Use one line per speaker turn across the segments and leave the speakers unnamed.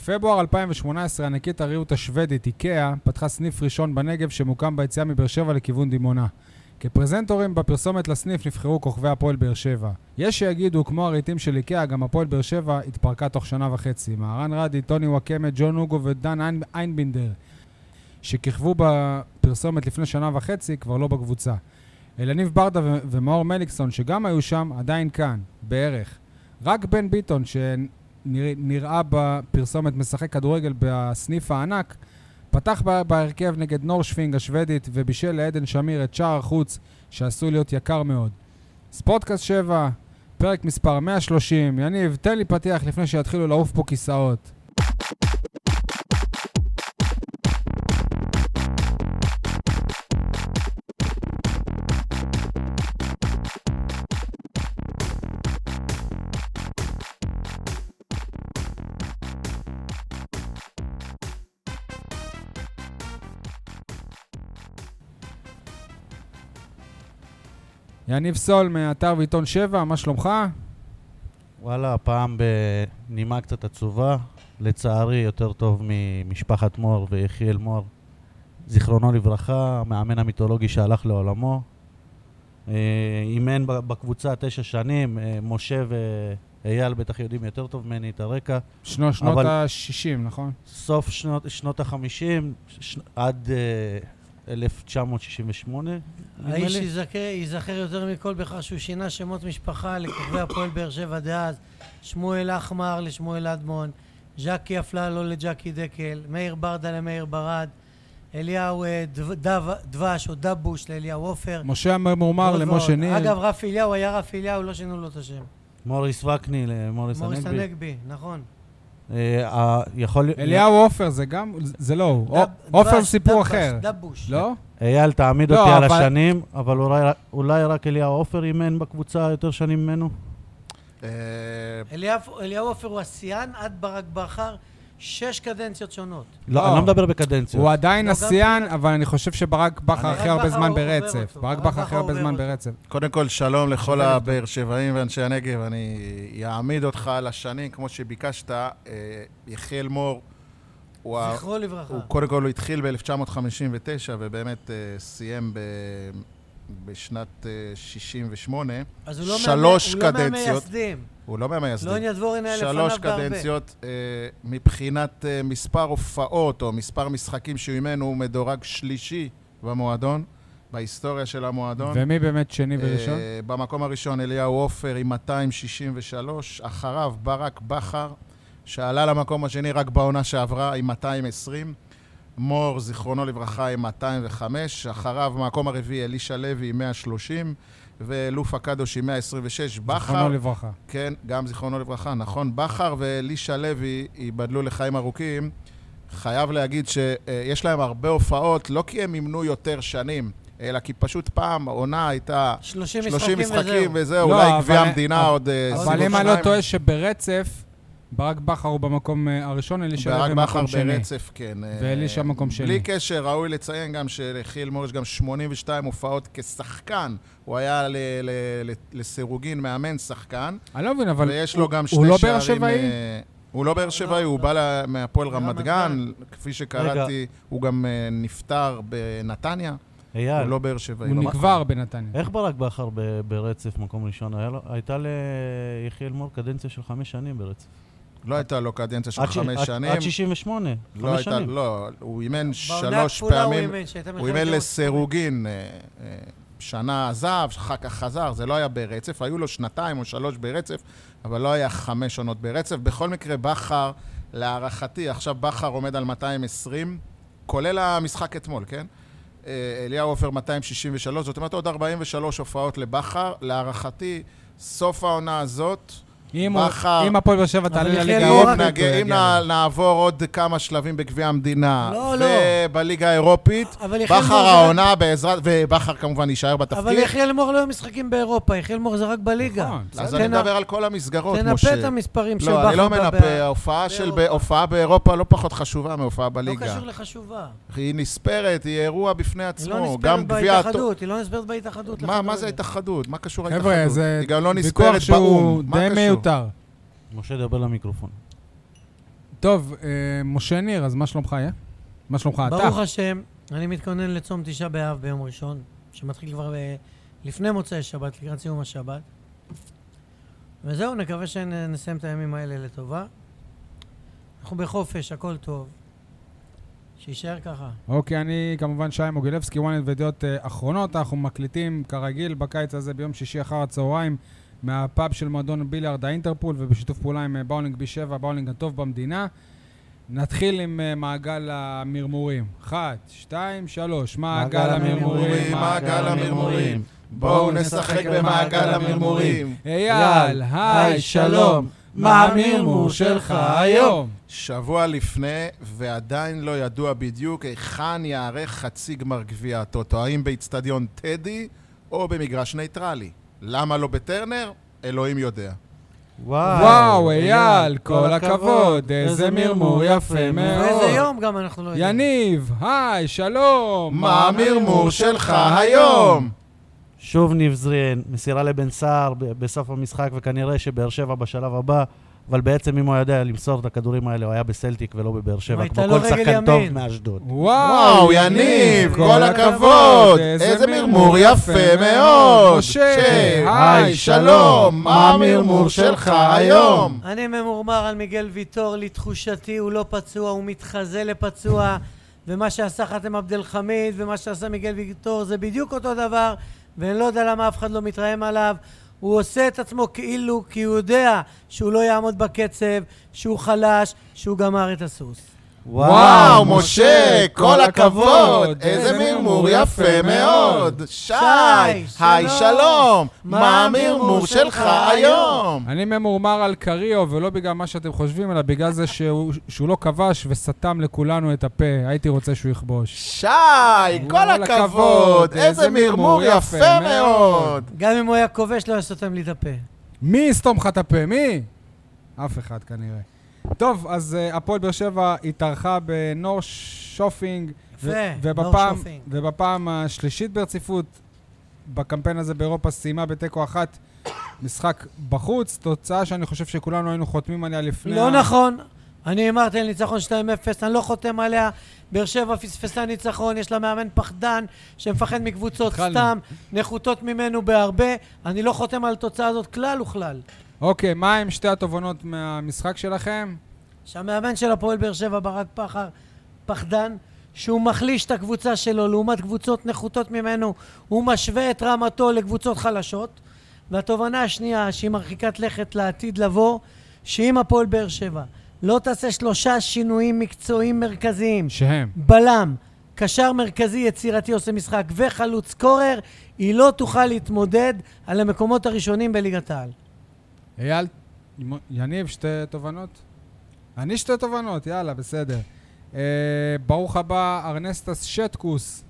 בפברואר 2018 ענקית הריהוט השוודית איקאה פתחה סניף ראשון בנגב שמוקם ביציאה מבאר שבע לכיוון דימונה. כפרזנטורים בפרסומת לסניף נבחרו כוכבי הפועל באר שבע. יש שיגידו, כמו הרהיטים של איקאה, גם הפועל באר שבע התפרקה תוך שנה וחצי. מהרן רדי, טוני וואקמה, ג'ון הוגו ודן איינ- איינבינדר, שכיכבו בפרסומת לפני שנה וחצי, כבר לא בקבוצה. אלניב ברדה ו- ומאור מליקסון, שגם היו שם, עדיין כאן, בערך. רק בן ביטון, שנראה בפרסומת משחק כדורגל בסניף הענק, פתח ב- בהרכב נגד נורשפינג השוודית ובישל לעדן שמיר את שער החוץ שעשוי להיות יקר מאוד. ספורטקאסט 7, פרק מספר 130. יניב, תן לי פתיח לפני שיתחילו לעוף פה כיסאות. יניב סול מאתר ועיתון 7, מה שלומך?
וואלה, הפעם בנימה קצת עצובה. לצערי, יותר טוב ממשפחת מור ויחיאל מור. זיכרונו לברכה, המאמן המיתולוגי שהלך לעולמו. אה, אימן ב- בקבוצה תשע שנים, אה, משה ואייל בטח יודעים יותר טוב ממני את הרקע.
שנו, שנות
אבל-
ה-60, נכון?
סוף שנות, שנות החמישים ש- עד אה, 1968, נדמה
האיש
לי.
ייזכר- ייזכר יותר מכל בכך שהוא שינה שמות משפחה לכוכבי הפועל באר שבע דאז, שמואל אחמר לשמואל אדמון, ז'קי אפללו לג'קי דקל, מאיר ברדה למאיר ברד, אליהו אה, דו- דו- דבש או דבוש לאליהו עופר.
משה הממורמר
ועוד
למשה
ועוד.
ניר.
אגב, רף אליהו היה רף אליהו, לא שינו לו את השם.
מוריס וקנין, אה, מוריס
מוריס
הנגבי.
הנגבי, נכון.
אה, ה- יכול...
אליהו עופר זה גם, זה לא הוא.
דב-
עופר
דבש,
סיפור
דבש,
אחר.
דבוש.
לא?
אייל, תעמיד
לא,
אותי על
אבל-
השנים, אבל אולי- אולי רק אליהו עופר אימן בקבוצה יותר שנים ממנו?
אה,
אליהו- אליהו עופר הוא השיאן עד ברק בכר, שש קדנציות שונות.
לא,
לא.
אני לא מדבר בקדנציות.
הוא עדיין
לא, גם-
השיאן, אבל אני חושב שברק בכר
ברק
הכי הרבה
בכר לא
זמן
עובר
ברצף.
אותו,
ברק
ברק
בכר הכי
בכר
הרבה
עובר
זמן
אותו.
ברצף.
קודם כל, שלום לכל
שווה לבדוק.
הבאר שבעים ואנשי הנגב. אני אעמיד אותך על השנים, כמו שביקשת. אה, יחיאל מור, הוא ה-
זכרו לברכה.
הוא קודם כל הוא התחיל ב-1959, ובאמת אה, סיים ב- בשנת אה, 68.
אז הוא לא
שלוש
מהמ- הוא לא
קדנציות.
מהמייסדים.
הוא לא מהמייסדים.
לוניה דבורין היה לפניו
שלוש
בהרבה.
קדנציות. אה, מבחינת אה, מספר הופעות או מספר משחקים שהוא אימן, הוא מדורג שלישי במועדון, בהיסטוריה של המועדון.
ומי באמת שני
אה,
וראשון?
במקום הראשון אליהו עופר עם 263, אחריו ברק בכר, שעלה למקום השני רק בעונה שעברה עם 220. מור, זיכרונו לברכה, עם 205, אחריו, במקום הרביעי, אלישע לוי עם 130, ולופה קדוש עם 126.
זכרונו
בכר,
לברכה.
כן, גם זיכרונו לברכה, נכון. בכר ואלישע לוי, ייבדלו לחיים ארוכים, חייב להגיד שיש להם הרבה הופעות, לא כי הם אימנו יותר שנים, אלא כי פשוט פעם העונה הייתה
30 משחקים
30 משחקים
וזהו.
וזהו,
לא,
אולי
אבל-
גביע המדינה
אבל-
עוד אה,
אבל
סיבוב
אם אני לא
שניים.
טועה שברצף, ברק בכר הוא במקום אה, הראשון, אלישע
ברק
לוי
בכר
במקום שני.
ברצף, כן. אה,
ואלישע מקום שני.
בלי קשר, ראוי לציין גם שלחיל מור יש גם 82 הופעות כשחקן. הוא היה ל- ל- ל- לסירוגין מאמן שחקן.
אני לא מבין, אבל
ויש
הוא-
לו גם שני
הוא לא
שערים...
באר שבעי?
אה, הוא לא באר שבעי, הוא בא לה- מהפועל רמת
רמת
גן, כפי שקראתי, הוא גם אה, נפטר בנתניה, הוא
אייל,
לא באר שבעי.
הוא
לא-
נקבר בנתניה.
איך ברק בכר ב- ברצף מקום ראשון? היה לו- הייתה ליחיאל מור קדנציה של חמש שנים ברצף.
לא הייתה לו קדנציה של
עד ש-
חמש
עד-
שנים.
עד 68,
לא
חמש
הייתה,
שנים.
לא, הוא אימן
בעונה
שלוש
הכפולה הוא
פעמים,
אימן, שהייתה
הוא
מלחמת
אימן
יום
לסירוגין. אה, אה, שנה עזב, אחר כך חזר, זה לא היה ברצף, היו לו שנתיים או שלוש ברצף, אבל לא היה חמש עונות ברצף. בכל מקרה, בכר, להערכתי, עכשיו בכר עומד על 220, כולל המשחק אתמול, כן? אה, אליהו עופר 263, זאת אומרת עוד 43 הופעות לבכר. להערכתי, סוף העונה הזאת,
אם הוא-
בכר-
אם הפועל באר שבע
אבל לא
תעלה
יחיאל
לליגה
מור-
אם
האירופית, הוא
נגיע-
יגיע
אם
לזה.
נע- נעבור עוד כמה שלבים בגביע המדינה
לא, לא.
ובליגה האירופית,
אבל יחיאל
בכר
מור זה
העונה בעזרת, ובכר כמובן יישאר
אבל
בתפקיד.
יחיאל מור לא היו משחקים באירופה, יחיאל מור זה רק בליגה.
נכון,
אז
בסדר.
אני
תנ-
מדבר על כל המסגרות, משה.
תנפה את המספרים של בכר.
לא, אני לא
בב-
מנפה, ההופעה של-
באירופה.
הופעה באירופה לא פחות חשובה מהופעה
אוקיי. לא
בליגה.
קשור לחשובה.
היא נספרת, היא אירוע בפני
היא לא
עצמו. גם
נספרת
גביע... הטו-
בהתאחדות, היא לא נספרת בהתאחדות.
מה, מה זה התאחדות? מה קשור ההתאחדות?
חבר'ה, זה
היא גם לא
ויכוח
נספרת
שהוא
באו"ם. מה
די
קשור?
מיותר.
משה, דבר למיקרופון.
טוב, אה, משה ניר, אז מה שלומך יהיה? מה שלומך אתה?
ברוך השם, אני מתכונן לצום תשעה באב ביום ראשון, שמתחיל כבר ב- לפני מוצאי שבת, לקראת סיום השבת. וזהו, נקווה שנסיים את הימים האלה לטובה. אנחנו בחופש, הכל טוב. שיישאר ככה.
אוקיי, אני כמובן שי מוגילבסקי, וואנט וידיעות אה, אחרונות. אנחנו מקליטים כרגיל בקיץ הזה ביום שישי אחר הצהריים מהפאב של מועדון ביליארד האינטרפול ובשיתוף פעולה עם אה, באולינג בי 7, הבאולינג הטוב במדינה. נתחיל עם אה, מעגל המרמורים. אחת, שתיים, שלוש. מעגל המרמורים,
מעגל המרמורים. בואו נשחק במעגל המרמורים.
אייל, היי, שלום. מה המרמור שלך היום?
שבוע לפני, ועדיין לא ידוע בדיוק היכן ייערך חצי גמר גביע הטוטו, האם באיצטדיון טדי או במגרש נייטרלי. למה לא בטרנר? אלוהים יודע.
וואו, אייל, כל הכבוד, איזה מרמור יפה מאוד.
ואיזה יום גם אנחנו לא יודעים.
יניב, היי, שלום.
מה המרמור שלך היום?
שוב נבזרין, מסירה לבן סער ב- בסוף המשחק, וכנראה שבאר שבע בשלב הבא, אבל בעצם אם הוא היה יודע למסור את הכדורים האלה, הוא היה בסלטיק ולא בבאר שבע,
הייתה
כמו
לו
כל
רגל
שחקן
ימין.
טוב מאשדוד.
וואו, יניב, כל הכבוד! איזה מרמור יפה מאוד!
משה, היי,
היי, שלום, מה המרמור שלך היום?
אני ממורמר על מיגל ויטור, לתחושתי הוא לא פצוע, הוא מתחזה לפצוע, ומה שעשה חתם עבד אל חמיד, ומה שעשה מיגל ויטור זה בדיוק אותו דבר, ואני לא יודע למה אף אחד לא מתרעם עליו. הוא עושה את עצמו כאילו, כי הוא יודע שהוא לא יעמוד בקצב, שהוא חלש, שהוא גמר את הסוס.
וואו, משה, כל הכבוד! איזה מרמור יפה מאוד! שי, היי, שלום, מה המרמור שלך היום?
אני ממורמר על קריו, ולא בגלל מה שאתם חושבים, אלא בגלל זה שהוא שהוא לא כבש וסתם לכולנו את הפה. הייתי רוצה שהוא יכבוש.
שי, כל הכבוד! איזה מרמור יפה מאוד!
גם אם הוא היה כובש, לא היה סותם לי את הפה.
מי יסתום לך את הפה? מי? אף אחד כנראה. טוב, אז אה, הפועל באר שבע התארחה בנור שופינג.
יפה,
ו-
נור
ובפעם-
שופינג.
ובפעם השלישית ברציפות, בקמפיין הזה באירופה סיימה בתיקו אחת משחק בחוץ, תוצאה שאני חושב שכולנו היינו חותמים עליה לפני...
לא
ה-
נכון. אני אמרתי על ניצחון 2-0, אני לא חותם עליה. באר שבע פספסה ניצחון, יש לה מאמן פחדן שמפחד מקבוצות
התחלנו.
סתם, נחותות ממנו בהרבה. אני לא חותם על התוצאה הזאת כלל וכלל.
אוקיי, מה עם שתי התובנות מהמשחק שלכם?
שהמאמן של הפועל באר שבע, ברק בכר, פחדן, שהוא מחליש את הקבוצה שלו לעומת קבוצות נחותות ממנו, הוא משווה את רמתו לקבוצות חלשות. והתובנה השנייה, שהיא מרחיקת לכת לעתיד לבוא, שאם הפועל באר שבע לא תעשה שלושה שינויים מקצועיים מרכזיים,
שהם.
בלם, קשר מרכזי יצירתי עושה משחק וחלוץ קורר, היא לא תוכל להתמודד על המקומות הראשונים בליגת העל.
לא, אייל, מו- יניב, שתי תובנות? אני שתי תובנות, יאללה, בסדר. אה, ברוך הבא, ארנסטס שטקוס.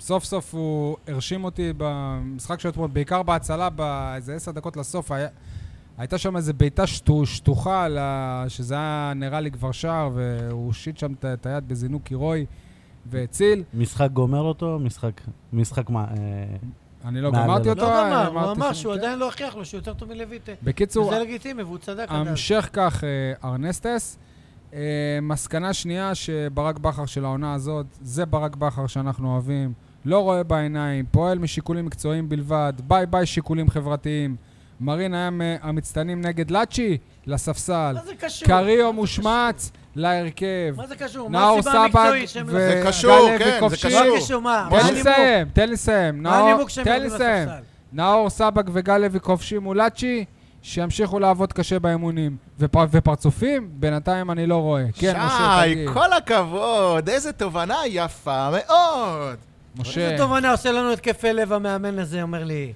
סוף סוף הוא הרשים אותי במשחק של אתמול, בעיקר בהצלה, באיזה עשר דקות לסוף. היה, הייתה שם איזו בעיטה שטו, שטוחה, לה, שזה היה נראה לי כבר שער, והוא הושיט שם את- את היד בזינוק קירוי והציל.
משחק גומר אותו, משחק, משחק מה... אה,
אני לא
מעל
גמרתי
אליו.
אותו.
לא
אני
גמר, הוא
אמרתי
אמר
שם,
שהוא
כן.
עדיין לא הכריח לו שהוא יותר טוב מלויטה.
בקיצור,
וזה לגיטימי, והוא צדק עד אז.
המשך כך, אה, ארנסטס. אה, מסקנה שנייה שברק בכר של העונה הזאת, זה ברק בכר שאנחנו אוהבים, לא רואה בעיניים, פועל משיקולים מקצועיים בלבד, ביי ביי שיקולים חברתיים. מרין היה מהמצטיינים נגד לאצ'י, לספסל.
מה זה קשור?
קריו מושמץ, להרכב.
מה זה קשור? מה
נאור
הסיבה
סבג
המקצועית שהם לא...
ו-
זה קשור,
גלב
כן, זה
וכובשים.
קשור.
מה קשור? מה? מה
תן לי
הנימוק?
לסיים, תן לי לסיים.
מה
נאור-
הנימוק שהם
תן לי
ירדו
לסיים.
לספסל?
נאור סבק וגל לוי כובשים מול לאצ'י, שימשיכו לעבוד קשה באימונים. ופר, ופרצופים, בינתיים אני לא רואה. כן, משה,
שי,
תגיד.
כל הכבוד, איזה תובנה יפה מאוד!
משה,
איזה תובנה עושה לנו התקפי לב המאמן הזה, אומר לי.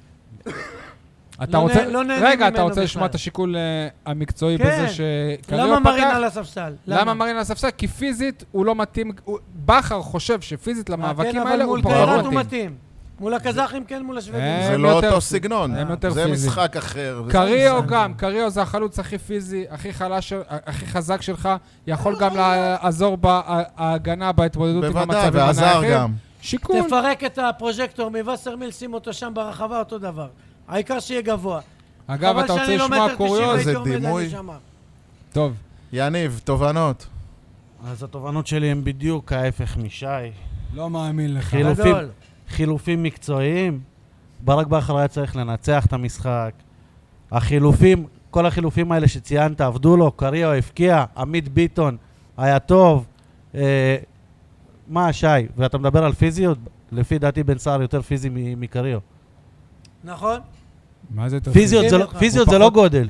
אתה
לא
רוצה...
נ- לא נהנים
רגע, אתה
ממנו
רוצה לשמוע
בכלל.
את השיקול אה, המקצועי
כן.
בזה שקריו
למה מרין
פתח?
על הספסל?
למה מרין על הספסל? כי פיזית הוא לא מתאים, הוא- בכר חושב שפיזית
כן,
למאבקים
אבל
האלה הוא אה,
מול
פחות
קיירת הוא
מתאים.
מתאים. מול הקזחים כן, מול השוודים.
הם
זה לא
יותר
אותו
פיזי-
סגנון,
הם יותר
זה
פיזי.
משחק אחר. וזה-
קריו
גזעני.
גם, קריו זה החלוץ הכי פיזי, הכי חלש, של- הכי חזק שלך,
לא,
יכול גם לעזור בהגנה, בהתמודדות עם
בוודאי,
המצבים
ועזר
הנייחים.
גם.
שיקול.
תפרק את הפרוז'קטור מווסרמיל, שים אותו שם ברחבה, אותו דבר. העיקר שיהיה גבוה.
אגב,
חבל
אתה רוצה
שאני לא
לשמוע
מטר תשעים,
קוריוז?
זה
הייתי עומד,
דימוי.
אני שמה.
טוב.
יניב, תובנות.
אז התובנות שלי הן בדיוק ההפך משי.
לא מאמין לך.
חילופים.
גדול.
חילופים מקצועיים, ברק בכר היה צריך לנצח את המשחק. החילופים, כל החילופים האלה שציינת עבדו לו, קריו הבקיע, עמית ביטון היה טוב. אה, מה, שי, ואתה מדבר על פיזיות? לפי דעתי בן סער יותר פיזי מ- מקריו.
נכון?
מה זה יותר
פיזיות זה לא-
לך.
פיזיות
הוא
זה לא
פחות-
גודל.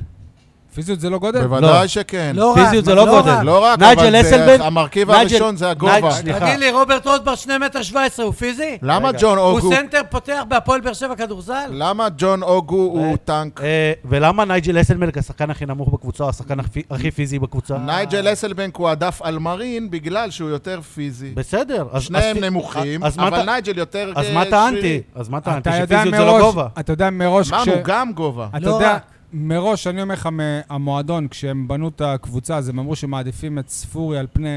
פיזיות זה לא גודל?
בוודאי שכן.
לא רק.
פיזיות זה לא גודל.
רק.
לא רק,
נייג'ל
אבל
אסלבנק-
זה המרכיב
נייג'ל-
הראשון זה הגובה.
נייג'ל- סליחה.
תגיד לי, רוברט רוטברג 2 מטר 17, הוא פיזי?
למה
רגע.
ג'ון
הוא
אוגו...
סנטר פותח בהפועל באר שבע כדורזל?
למה ג'ון אוגו הוא
אה,
טנק?
אה, ולמה נייג'ל אסלמלק השחקן הכי נמוך בקבוצה, או השחקן הכי- הכי פיזי בקבוצה?
נייג'ל אסלבנק הוא הדף על מרין בגלל שהוא יותר פיזי.
בסדר. אז- אז
שניהם
פי-
נמוכים,
אז מה
אבל
אתה-
נייג'ל יותר
אז
אה,
מה
שרירי.
טענתי? אז מה טענתי?
אתה יודע
שפיזיות זה לא
מראש,
גובה.
אתה יודע מראש, כש-
אמרנו, גם גובה.
אתה
לא
יודע,
רק.
מראש, אני אומר לך, מהמועדון, כשהם בנו את הקבוצה, אז הם אמרו שהם מעדיפים את ספורי על פני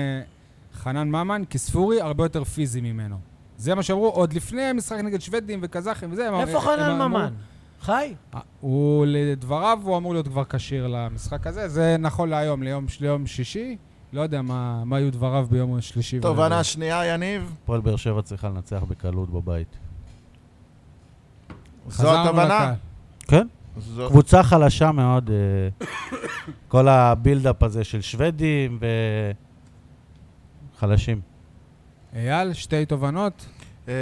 חנן ממן, כי ספורי הרבה יותר פיזי ממנו. זה מה שאמרו עוד לפני המשחק נגד שוודים וקזחים וזה. הם-
איפה
הם
חנן
אמרו-
ממן? חי?
אה, הוא, לדבריו, הוא אמור להיות כבר כשיר למשחק הזה. זה נכון להיום, ליום, ליום שישי. לא יודע מה, מה היו דבריו ביום השלישי.
תובנה שנייה, יניב.
הפועל באר שבע צריכה לנצח בקלות בבית.
זו התובנה.
כן?
זו-
קבוצה חלשה מאוד, אה, כל הבילדאפ הזה של שוודים ו... חלשים.
אייל, שתי תובנות.
אה,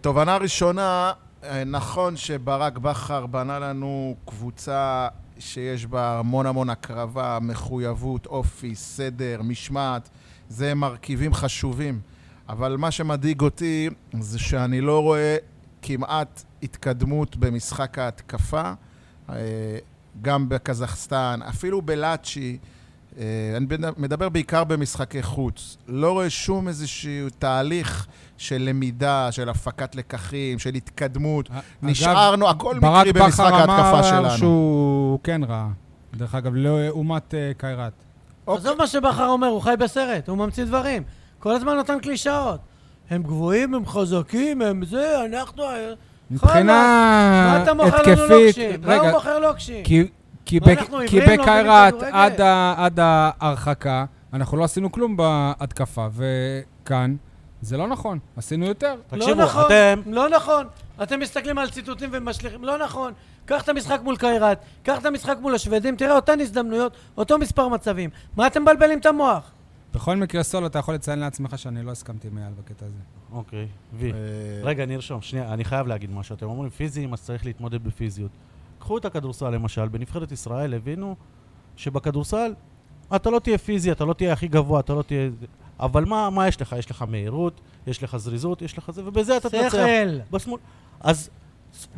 תובנה ראשונה, אה, נכון שברק בכר בנה לנו קבוצה שיש בה המון המון הקרבה, מחויבות, אופי, סדר, משמעת, זה מרכיבים חשובים. אבל מה שמדאיג אותי זה שאני לא רואה כמעט התקדמות במשחק ההתקפה, אה, גם בקזחסטן, אפילו בלאצ'י. אה, אני בד- מדבר בעיקר במשחקי חוץ. לא רואה שום איזשהו תהליך של למידה, של הפקת לקחים, של התקדמות.
אה,
נשארנו, הכל
ברק
מקרי במשחק
בכר
ההתקפה
אמר
שלנו.
שהוא כן ראה. דרך אגב, לעומת אה, קיירת.
אוקיי.
עזוב מה שבכר אומר, הוא חי בסרט, הוא ממציא דברים. כל הזמן נותן קלישאות. הם גבוהים, הם חזקים, הם זה, אנחנו...
מבחינה
מה אתה מוכר לנו
התקפית,
לוקשים? מה הוא
רגע,
מוכר לוקשים?
כי- כי
מה,
בק-
אנחנו
כי
עיוורים? לא מבינים
בקיירת
כדורגל?
עד ה- עד ההרחקה, אנחנו לא עשינו כלום בהתקפה, וכאן זה לא נכון, עשינו יותר.
לא
תקשיבו,
נכון,
אתם...
לא נכון. אתם מסתכלים על ציטוטים ומשליכים, לא נכון. קח את המשחק מול קיירת, קח את המשחק מול השוודים, תראה אותן הזדמנויות, אותו מספר מצבים. מה אתם מבלבלים את המוח?
בכל מקרה, סול, אתה יכול לציין לעצמך שאני לא הסכמתי עם אייל בקטע הזה.
אוקיי, וי.
אה,
רגע, נרשום, שנייה, אני חייב להגיד משהו. אתם אומרים פיזיים, אז צריך להתמודד בפיזיות. קחו את הכדורסל למשל, בנבחרת ישראל הבינו שבכדורסל אתה לא תהיה פיזי, אתה לא תהיה הכי גבוה, אתה לא תהיה... אבל מה, מה יש לך? יש לך מהירות, יש לך זריזות, יש לך זה, ובזה אתה תנצח.
שכל.
בשמאל. אז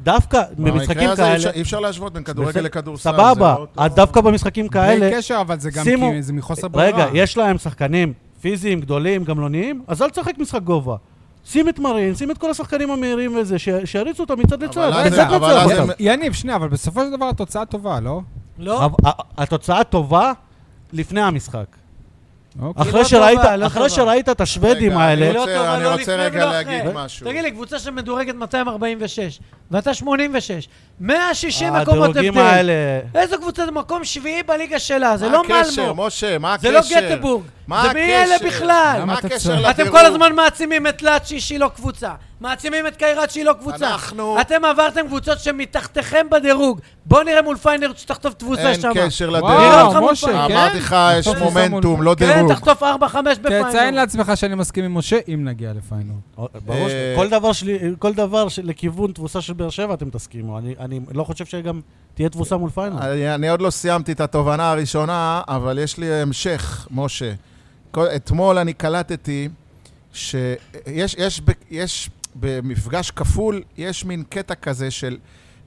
דווקא במשחקים
אה, במקרה הזה אי
כאלה...
אפשר- אי אפשר להשוות בין כדורגל
בסדר,
לכדורסל. זה
סבבה,
לא אותו-
אז דווקא במשחקים
בלי
כאלה...
קשר, אבל זה גם
שימו-
כי זה מחוסר ברירה.
רגע, יש להם שחקנים פיזיים, גדולים, גמלוניים, אז אל תשחק משחק גובה. שים את מרין, שים את כל השחקנים המהירים וזה, ש- שיריצו אותם מצד לצד,
אז
מצד
הם-
אבל
לצד.
אז
אותם.
הם-
יניב, שנייה, אבל בסופו של דבר התוצאה טובה, לא?
לא,
אבל ה- התוצאה טובה לפני המשחק.
אוקיי.
אחרי
לא
שראית-
טובה, לא
אחרי
טובה.
שראית את השוודים
רגע,
האלה,
אני
לא
רוצה-
טובה,
אני
לא
רוצה
לפני
רגע
ולא
להגיד
אחרי.
משהו.
תגיד לי, קבוצה שמדורגת 246, ואתה 86, 160 מקומות
הדירוגים
הבדל.
האלה...
איזה קבוצה זה מקום שביעי בליגה שלה, זה לא
מה הקשר,
מלמו,
משה? מה הקשר?
זה לא גטבורג,
מה
זה מי אלה
הקשר?
בכלל?
למה
מה
אתה
הקשר
צועק?
לדירוג?
אתם כל הזמן מעצימים את לאצ'י שהיא לא קבוצה, מעצימים את קיירת שהיא לא קבוצה.
אנחנו-
אתם עברתם קבוצות שמתחתכם בדירוג, בואו נראה מול פיינרד שתחטוף תבוסה
אין
שם.
קשר
נראה
לדירוג.
אותך מול
משה,
פיינרד.
כן?
אמרתי לך, יש
טוב,
מומנטום, לא
כן,
דירוג.
תחטוף 4-5
תציין
בפיינרד.
לעצמך שאני מסכים עם משה, אם נגיע לפיינל.
ברור, ש-
אה,
כל דבר שלי- כל דבר של- לכיוון תבוסה של באר שבע אתם תסכימו. אני- אני לא חושב שגם תהיה תבוסה מול פיינל.
אני אני עוד לא סיימתי את התובנה הראשונה, אבל יש לי המשך, משה. כל- אתמול אני קלטתי שיש יש ב- יש במפגש כפול, יש מין קטע כזה של...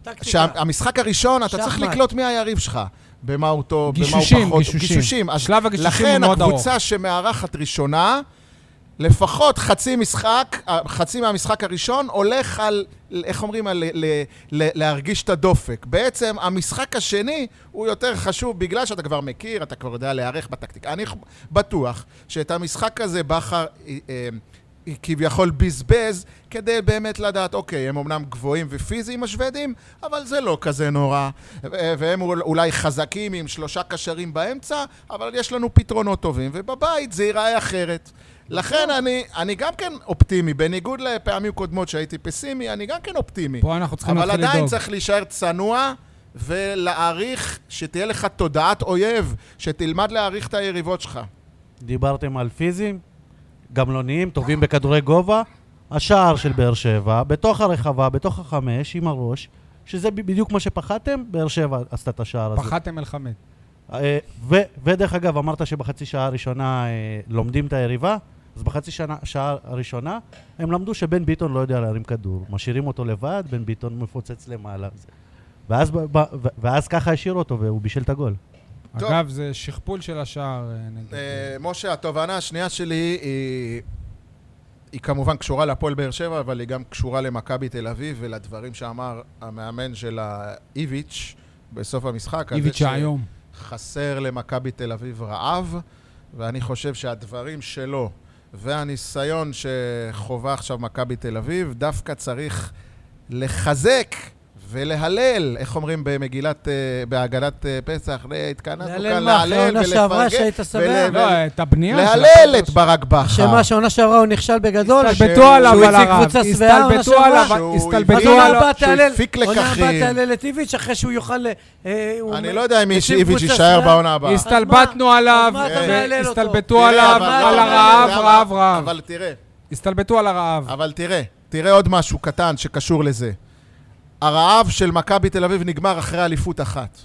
טקטיקה.
שהמשחק הראשון, אתה צריך
שחמט.
לקלוט מי היריב שלך. במה הוא טוב, במה הוא פחות.
גישושים, גישושים.
אז
שלב הגישושים הוא
לכן
מאוד ארוך.
הקבוצה שמארחת ראשונה, לפחות חצי משחק, אה, חצי מהמשחק הראשון, הולך על, איך אומרים, על ל, ל, ל, להרגיש את הדופק. בעצם המשחק השני הוא יותר חשוב בגלל שאתה כבר מכיר, אתה כבר יודע להיערך בטקטיקה. אני ח- בטוח שאת המשחק הזה בכר אה, אה, כביכול בזבז, כדי באמת לדעת, אוקיי, הם אמנם גבוהים ופיזיים השוודים, אבל זה לא כזה נורא. ו- והם אולי חזקים עם שלושה קשרים באמצע, אבל יש לנו פתרונות טובים, ובבית זה ייראה אחרת.
נכון.
לכן אני, אני גם כן אופטימי, בניגוד לפעמים קודמות שהייתי פסימי, אני גם כן אופטימי.
פה אנחנו צריכים
אבל
להתחיל לדאוג.
עדיין צריך להישאר צנוע ולהעריך שתהיה לך תודעת אויב, שתלמד להעריך את היריבות שלך.
דיברתם על פיזיים, גמלוניים, טובים בכדורי גובה. השער של באר שבע, בתוך הרחבה, בתוך החמש, עם הראש, שזה ב- בדיוק מה שפחדתם, באר שבע עשתה את השער הזה.
פחדתם אל חמד.
אה, ו, ודרך אגב, אמרת שבחצי שעה הראשונה אה, לומדים את היריבה, אז בחצי שנה, שעה הראשונה הם למדו שבן ביטון לא יודע להרים כדור. משאירים אותו לבד, בן ביטון מפוצץ למעלה. ואז, ב, ב, ו- ואז ככה השאירו אותו והוא בישל את הגול.
טוב.
אגב, זה שכפול של השער, אה, נגיד.
אה, משה, התובנה השנייה שלי היא... היא כמובן קשורה להפועל באר שבע, אבל היא גם קשורה למכבי תל אביב ולדברים שאמר המאמן שלה, איביץ', בסוף המשחק. על זה
איביץ'
ש-
היום.
חסר למכבי תל אביב רעב, ואני חושב שהדברים שלו והניסיון שחווה עכשיו מכבי תל אביב, דווקא צריך לחזק ולהלל, איך אומרים במגילת, אה, בהגדת אה, פסח, "לה- התכנסנו
להלל
כאן,
מה? אחרי
להלל
העונה שעברה שהיית שמח?
ול-
לא,
ול-
את הבנייה של
אה, להלל
הפועל
את ברק בכר.
שמה, שעונה שעברה הוא נכשל בגדול?
הסתלבטו עליו
שהוא
על
הציג
הרב,
קבוצה שבעה עונה
הסתלבטו
שעברה?
עליו,
שהוא-
אז
הסתלבטו
ביטוח
עונה
עליו.
הבאה תעלה,
שהפיק
עונה הבאה
לקחים.
תעלה לטיביץ' אחרי שהוא יוכל... אה, הוא-
אני לא יודע אם
מקים
איביץ'
קבוצה
יישאר
שבעה.
בעונה הבאה.
אז מה?
הסתלבטנו
אז
עליו,
מה אתה
אה,
מהלל אותו?
הסתלבטו
תראה,
עליו,
אבל-
על
אבל-
הרעב,
אבל-
רעב, רעב.
אבל תראה,
הסתלבטו על הרעב.
אבל תראה, תראה עוד משהו קטן שקשור לזה. הרעב של מכבי תל אביב נגמר אחרי אליפות אחת.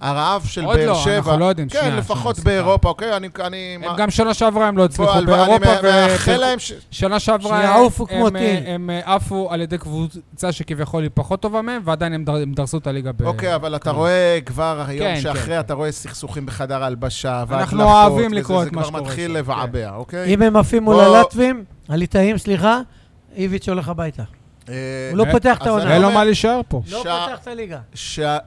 הרעב של באר
עוד
שבע...
לא, אנחנו לא יודעים,
כן,
שנייה,
לפחות
שנייה, סליחה.
באירופה, אוקיי? אני... אני
הם גם שנה שעברה הם לא
בוא,
הצליחו
הלוואי,
באירופה,
אני מאחל
ופרקו-
להם ש...
שנה שעברה הם-
שיעופו כמו
הם, אה,
טיל.
הם אה, עפו על ידי קבוצה שכביכול היא פחות טובה מהם, ועדיין הם דר- הם דרסו את הליגה ב...
אוקיי, אבל אתה רואה כבר היום
כן,
שאחרי,
כן.
אתה רואה סכסוכים בחדר הלבשה,
אנחנו
והדלפות
אוהבים
וזה,
לקרוא
זה
את מה כן. שקורה
כבר מתחיל
שם,
לבעבע, אוקיי?
אם הם עפים מול
בוא-
הלטבים, הליטאים, סליחה, איביץ' הולך הביתה.
אה,
הוא לא
אה,
פותח את
אז
העונה.
אין לו
אומר-
מה להישאר פה.
לא
שע-
פותח את הליגה.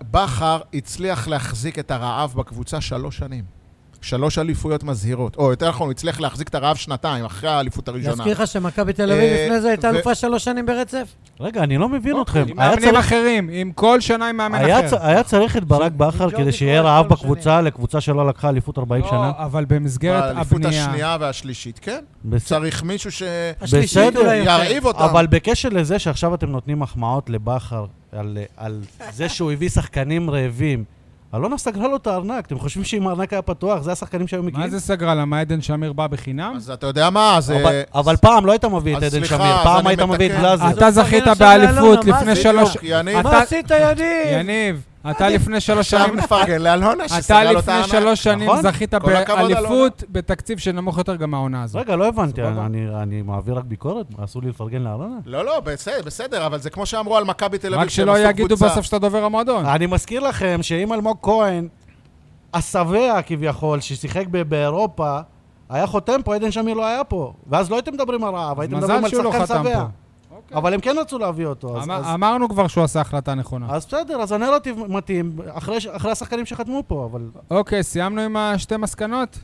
שבכר הצליח להחזיק את הרעב בקבוצה שלוש שנים. שלוש אליפויות מזהירות. או יותר נכון, הוא הצליח להחזיק את הרעב שנתיים, אחרי האליפות הראשונה.
להזכיר לך שמכבי תל אביב
אה,
לפני זה הייתה
ו-
אלופה שלוש שנים ברצף?
רגע, אני לא מבין אתכם.
עם
היה
מאמנים
צריך-
אחרים, עם כל שנה עם מאמן
היה, צ...
אחר.
היה צריך את ברק בכר
ג'ורדי
כדי שיהיה
כהן
רעב
כל
בקבוצה לקבוצה שלא לקחה אליפות 40 שנה?
לא, אבל במסגרת
האליפות
הבנייה...
השנייה והשלישית, כן.
בסדר.
צריך מישהו ש...
השלישית
בסדר.
אולי יותר.
ירעיב אותם.
אבל בקשר לזה שעכשיו אתם נותנים מחמאות לבכר על, על זה שהוא הביא שחקנים רעבים, אלונה סגרה לו את הארנק, אתם חושבים שאם הארנק היה פתוח, זה השחקנים שהיו מגיעים?
מה זה סגרה? למה עדן שמיר בא בחינם?
אז אה, אתה יודע מה, זה...
אבל, אבל פעם לא היית מביא את
אז
עדן
סליחה,
שמיר,
אז
פעם
אני
היית מביא את
מתקן.
גלאזר.
אתה זכית באליפות לפני
בדיוק,
שלוש...
יניב.
אתה-
מה עשית, יניב?
יניב, אתה לפני שלוש
עכשיו
שנים...
נפרגן לאלונה
אתה
שסגרה לו את
לפני
הענק.
שלוש שנים
נכון?
זכית
כל הכבוד,
באליפות בתקציב שנמוך יותר גם מהעונה הזאת.
רגע, לא הבנתי,
סבבה.
אני, אני מעביר רק ביקורת? אסור לי לפרגן לאלונה?
לא, לא, בסדר, בסדר, אבל זה כמו שאמרו על מכבי תל אביב,
רק שלא
שהם עשו
יגידו
קבוצה.
בסוף שאתה דובר המועדון.
אני מזכיר לכם שאם אלמוג כהן, השבע כביכול, ששיחק ב- באירופה, היה חותם פה, עדן שמיר לא היה פה. ואז לא הייתם מדברים על רעב, הייתם מדברים
מזל
על
שהוא לא
שחקן
חתם
שבע.
פה.
אבל הם כן רצו להביא אותו, אז- אה-
אמר-
אז...
אמרנו כבר שהוא עשה החלטה נכונה.
אז בסדר, אז הנרטיב מתאים, אחרי ש- אחרי השחקנים שחתמו פה, אבל
אוקיי, סיימנו עם השתי מסקנות?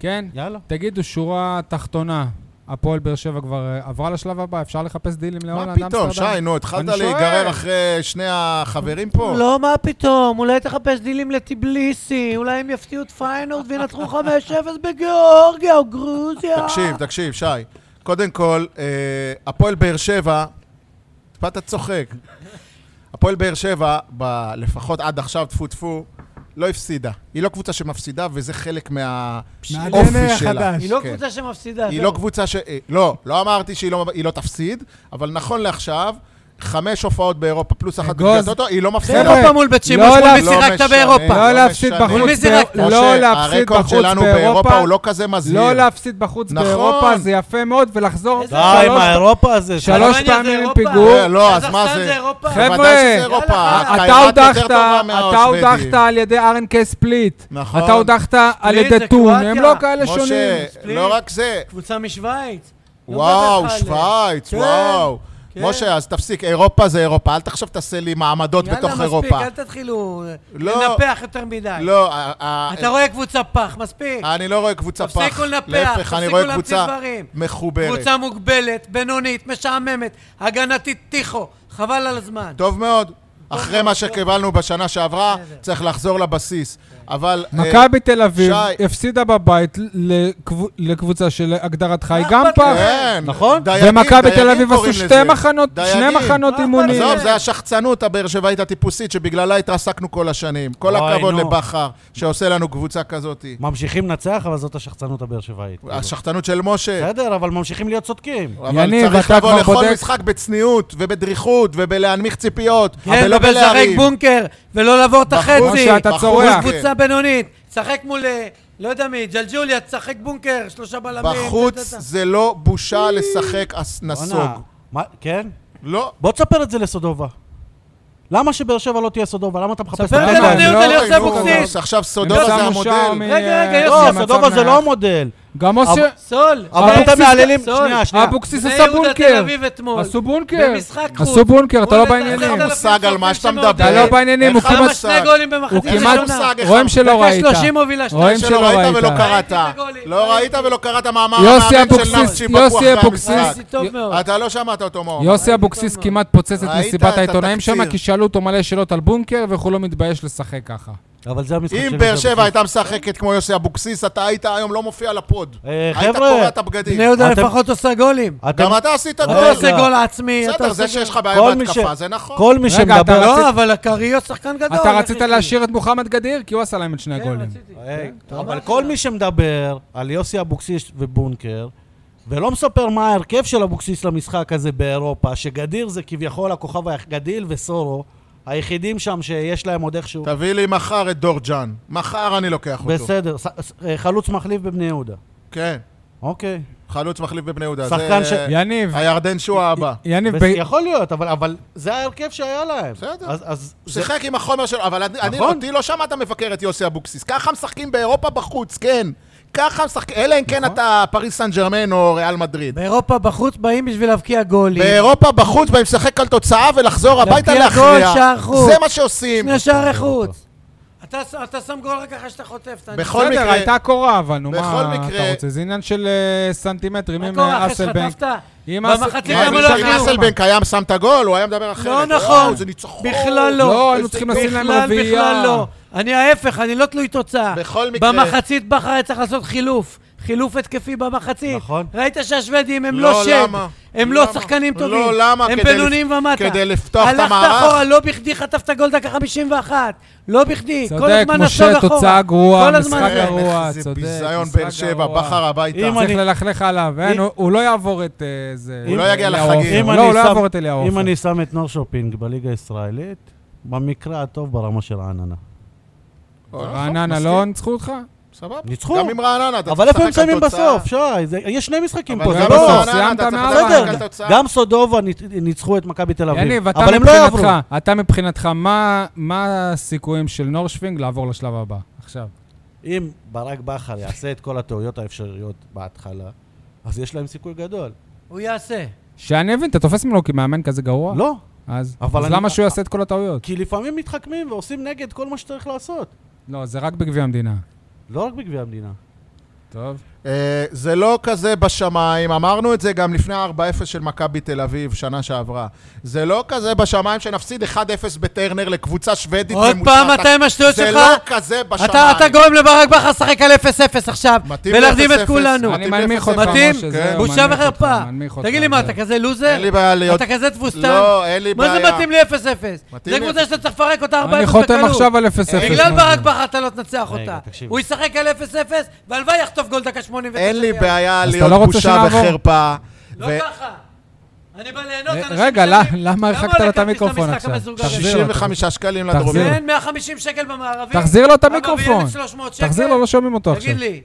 כן?
יאללה.
תגידו, שורה תחתונה, הפועל באר שבע כבר אה, עברה לשלב הבא, אפשר לחפש דילים
מה
להולנד,
פתאום,
אמסטרדם?
שי, נו, התחלת
אני שואל.
להיגרר אחרי שני החברים פה?
לא, מה פתאום, אולי תחפש דילים לטיבליסי, אולי הם יפתיעו את פיינורד וינצחו 5-0 בגיאורגיה או גרוזיה.
תקשיב, תקשיב, שי. קודם כל, אה, הפועל באר שבע, טיפה אתה צוחק. הפועל באר שבע, ב- לפחות עד עכשיו, טפו טפו, לא הפסידה. היא לא קבוצה שמפסידה, וזה חלק מהאופי
מהדנ"א
שלה.
החדש.
היא לא
כן.
קבוצה שמפסידה.
היא
זהו.
לא קבוצה ש... אה, לא, לא אמרתי שהיא לא, היא לא תפסיד, אבל נכון לעכשיו, חמש הופעות באירופה פלוס אחת
אגוז.
בגלל טוטו, היא לא מפסידה.
חבר'ה,
אירופה מול בית שימוש,
לא
מול מי
להפ-
לא
שיחקת
משנה.
באירופה.
לא
לא
להפסיד
משנה.
בחוץ,
מי זה רק-
באירופה- לא
משה,
להפסיד
הרקורד
בחוץ
שלנו באירופה הוא
באירופה,
לא כזה מזהיר.
לא להפסיד בחוץ
נכון.
באירופה, זה יפה מאוד, ולחזור
איזה-
די עם
שלוש
האירופה הזה.
שלוש
גרמניה זה
פעמים עם
אירופה.
פיגור.
אה, לא, אז מה
קזחסטן
זה?
זה אירופה.
חבר'ה,
בוודאי שזה אירופה.
יאללה,
אתה
התאילנד אה, יותר
הודחת,
טובה
אתה
מהשוודית.
הודחת על ידי ארן קספליט.
נכון.
אתה הודחת על
ספליט
ידי טון,
זה קרואטיה.
הם לא כאלה שונים.
משה, לא רק זה,
קבוצה משוויץ. לא
וואו,
בדרך כלל.
שווייץ,
כן.
וואו.
כן.
משה, אז תפסיק, אירופה זה אירופה, אל תחשב תעשה לי מעמדות בתוך
יאללה, מספיק,
אירופה.
אל תתחילו אה,
לא.
לנפח יותר מדי.
לא, ה- ה-
אתה רואה קבוצה פח, מספיק.
אני לא רואה קבוצה פח.
תפסיקו לנפח,
להפך, אני
תפסיקו
רואה
להמציא
קבוצה
דברים.
מחוברת.
קבוצה מוגבלת, בינונית, משעממת, הגנתית טיחו, חבל על הזמן.
טוב מאוד. אחרי מה שקיבלנו בשנה שעברה,
בסדר.
צריך לחזור לבסיס. אבל... אה,
מכבי תל אביב
שי.
הפסידה בבית לקבו- לקבוצה שלהגדרתך היא
מה
גם
אכפת
פח.
להם?
כן.
נכון?
דייגים,
ומכבי תל
דייגים
אביב
קוראים
עשו
לזה.
שתי מחנות, שני
דייגים.
מחנות
מה
אימונים.
אכפת
עזוב,
אה.
זה השחצנות הבאר שבעית הטיפוסית שבגללה התרסקנו כל השנים. כל
אוי,
הכבוד
נו.
לבכר שעושה לנו קבוצה כזאת.
ממשיכים לנצח, אבל זאת השחצנות הבאר שבעית.
השחצנות של משה.
בסדר, אבל ממשיכים להיות צודקים.
יניב,
אבל צריך
אתה
לבוא
כבר
לכל
בודק?
משחק בצניעות ובדריכות ובלהנמיך ציפיות,
כן,
אבל לא
ולשחק
בלהרים.
בונקר, ולא לעבור את
בחוץ,
החצי.
כמו שאתה
בחוץ,
צורח.
כן.
קבוצה בינונית, שחק מול, אה, לא יודע מי, ג'לג'וליה, תשחק בונקר, שלושה בלמים.
בחוץ
טה-טה-טה.
זה לא בושה לשחק אס- נסוג.
בואנה, מה- כן?
לא.
בוא תספר את זה לסודובה. למה שבאר שבע לא תהיה סודובה? למה אתה מחפש...
ספר
את
את זה
זה?
לבני-
לבניות
לא,
על יוסי
נו,
אבוקסיס.
עכשיו סודובה
הם
זה
שמו שם,
המודל.
רגע, רגע,
אה,
יוסי,
לא,
מצב
סודובה זה לא
מעט.
המודל.
גם עושה...
סול. כן,
אבל אתם
אבוקסיס-
מהללים...
סול.
שנייה, שנייה.
אבוקסיס
בני
עשה
יהודה תל
בונקר.
אביב אתמול.
עשו בונקר.
במשחק חוץ.
עשו בונקר, אתה לא
מול
בעניינים.
אין לך מושג על מה שאתה מדבר.
אתה לא בעניינים,
אין
הוא
לך
כמעט-
מושג.
שני גולים במחצית
הוא כמעט-
ראשונה.
אחד.
רואים שלא
דקה
ראית.
30 הובילה שניים.
רואים
שלא
שלא
ראית ולא
ראית.
קראת.
ראיתי את הגולים,
לא ראית
ראיתי.
ולא קראת מאמר
יוסי
המאמן
אבוקסיס-
של נפשי פתוח
יוסי
אחרי
אבוקסיס-
המשחק.
ראיתי טוב מאוד.
אתה לא שמעת אותו, מור.
יוסי
ראיתי
אבוקסיס
אותו.
כמעט פוצץ את
ראית את
מסיבת העיתונאים
התקציר.
שם, כי שאלו אותו מלא שאלות על בונקר, ואיך הוא לא מתבייש לשחק ככה.
אבל זה המשחק
אם
של
באר
שבע.
שבע הייתה משחקת כמו יוסי אבוקסיס, אתה היית היום לא מופיע לפוד.
אה,
היית
חבר'ה.
קורע את
בני
הבגדים.
יהודה
אתם- אה,
לפחות עושה גולים.
אתם-
גם אתה עשית גול.
אתה עושה
רגע.
גול עצמי. אתה
אה, בסדר,
עושה
זה
גול.
שיש לך בעיה
כל מי
בהתקפה,
ש-
זה נכון.
כל מי
רגע,
שמדבר...
אתה
לא,
רצית-
אבל הקריו שחקן גדול.
אתה רצית
איך יש לי?
להשאיר את מוחמד גדיר? כי הוא עשה להם את שני
כן,
הגולים.
רציתי.
רגע,
כן,
אה, אבל
ממש
כל
לא.
מי שמדבר על יוסי אבוקסיס ובונקר, ולא מספר מה ההרכב של אבוקסיס למשחק הזה באירופה, שגדיר זה כביכול הכוכב היח- גדיל וסורו, היחידים שם שיש להם עוד איכשהו...
תביא לי מחר את דורג'אן. מחר אני לוקח אותו.
בסדר, ס- ס- אה, חלוץ מחליף בבני יהודה.
כן.
אוקיי.
חלוץ מחליף בבני יהודה.
שחקן
זה-
ש-
יניב,
הירדן שואה הבא.
יניב,
וס-
ב-
אה, יכול להיות, אבל- אבל זה ההרכב שהיה להם.
בסדר.
אז- אז
הוא
זה-
שיחק עם החומר שלו, אבל אני- אני,
נכון.
אותי לא שמעת מבקר את יוסי אבוקסיס. ככה משחקים באירופה בחוץ, כן. ככה משחקים, אלא אם
נכון.
כן אתה פריס סן ג'רמן או ריאל מדריד.
באירופה בחוץ באים בשביל להבקיע גולים.
באירופה בחוץ באים לשחק על תוצאה ולחזור הביתה
להבקיע גול,
להכריע.
שער חוץ.
זה מה שעושים.
שני שערי חוץ. אתה ש- אתה שם גול רק אחרי שאתה חוטף. אתה-
בכל
בסדר,
מקרה-
הייתה קורה, אבל נו,
בכל
מה אתה
מקרה-
רוצה? זה עניין של אה, סנטימטרים.
מה
אם
קורה
אה,
אחרי
אסלבנק...
שחטפת?
אם אס-
במחצית
מה,
מה,
גם
זה
לא
משחק
אם
הביאו.
אסלבנק.
כן, אסלבנק היה שם את הגול, הוא היה מדבר אחרת.
לא
וואו,
נכון.
זה ניצחון.
בכלל לא.
לא, היינו
איזה
צריכים לשים להם
בכלל,
רביעייה.
בכלל לא. אני ההפך, אני לא תלוי תוצאה.
בכל מקרה-
במחצית בכר היה צריך לעשות חילוף. חילוף התקפי במחצית.
נכון.
ראית שהשוודים הם
לא,
לא שד.
למה?
הם לא
למה?
שחקנים
לא,
טובים.
למה?
הם
כדי
בינוניים
לפ-
ומטה.
כדי לפתוח את
הלכת
המערך?
אחורה, לא בכדי חטפת גול דקה 51. לא בכדי. כל
צודק,
הזמן נסוג
משה,
אחורה.
תוצאה גרועה,
כל הזמן
משחק
כן,
נסוג.
גרוע,
איזה
צודק.
ביזיון
משחק
באר שבע,
גרוע.
בכר הביתה.
אם
צריך
אני-
ללכלך עליו, אין,
אם-
הוא- הוא לא יעבור את אה, זה...
הוא
לא יגיע
אליהו
לחגים.
עופר.
אם
לא,
אני
הוא לא
שם-
יעבור את אליהו
אם
עופר.
אני שם את נור שופינג בליגה הישראלית, במקרה הטוב ברמה של רעננה.
או, נכון,
רעננה
מסכים.
לא ניצחו אותך?
סבבה.
ניצחו.
גם עם רעננה, אתה
אבל
צריך
איפה הם
לשחק על
מסיימים
תוצאה.
בסוף, שי? זה- יש שני משחקים פה,
אבל
זה
גם
בסוף,
לא...
ברעננה אתה
סיימת
צריך
מעל.
לדבר
בסדר,
רק על תוצאה.
גם סודובה ניצ- ניצחו את מכבי תל אביב,
יניב, אתה
אבל הם לא יעברו.
מבחינתך, אתה מבחינתך, מה- מה הסיכויים של נורשפינג לעבור לשלב הבא? עכשיו.
אם ברק בכר יעשה את כל הטעויות האפשריות בהתחלה, אז יש להם סיכוי גדול.
הוא יעשה.
שאני אבין, אתה תופס ממנו כמאמן כזה גרוע?
לא,
אז
אבל
אז
אני-
למה שהוא יעשה את כל הטעויות?
כי לפעמים מתחכמים ועושים נגד כל מה שצריך לעשות.
לא, זה רק בגביע המדינה.
לא רק בגביע המדינה.
טוב.
אה, זה לא כזה בשמיים, אמרנו את זה גם לפני ה-4-0 של מכבי תל אביב, שנה שעברה. זה לא כזה בשמיים שנפסיד 1-0 בטרנר לקבוצה שוודית
עוד
ממוצעת.
פעם אתה עם השטויות
זה
שלך?
לא כזה בשמיים.
אתה, אתה גורם לברק בכר לשחק על 0-0 עכשיו,
מתאים
ולהרדים את
ל- 0-0.
כולנו.
אני
מתאים
מנמיך
לאפס
אותך,
אפס.
מתאים?
משה,
כן.
זהו,
בושה
מנמיך אותך,
וחרפה.
מנמיך אותך.
תגיד לי מה,
זהו.
אתה כזה לוזר?
אין לי בעיה להיות...
אתה כזה תבוסתן?
לא, אין לי בעיה.
מה זה מתאים לי 0-0?
מתאים
זה
לי
קבוצה שאתה צריך לפרק אותה 4-0 בקלות.
אני חותם עכשיו על 0-0.
בגלל
מה
ברק
זה?
בכר אתה לא תנצח
רגע,
אותה.
תקשיב.
הוא ישחק על 0-0, והלוואי יחטוף גול דקה 89.
אין לי
יאללה.
בעיה
אז אתה
להיות
לא רוצה
בושה
שנעבור?
וחרפה.
לא
ו-
ככה. אני בא ליהנות,
ר-
אנשים
רגע, למה-
משלמים.
למה הרחקת
לא
לו את
לקחתי
המיקרופון
המשחק
עכשיו?
המזורגר?
תחזיר.
65 שקלים
תחזיר.
לדרומי.
כן, 150 שקל במערבים.
תחזיר לו את
אבא,
המיקרופון.
בילד 300 שקל.
תחזיר לו, לא שומעים אותו עכשיו.
תגיד לי,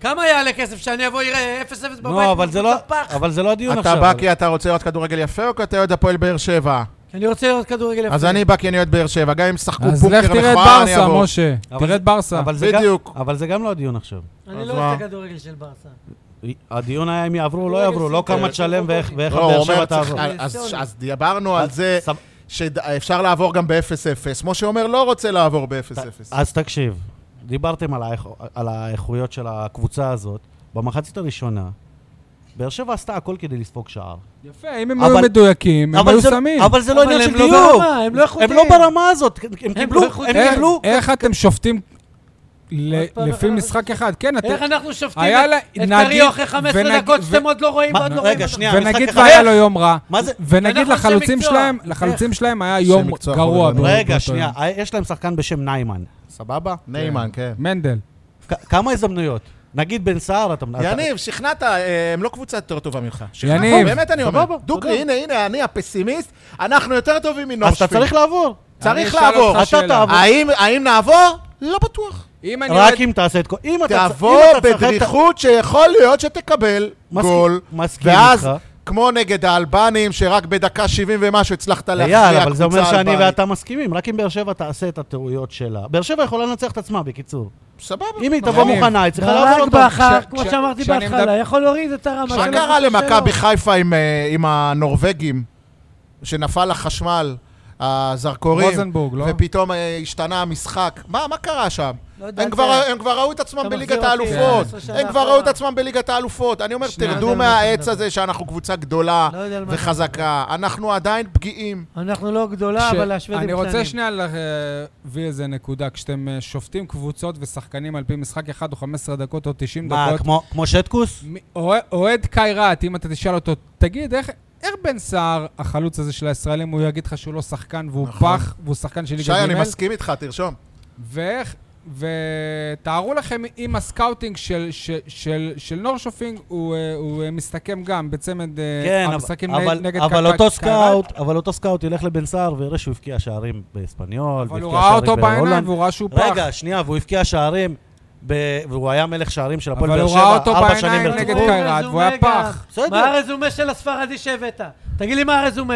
כמה יעלה כסף שאני אבוא יראה 0-0 בבית?
נו, אבל זה לא-
בקבוצת פח?
אבל זה לא הדיון עכשיו.
אתה בא
אבל-
כי אתה רוצה לראות כדורגל יפה או כי אתה אוהד הפועל באר שבע?
אני רוצה לראות כדורגל יפה.
אז אני בא כי אני אוהד באר שבע. גם אם ישחקו
אז לך
בונקר
תראה את
מכוער, אני
ברסה,
אבוא.
משה.
אבל
תראה
זה-
את ברסה.
אבל זה גם-
בדיוק.
אבל זה גם לא הדיון עכשיו.
אני
אז
לא אוהב את
מה?
הכדורגל של ברסה.
הדיון היה אם יעברו או לא יעברו, לא כמה תשלם ואיך ואיך
לא, הוא
באר
אומר,
שבע
צריך-
תעבור.
אז- אז- אז דיברנו על זה
סב-
שאפשר לעבור גם ב-0-0. משה אומר, לא רוצה לעבור ב-0-0.
אז תקשיב, דיברתם על, האיכ... על האיכויות של הקבוצה הזאת. במחצית הראשונה, באר שבע עשתה הכל כדי לספוג שער.
יפה, אם הם
אבל-
היו מדויקים, הם
אבל
היו
זה-
שמים.
אבל זה לא
אבל
עניין
הם
של
לא
דיוק.
ברמה, הם לא איכותיים.
הם לא ברמה הזאת. הם קיבלו,
לא
הם
איכותיים.
איך-
קיבלו.
איך אתם שופטים ל-
עוד פעם,
לפי
אה,
משחק אחד? כן, אתם...
איך אנחנו שופטים
היה לה-
את את
נגיד-
קריו אחרי 15
ונגיד-
דקות שאתם
ו-
עוד לא רואים
מה-
ועוד לא
רגע,
רואים? אותו?
שנייה,
ונגיד
משחק אחד-
והיה
איך?
לו יום רע,
מה זה?
ונגיד
ואנחנו אנשי
לחלוצים
מקצוע.
שלהם,
איך?
לחלוצים שלהם היה
אנשי
יום
מקצוע
גרוע.
יכולים
באותו
לדעת.
רגע,
יום.
שנייה, אה, יש להם שחקן בשם ניימן.
אה, סבבה? נאמן, כן.
מנדל.
כ- כמה הזדמנויות? נגיד בן סער, אתה...
יניב, שכנעת, אה, הם לא קבוצה יותר טובה ממך. שכנעת,
יניב.
באמת אני אומר.
סבבה, תודה.
דוגרי, הנה, הנה, אני הפסימיסט, אנחנו יותר
אתה-
טובים
אז אתה
מנורשפילד.
צריך לעבור.
אני
צריך
אשאל
לעבור.
אותך
אתה
שאלה.
תעבור.
האם האם נעבור? לא בטוח.
אם אני
רק
אוהד-
אם תעשה את כל... אם אתה צ-
תבוא
אם אתה צריך-
בדריכות שיכול להיות שתקבל
מסכים-
גול.
מסכים
ואז,
איתך.
כמו נגד האלבנים, שרק בדקה 70 ומשהו הצלחת להכריע קבוצה
אייל,
אלבנית.
אבל זה אומר שאני ואתה מסכימים, רק אם באר שבע תעשה את הטעויות שלה. באר שבע יכולה לנצח את עצמה, בקיצור.
סבבה.
אם היא
נכון.
תבוא מוכנה, היא צריכה לעבור
ברק
אותה.
בכר,
כש-
לא כמו
כש-
שאמרתי
כשאני
בהתחלה,
מדבר-
יכול להוריד את הרמה
מה
של
קרה
הקבוצה
למכבי
שלו.
חיפה עם, אה, עם הנורבגים, שנפל החשמל, הזרקורים,
רוזנבורג, לא?
ופתאום אה, השתנה המשחק? מה, מה קרה שם?
לא יודע,
הם
אתה-
כבר, הם כבר ראו את עצמם
אתה
בליגת
מחזיר אותי
האלופות.
לעשר שנה
הם כבר
אחורה.
ראו את עצמם בליגת האלופות. אני אומר,
שנייה,
תרדו
לא יודע על מה אתה
מהעץ
מדבר.
הזה שאנחנו קבוצה גדולה
לא יודע על מה אתה
וחזקה. אנחנו עדיין פגיעים.
אנחנו לא גדולה, אבל
ש-
השוודים
אני
קטנים.
רוצה שנייה להביא איזה נקודה. כשאתם אה, שופטים קבוצות ושחקנים על פי משחק אחד או 15 דקות או 90
מה,
דקות,
כמו- כמו שטקוס?
מ- אוה- אוהד קיירת, אם אתה תשאל אותו, תגיד, איך... איך בן סער, החלוץ הזה של הישראלים, הוא יגיד לך שהוא לא שחקן והוא
נכון.
פח, והוא שחקן של
שי,
ליגה
אני
ג'
מסכים איתך, תרשום.
ואיך, ותארו לכם אם הסקאוטינג של, של, של, של נורשופינג הוא, אה, הוא אה, מסתכם גם בצמד אה,
כן,
המשחקים
אבל-
נג- נגד
אבל
קקק-
אותו
קיירת,
סקאוט, אבל אותו סקאוט ילך לבן סער ויראה שהוא הבקיע שערים באספניול,
אבל הוא
והבקיע
ראה
שערים
אותו בעיניים
בהולנד.
והוא ראה שהוא פח.
רגע, שנייה, והוא הבקיע שערים, ב- והוא היה מלך שערים של הפועל
אבל
באר
הוא
שבע,
ראה אותו
ארבע
בעיניים
שנים
נגד
ברציפות.
הוא
קיירת, והוא היה
רזומה גם.
פח.
בסדר.
מה הרזומה של הספרדי שהבאת? תגיד לי מה הרזומה.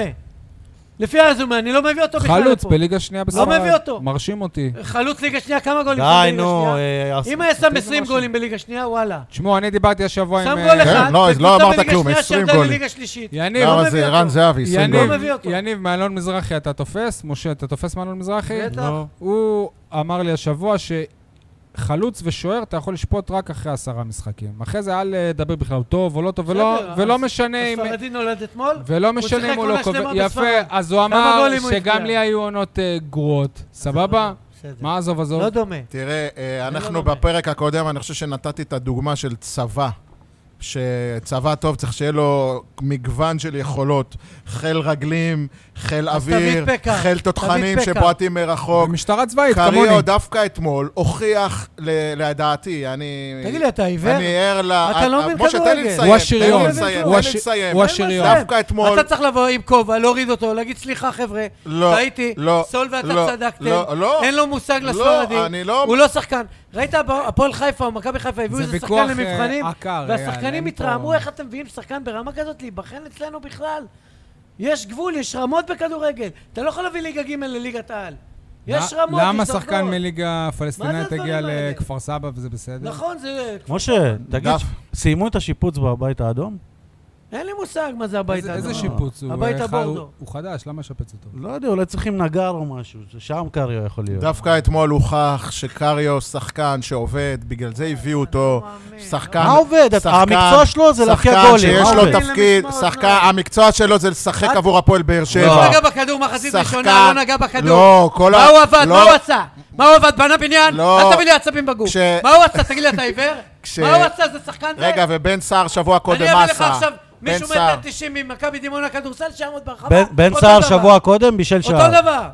לפי הרזומה, אני לא מביא אותו בכלל לפה.
חלוץ בליגה שנייה בספרד.
לא מביא אותו.
מרשים אותי.
חלוץ ליגה שנייה, כמה גולים שם
די,
בליגה
נו.
שנייה?
אה,
אם היה שם
תגיד
20
משהו.
גולים בליגה שנייה, וואלה.
תשמעו, אני דיברתי השבוע עם...
שם
אה,
גול אחד,
כן, לא, אז לא
וקבוצה
אמרת
בליגה
כלום,
שנייה
20
שירדה
גולים.
למה שלישית.
יניב,
לא
למה
מביא
זה
אותו.
רן זהבי, 20
יניב,
גול.
לא מביא אותו.
יניב, מאלון מזרחי אתה תופס? משה, אתה תופס מאלון מזרחי?
בטח.
לא. הוא אמר לי השבוע שחלוץ ושוער אתה יכול לשפוט רק אחרי עשרה משחקים. אחרי זה אל אה, לדבר בכלל הוא טוב או לא טוב, ולא-
בסדר,
ולא
אז-
משנה אם...
הספרדי נולד אתמול?
ולא משנה אם
שיחק
הוא לא
עונה
קובע.
שלמה
יפה,
בספרד.
אז הוא
כמה
אמר
גולים הוא
שגם
הבקיע?
לי היו עונות אה, גרועות. סבבה?
בסדר.
מה עזוב עזוב?
לא דומה.
תראה, אה,
לא
אנחנו
דומה.
בפרק הקודם, אני חושב שנתתי את הדוגמה של צבא. שצבא טוב צריך שיהיה לו מגוון של יכולות. חיל רגלים, חיל
אז
אוויר,
תביא פקאר,
חיל
תביא
תותחנים
פקאר.
שבועטים מרחוק.
במשטרה צבאית, כמוני.
קריו דווקא אתמול הוכיח, ל- לדעתי, אני...
תגיד לי, אתה עיוור?
אני ער ל... אה,
אתה לא מבין
משה, תן לי
כדורגל.
לסיים.
הוא
תן
השריון.
לי לסיים,
הוא
תן
הש-
לי לסיים.
הוא
אין
השריון.
מה לסיים.
דווקא אתמול...
אתה צריך לבוא עם כובע, להוריד אותו, להגיד סליחה חבר'ה,
לא,
טעיתי,
לא,
סול ואתה
לא,
צדקתם,
לא, לא.
אין לו מושג
לא,
לספרדי,
אני לא-
הוא לא שחקן. ראית, הפועל חיפה או מכבי חיפה הביאו
זה
איזה שחקן
ויכוח, אה,
למבחנים,
עקר, יאללה, אין
והשחקנים
פה-
התרעמו איך אתם מביאים שחקן ברמה כזאת להיבחן אצלנו בכלל. יש גבול, יש רמות בכדורגל. אתה לא יכול להביא ליגה ג' לליגת העל. יש
למה-
רמות, יש
לא, למה
דרגות.
שחקן מליגה פלסטינאית
הדברים
הגיע
האלה?
לכפר סבא וזה בסדר?
נכון, זה...
משה, תגיד,
דף.
סיימו את השיפוץ בבית האדום?
אין לי מושג מה זה הבית לא.
איזה-
האדום.
איזה שיפוץ הוא?
הבית
אה, ח-
הבורדו.
הוא- הוא חדש, למה לשפץ אותו?
לא יודע, אולי צריכים נגר או משהו, שם קריו יכול להיות.
דווקא אתמול הוכח שקריו שחקן שעובד, בגלל זה הביאו אותו.
לא מאמין,
שחקן...
מה עובד?
שחקן-
המקצוע שלו זה להבקיע
שחקן
גולים.
שיש
מה
לו
עובד?
תפ-
תפקיד,
למשמעות,
שחקן,
לא.
המקצוע שלו זה לשחק
את-
עבור הפועל באר
לא.
שבע.
נגע בכדור מחצית ראשונה,
שחקן-
לא נגע בכדור.
לא, כל
מה
ה-
הוא עבד?
לא.
מה הוא עשה? מה הוא עבד? בנה בניין?
לא.
אל תביא לי עצבים בגוף.
כש-
מה הוא עשה? תגיד לי, אתה עיוור?
כש-
מה הוא עשה? זה שחקן זה?
רגע, ובן סער שבוע קודם מה
אני
עשה?
אביא לך עכשיו
בן
מישהו
סער.
מטר 90 ממכבי דימונה כדורסל שיעמוד ברחבה.
בן- בן
אותו
סער
דבר.
שבוע קודם בישל שער.
אותו דבר.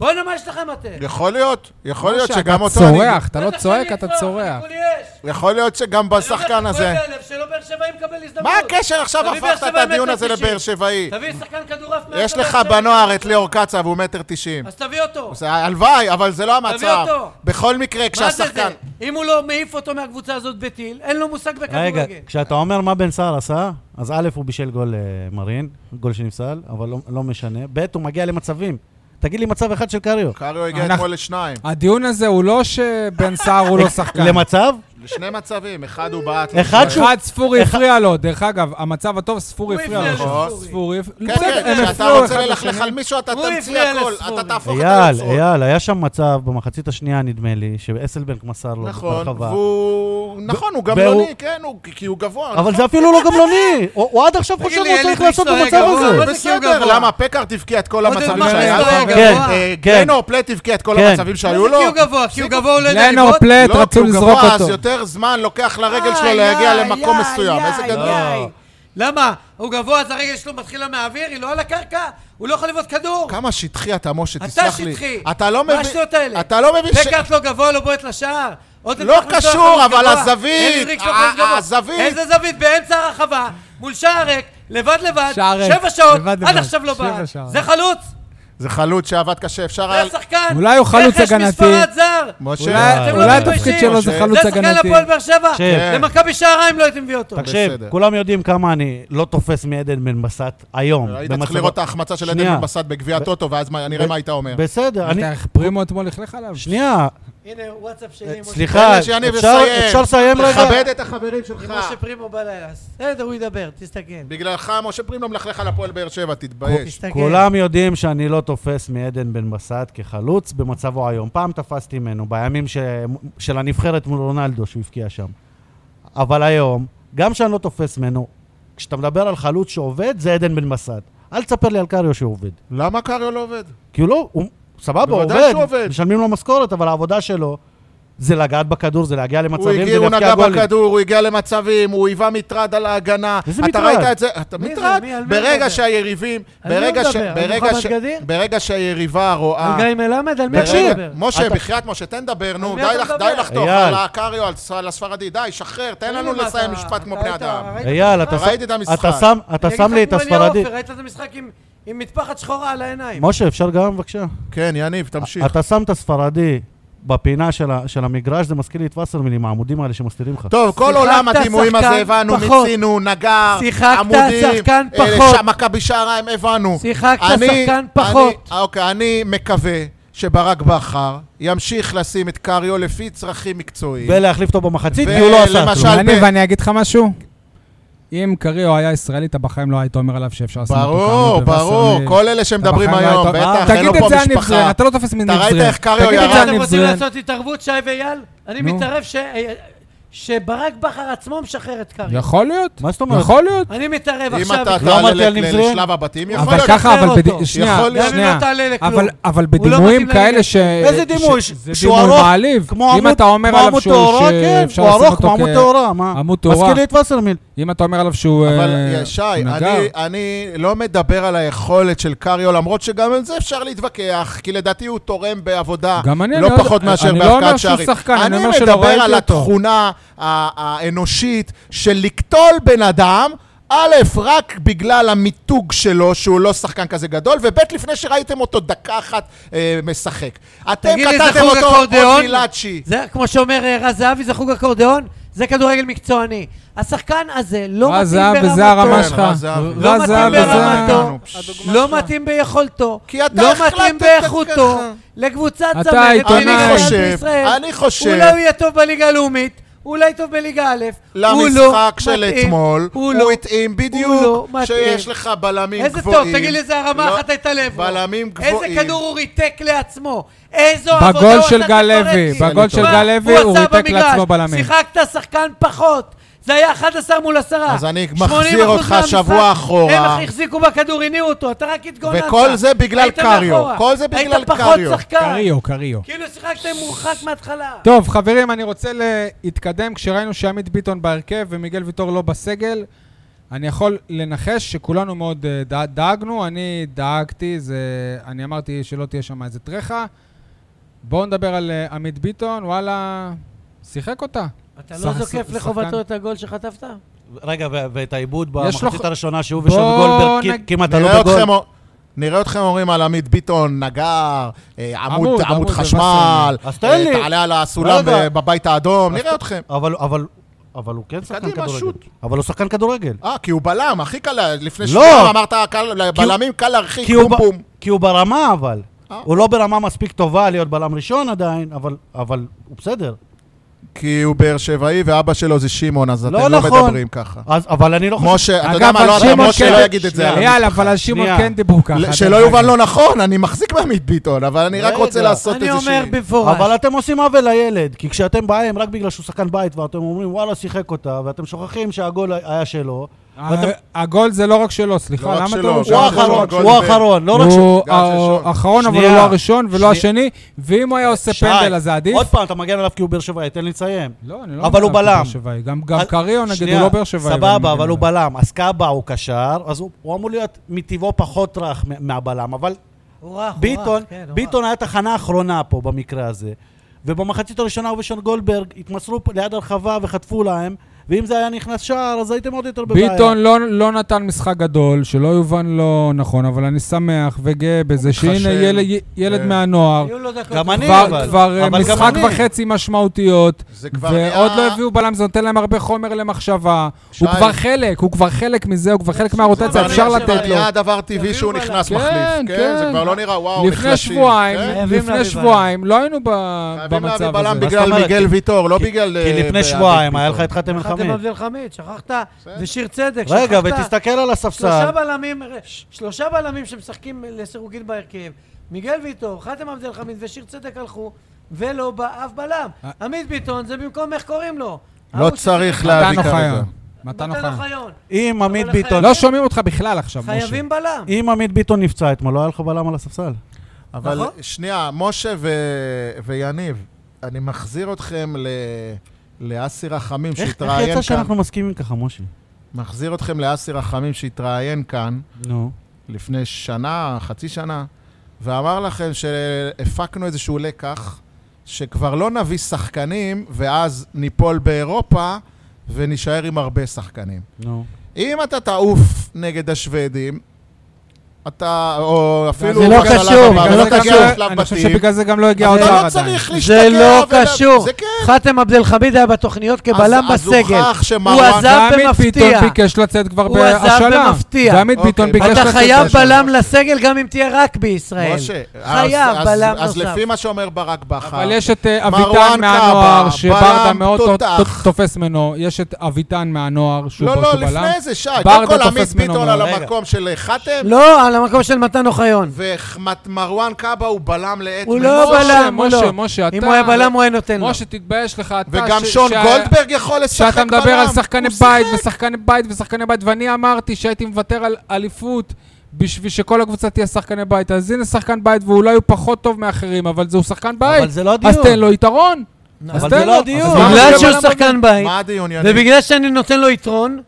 בואנה, מה יש לכם אתם?
יכול להיות, יכול להיות
משה,
שגם
אתה
אותו... אני-
צורח, אתה לא
בטח
צועק,
שאני
אתה
אצרח,
צורח.
אני כולי אש.
יכול להיות שגם בשחקן הזה.
אני אומר לך, כואב לי הלב שלא באר שבעי מקבל הזדמנות.
מה הקשר עכשיו
תביא באר
הפכת את
שבעי
הדיון
מטר
הזה
90.
לבאר שבעי?
תביא שחקן כדורעף מעל
יש
באר
לך
שבע.
בנוער את ליאור קצב, הוא מטר תשעים.
אז תביא אותו.
זה- הלוואי, אבל זה לא המצב.
אותו.
בכל מקרה,
מה זה זה?
כשהשחקן...
אם הוא לא מעיף אותו מהקבוצה הזאת בטיל, אין לו מושג
רגע,
בכדורגל.
כשאתה אומר מה בן סער עשה, אז א', הוא בישל גול אה, מרין, גול שנפסל, אבל לא- לא משנה. ב', הוא מגיע למצבים. תגיד לי מצב אחד של קריו.
קריו הגיע
אנחנו-
אתמול לשניים.
הדיון הזה הוא לא שבן סער הוא לא שחקן.
למצב?
לשני מצבים, אחד הוא בעט...
אחד שהוא-
אחד ספורי הפריע לו, דרך אגב, המצב הטוב, ספורי
הוא
הפריע
הפריע
לו.
לספורי.
ספורי,
כן,
בסדר,
כן,
הם
כשאתה
הפריעו
רוצה
אחד
ללכלך על מישהו, אתה
הוא
תמציא
הפריע
הכל,
לספורי.
אתה תהפוך את
אייל,
היוצרות.
אייל, היה שם מצב במחצית השנייה, נדמה לי, שאסלבנק מסר לו
נכון,
ברחבה.
והוא... נכון, הוא גמלוני,
והוא-
כן, הוא- כי הוא גבוה. נכון.
אבל זה אפילו לא גמלוני! הוא הוא עד עכשיו
תגיד
חושב
לי,
מה
אלי
צריך
דיכטר
לעשות
היה
במצב
גבוה?
הזה.
מה זה
בסדר,
כי הוא גבוה?
למה? פקארט הבקיע את כל
עוד
המצבים
פעם,
שהיה
הוא
לו.
היה
כן,
גבוה.
אה,
כן.
גנו פלט הבקיע את כל
כן.
המצבים שהיו לו.
כי הוא גבוה, כי הוא גבוה, הוא לא יודע
לנור
לבעוט.
פלט,
לא, כי
רצו
הוא
לזרוק
גבוה, אז
אותו.
יותר זמן לוקח לרגל שלו להגיע למקום מסוים. איזה גדול.
למה? הוא גבוה, אז הרגל שלו מתחילה מהאוויר, היא לא על הקרקע, הוא לא יכול לבעוט כדור.
כמה שטחי אתה, משה,
אתה
תסלח לי.
שטחי.
אתה לא
מה
מבין...
השטויות האלה?
אתה לא מבין ש...
פקארט לא גבוה, לא בועט לשער. עוד
לא
לפני חוץ
קשור,
לא
אבל
גבוה.
הזווית,
אלי ריק לא
ה-
חוץ גבוה.
הזווית.
איזה זווית? באמצע הרחבה, מול שער ריק, לבד לבד,
שער ריק,
שבע שעות,
לבד
עד
לבד,
עכשיו לא
שבע
בעט.
שער.
זה חלוץ,
זה חלוץ שעבד קשה, אפשר היה...
זה השחקן.
אולי הוא חלוץ
רכש
הגנתי.
מספרד זר.
אולי
משה,
אתם לא
אולי
מתביישים.
התפקיד שלו זה
משה.
חלוץ
זה שחקן
הגנתי. כן.
הפועל באר שבע.
כן.
שב.
למכבי שעריים לא הייתי מביא אותו.
תקשיב,
בסדר.
כולם יודעים כמה אני לא תופס מעדן בן בסט היום.
היית
במצב-
צריך לראות את ההחמצה של
שנייה.
עדן בן בסט בגביע הטוטו, ואז מה- נראה
ב-
מה היית אומר.
בסדר, אני...
אתה, איך פרימו אתמול לכלך עליו.
שנייה,
הנה, וואטסאפ
אה,
שלי. משה.
סליחה,
תן שיניב
אפשר-
יסיים.
אפשר לסיים רגע?
תכבד את החברים שלך.
משה פרימו בלילה. בסדר, הוא ידבר, תסתכל.
בגללך משה פרים לא מלכלך על הפועל באר שבע, תתבייש.
תסתכל.
כולם יודעים שאני לא תופס מעדן בן בסט כחלוץ במצבו היום. פעם תפסתי ממנו, בימים ש... של הנבחרת מול רונלדו שהוא הבקיע שם. אבל היום, גם שאני לא תופס ממנו, כשאתה מדבר על חלוץ שעובד, זה עדן בן בסט. אל תספר לי על קריו שעובד.
למה קריו לא עובד?
כי הוא לא, הוא סבבה, הוא
בוודאי
עובד,
שהוא עובד.
משלמים לו משכורת, אבל העבודה שלו זה לגעת בכדור, זה להגיע
הוא
למצבים,
הגיע,
זה
הוא
להפקיע
נגע
גולים.
בכדור, הוא הגיע למצבים, הוא היווה מטרד על ההגנה.
איזה
אתה
מטרד?
ראית את זה? אתה
מי זה?
מטרד.
מי? על מי
ברגע
מדבר?
שהיריבים...
על מי
ברגע
הוא
ש-
מדבר? על
ברגע
מוחמד
ש-
גדיר?
ברגע שהיריבה רואה...
על גיא מלמד? על מי אתה
אה. תקשיב,
מדבר?
משה,
אתה-
בחייאת משה, תן לדבר, נו,
מי אתה
די לח-
מדבר?
די לחתוך
אייל.
על הקריו, על ס- על הספרדי, די, שחרר, תן לנו
מה,
לסיים
אתה-
משפט כמו
אתה
בני
היית-
אדם.
ראית
אייל,
המשחק?
אתה,
ראיתי את המשחק.
אתה שם, אתה
אני
שם
אגיד
לי
לך
את
כמו אלי
הספרדי.
עופר, ראית את המשחק עם- עם מטפחת שחורה על העיניים.
משה, אפשר גם בבקשה?
כן, יניב, תמשיך.
אתה שם את הספרדי בפינה של, ה, של המגרש, זה מזכיר לי את וסרמן עם העמודים האלה שמסתירים לך.
טוב, כל
שיחקת
עולם הדימויים הזה
שחקן
הבנו,
פחות.
מיצינו, נגר,
שיחקת
עמודים, אה,
שחקן
אלה,
פחות.
שם, מכבי שעריים, הבנו.
שיחקת
אני-
שחקן
אני-
פחות.
אה, אוקיי, אני מקווה שברק בכר ימשיך לשים את קריו לפי צרכים מקצועיים.
ולהחליף אותו במחצית,
ו-
כי הוא לא עשה
למשל-
כלום.
אבל
אני,
ב-
ואני אגיד לך משהו. אם קריו היה ישראלי, אתה בחיים לא היית אומר עליו שאפשר לשים אותו
ברור,
כמה
ברור,
ובסמי.
כל אלה שמדברים
אתה בחיים
היום,
לא היית-
בטח, אין
תגיד
לו פה
את זה הניב זרן,
משפחה.
אתה לא תופס מניב
אתה
זרן.
ראית איך קריו
תגיד את
ירד?
זה
אתם
הניב
רוצים
זרן.
לעשות התערבות, שי ואייל? אני
נו.
מתערב ש- שברק בכר עצמו משחרר את קרעי.
יכול להיות,
מה זאת אומרת?
יכול להיות.
אני מתערב
אם
עכשיו.
אתה
איתך.
לא
תעלה
אמרתי על
ל-
ניב
ל-
זרין.
לשלב הבתים, יכול
אבל
להיות.
ככה,
לשחרר
אבל בד-
אותו.
שנייה,
יכול להיות.
גם אם
שנייה.
לא תעלה לכלום.
אבל- אבל
לא
בדימויים
מתאים
כאלה
לליגה.
ש...
איזה דימוי?
ש- זה
שהוא
דימוי
ארוך,
מעליב.
כמו
אם
עמוד-
אתה אומר
כמו
עליו
עמוד
שהוא...
תאורה, כן,
שאפשר
הוא
לשים
ארוך
אותו
כמו עמוד
כ-
תאורה, מה?
עמוד תאורה.
מזכיר לי את וסרמן.
אם אתה אומר עליו שהוא...
אבל
אה,
אה, שי, אני,
נגר.
אני לא מדבר על היכולת של קריו, למרות שגם על זה אפשר להתווכח, כי לדעתי הוא תורם בעבודה
גם אני,
לא
אני לא-
פחות מאשר
אני לא אומר
בהבקעת
שהוא
שערים.
שחקן, אני אומר שלא
מדבר
ראיתי
על
אותו.
התכונה ה- האנושית של לקטול בן אדם. א', רק בגלל המיתוג שלו, שהוא לא שחקן כזה גדול, וב', לפני שראיתם אותו דקה אחת אה, משחק. אתם
תגיד לי, זה
קטעתם
חוג
אותו עוד
אקורדיאון?
מילאצ'י.
זה, כמו שאומר אה, רז זהבי, זה חוג אקורדיאון, זה כדורגל מקצועני. השחקן הזה לא
רז
מתאים
זהבי,
ברמתו.
זה הרמה
כן,
שלך.
רז זהבי.
לא
רז
מתאים
זהבי, זה...
ברמתו,
נו, פשש.
לא מתאים ביכולתו,
כי אתה
לא
החלטת
מתאים באיכותו,
ככה.
לקבוצת
אתה
צמרת
עיתונאי.
בליגה
אני
שנייה
חושב,
בישראל.
אני חושב-
אולי הוא לא יהיה טוב בליגה הלאומית, אולי טוב בליגה א', הוא לא
למשחק של
מתאים,
אתמול,
הוא
הוא
לא.
התאים
לא
בדיוק
מתאים.
שיש לך בלמים
איזה
גבוהים.
טוב, תגיד לי איזה הרמה
לא-
אחת הייתה לעברו.
בלמים גבוהים.
איזה כדור הוא ריתק לעצמו. איזו עבודה הוא
בגול
עשה
של גל לוי,
ספרטי.
בגול של
מה
גל לוי הוא
עשה
ריתק
במגרש?
לעצמו בלמים.
שיחקת שחקן פחות. זה היה 11 מול 10.
אז אני
80%
מחזיר אותך
מהמשחק,
שבוע אחורה.
הם החזיקו בכדור, הניעו אותו, אתה רק התגוננת.
וכל זה בגלל
היית
קריו.
מאחורה.
כל זה בגלל
היית פחות
קריו.
שחקן.
קריו, קריו.
כאילו שיחקת עם מורחק מההתחלה.
טוב, חברים, אני רוצה להתקדם. כשראינו שעמית ביטון בהרכב ומיגל ויטור לא בסגל, אני יכול לנחש שכולנו מאוד אה, דא- דאגנו. אני דאגתי, זה... אני אמרתי שלא תהיה שם איזה טרחה. בואו נדבר על אה, עמית ביטון, וואלה, שיחק אותה.
אתה
שח-
לא
שח-
זוקף
שחקן.
לחובתו את הגול שחטפת?
רגע, ו- ואת העיבוד
יש לו-
במחצית הראשונה שהוא
בוא
ושון גולדברג
נג-
כי- כמעט
נראה
עלו בגול.
אתכם- נראה אתכם אומרים על עמית ביטון, נגר, אה, עמוד-
עמוד, עמוד
עמוד חשמל,
בבשר. אז תן
אה,
לי.
תעלה על הסולם
רגע.
ב- בבית האדום,
אז
נראה
ת-
אתכם.
אבל, אבל, אבל הוא כן שחקן
קדימה,
כדורגל.
שוט.
אבל הוא שחקן כדורגל.
אה, כי הוא בלם, הכי קל, לפני
לא.
שבוע אמרת, קל- לבלמים קל להרחיק,
כי הוא,
בום
ב...
בום.
כי הוא ברמה, אבל.
אה.
הוא לא ברמה מספיק טובה להיות בלם ראשון עדיין, אבל, אבל הוא בסדר.
כי הוא באר שבעי ואבא שלו זה שמעון, אז
לא
אתם לא
נכון.
מדברים ככה.
אז, אבל אני לא חושב...
משה, אתה יודע
אגב,
מה,
על
לא, אתה-
שמעון
משה
כן-
לא יגיד את זה. על
יאללה,
המשפחה.
אבל על שמעון
שנייה.
כן דיברו ככה. דרך
שלא
אגב.
יובן לא נכון, אני מחזיק מעמית ביטון, אבל אני רק
רגע,
רוצה לעשות
אני אומר
איזושהי...
במפורש.
אבל אתם עושים עוול לילד, כי כשאתם באים רק בגלל שהוא שחקן בית ואתם אומרים וואלה שיחק אותה, ואתם שוכחים שהגול היה שלו, ואתם-
ה- הגול זה לא רק שלו,
לא
סליחה,
רק
למה אתה
שלו,
אומר
גם
הוא
שהוא-
שלו,
האחרון,
גולדברג.
הוא האחרון, לא רק ש...
הוא
גם של שון.
האחרון, אבל הוא
שנייה.
לא הראשון ולא
שנייה.
השני, ואם הוא היה עושה
שי,
פנדל אז זה עדיף?
עוד פעם, אתה מגן עליו כי הוא באר שבעי, תן לי לסיים.
לא, אני
אבל הוא
אומר
בלם.
באר שבעי. גם גם
אז-
קריו נגיד
שנייה,
הוא לא באר שבעי. ואני מגן
סבבה, אבל
עליו.
הוא בלם. אז קאבה הוא קשר, אז הוא- הוא אמור להיות מטבעו פחות רך מה- מהבלם, אבל
הוא רך, הוא
ביטון,
רך, כן, הוא רך.
ביטון היה תחנה האחרונה פה במקרה הזה. ובמחצית הראשונה הוא ושון גולדברג התמסרו פה ליד הרחבה וחטפו להם, ואם זה היה נכנס שער, אז הייתם עוד יותר בבעיה.
ביטון לא, לא נתן משחק גדול, שלא יובן לא נכון, אבל אני שמח וגאה בזה שהנה
מתחשב,
ילד, ילד
כן.
מהנוער,
היו לו דקות
גם אני,
כבר,
אבל-
כבר אה,
אבל גם
משחק
אני.
וחצי משמעותיות,
זה כבר
ועוד
נהיה-
לא הביאו בלם, זה נותן להם הרבה חומר למחשבה.
שי.
הוא כבר חלק, הוא כבר חלק מזה, הוא כבר חלק
זה
מהרוטציה,
כבר
אפשר
נהיה-
לתת לו.
נהיה דבר טבעי שהוא
תביאו
נכנס
בלם. כן,
מחליף. כן, זה
כן.
כבר לא נראה וואו,
לפני
נחלשים.
שבועיים,
כן?
חייבים
לפני
להביא
שבועיים, לא היינו ב-
חייבים להביא
במצב
בלם
הזה.
מה זאת
בגלל
אומרת?
מיגל ויטור, לא
כי-
בגלל... אה,
כי לפני
בעד
שבועיים היה לך
ויטור.
את חתם אל
חתם
חמיד.
אבדל חמיד, שכחת,
בסדר.
ושיר צדק, שכחת.
רגע, ותסתכל על הספסל.
שלושה בלמים, שלושה בלמים שמשחקים לסירוגין בהרכב, מיגל ויטור, חתם עבדל חמיד ושיר צדק הלכו, ולא בא אף בלם.
אה.
עמית ביטון, זה במקום איך קוראים לו.
לא
ההוא
צריך
ששיחק-
להביא
מתן
כרגע.
אוחיון. מתן
מתן
אוחיון.
אוחיון.
אם עמית
אבל
ביטון...
לא שומעים אותך בכלל עכשיו, משה.
חייבים בלם.
אם עמית ביטון נפצע אתמול, לא היה לך בלם על הספסל.
אבל
נכון.
שנייה, משה ו... ויניב, אני מחזיר אתכם ל... לאסי רחמים
איך איך יצא
שהתראיין כאן.
שאנחנו מסכימים ככה, משה?
מחזיר אתכם לאסי רחמים שהתראיין כאן
נו.
לפני שנה, חצי שנה, ואמר לכם שהפקנו איזשהו לקח, שכבר לא נביא שחקנים, ואז ניפול באירופה ונישאר עם הרבה שחקנים.
נו.
אם אתה תעוף נגד השוודים, אתה, או אפילו...
זה לא
בשלב
קשור,
הבא,
בגלל
זה לא
ואתה
גם
תגיע
קשור.
לשלב
אני חושב
בתים,
שבגלל זה גם לא הגיע
אתה
האוצר
לא
עדיין.
צריך להשתגע.
זה לא
ולה-
קשור.
זה כן.
אה.
חתם עבדל חמיד היה בתוכניות כבלם
אז- אז
בסגל.
הוכח
הוא
שמרואן-
עזב
ועמית
במפתיע.
ביטון ביקש לצאת כבר
הוא עזב
בהשאלה.
במפתיע.
ועמית
אוקיי,
ביטון
אתה
ביקש
אתה
לצאת
חייב
זה
בהשאלה.
בלם
שלו.
לסגל גם אם תהיה רק בישראל.
משה,
חייב
אז-
בלם
אז- אז
נוסף.
לפי מה שאומר ברק בכר,
אבל יש את אה,
מרואן
אביטן
קאבה,
מהנוער,
בלם
שברדה מאוד ת-
תותח.
ת- תופס ממנו. יש את אביטן מהנוער, שהוא
לא,
פה
לא,
שהוא בלם.
לפני זה, שי. קודם
ברדה
כל עמית
תופס ממנו
ביטון על
מאוד.
המקום של אה, חתם,
לא, על המקום של מתן אוחיון.
ומרואן קאבה הוא בלם לעת
הוא
מנוחה.
לא
משה,
בלם, הוא
משה,
לא.
משה,
אם
אתה-
הוא היה בלם, הוא היה נותן לו.
משה, תתבייש לך. אתה
וגם
ש-
שון
שה-
גולדברג יכול לשחק בלם.
כשאתה מדבר על
הוא
שחקני
שיחק.
בית ושחקני בית ושחקני בית, ואני אמרתי שהייתי מוותר על אליפות בשביל שכל הקבוצה תהיה שחקני בית. אז הנה שחקן בית, ואולי הוא פחות טוב מאחרים, אבל זהו שחקן בית.
אבל זה לא
אז
הדיון.
תן לו יתרון.
אבל
אז
זה
תן
לא
לו.
הדיון.
אז
אז
מה,
בגלל
זה
שהוא
בלם
שחקן בית,
מה הדיון, יניב?
ובגלל שאני נותן לו יתרון,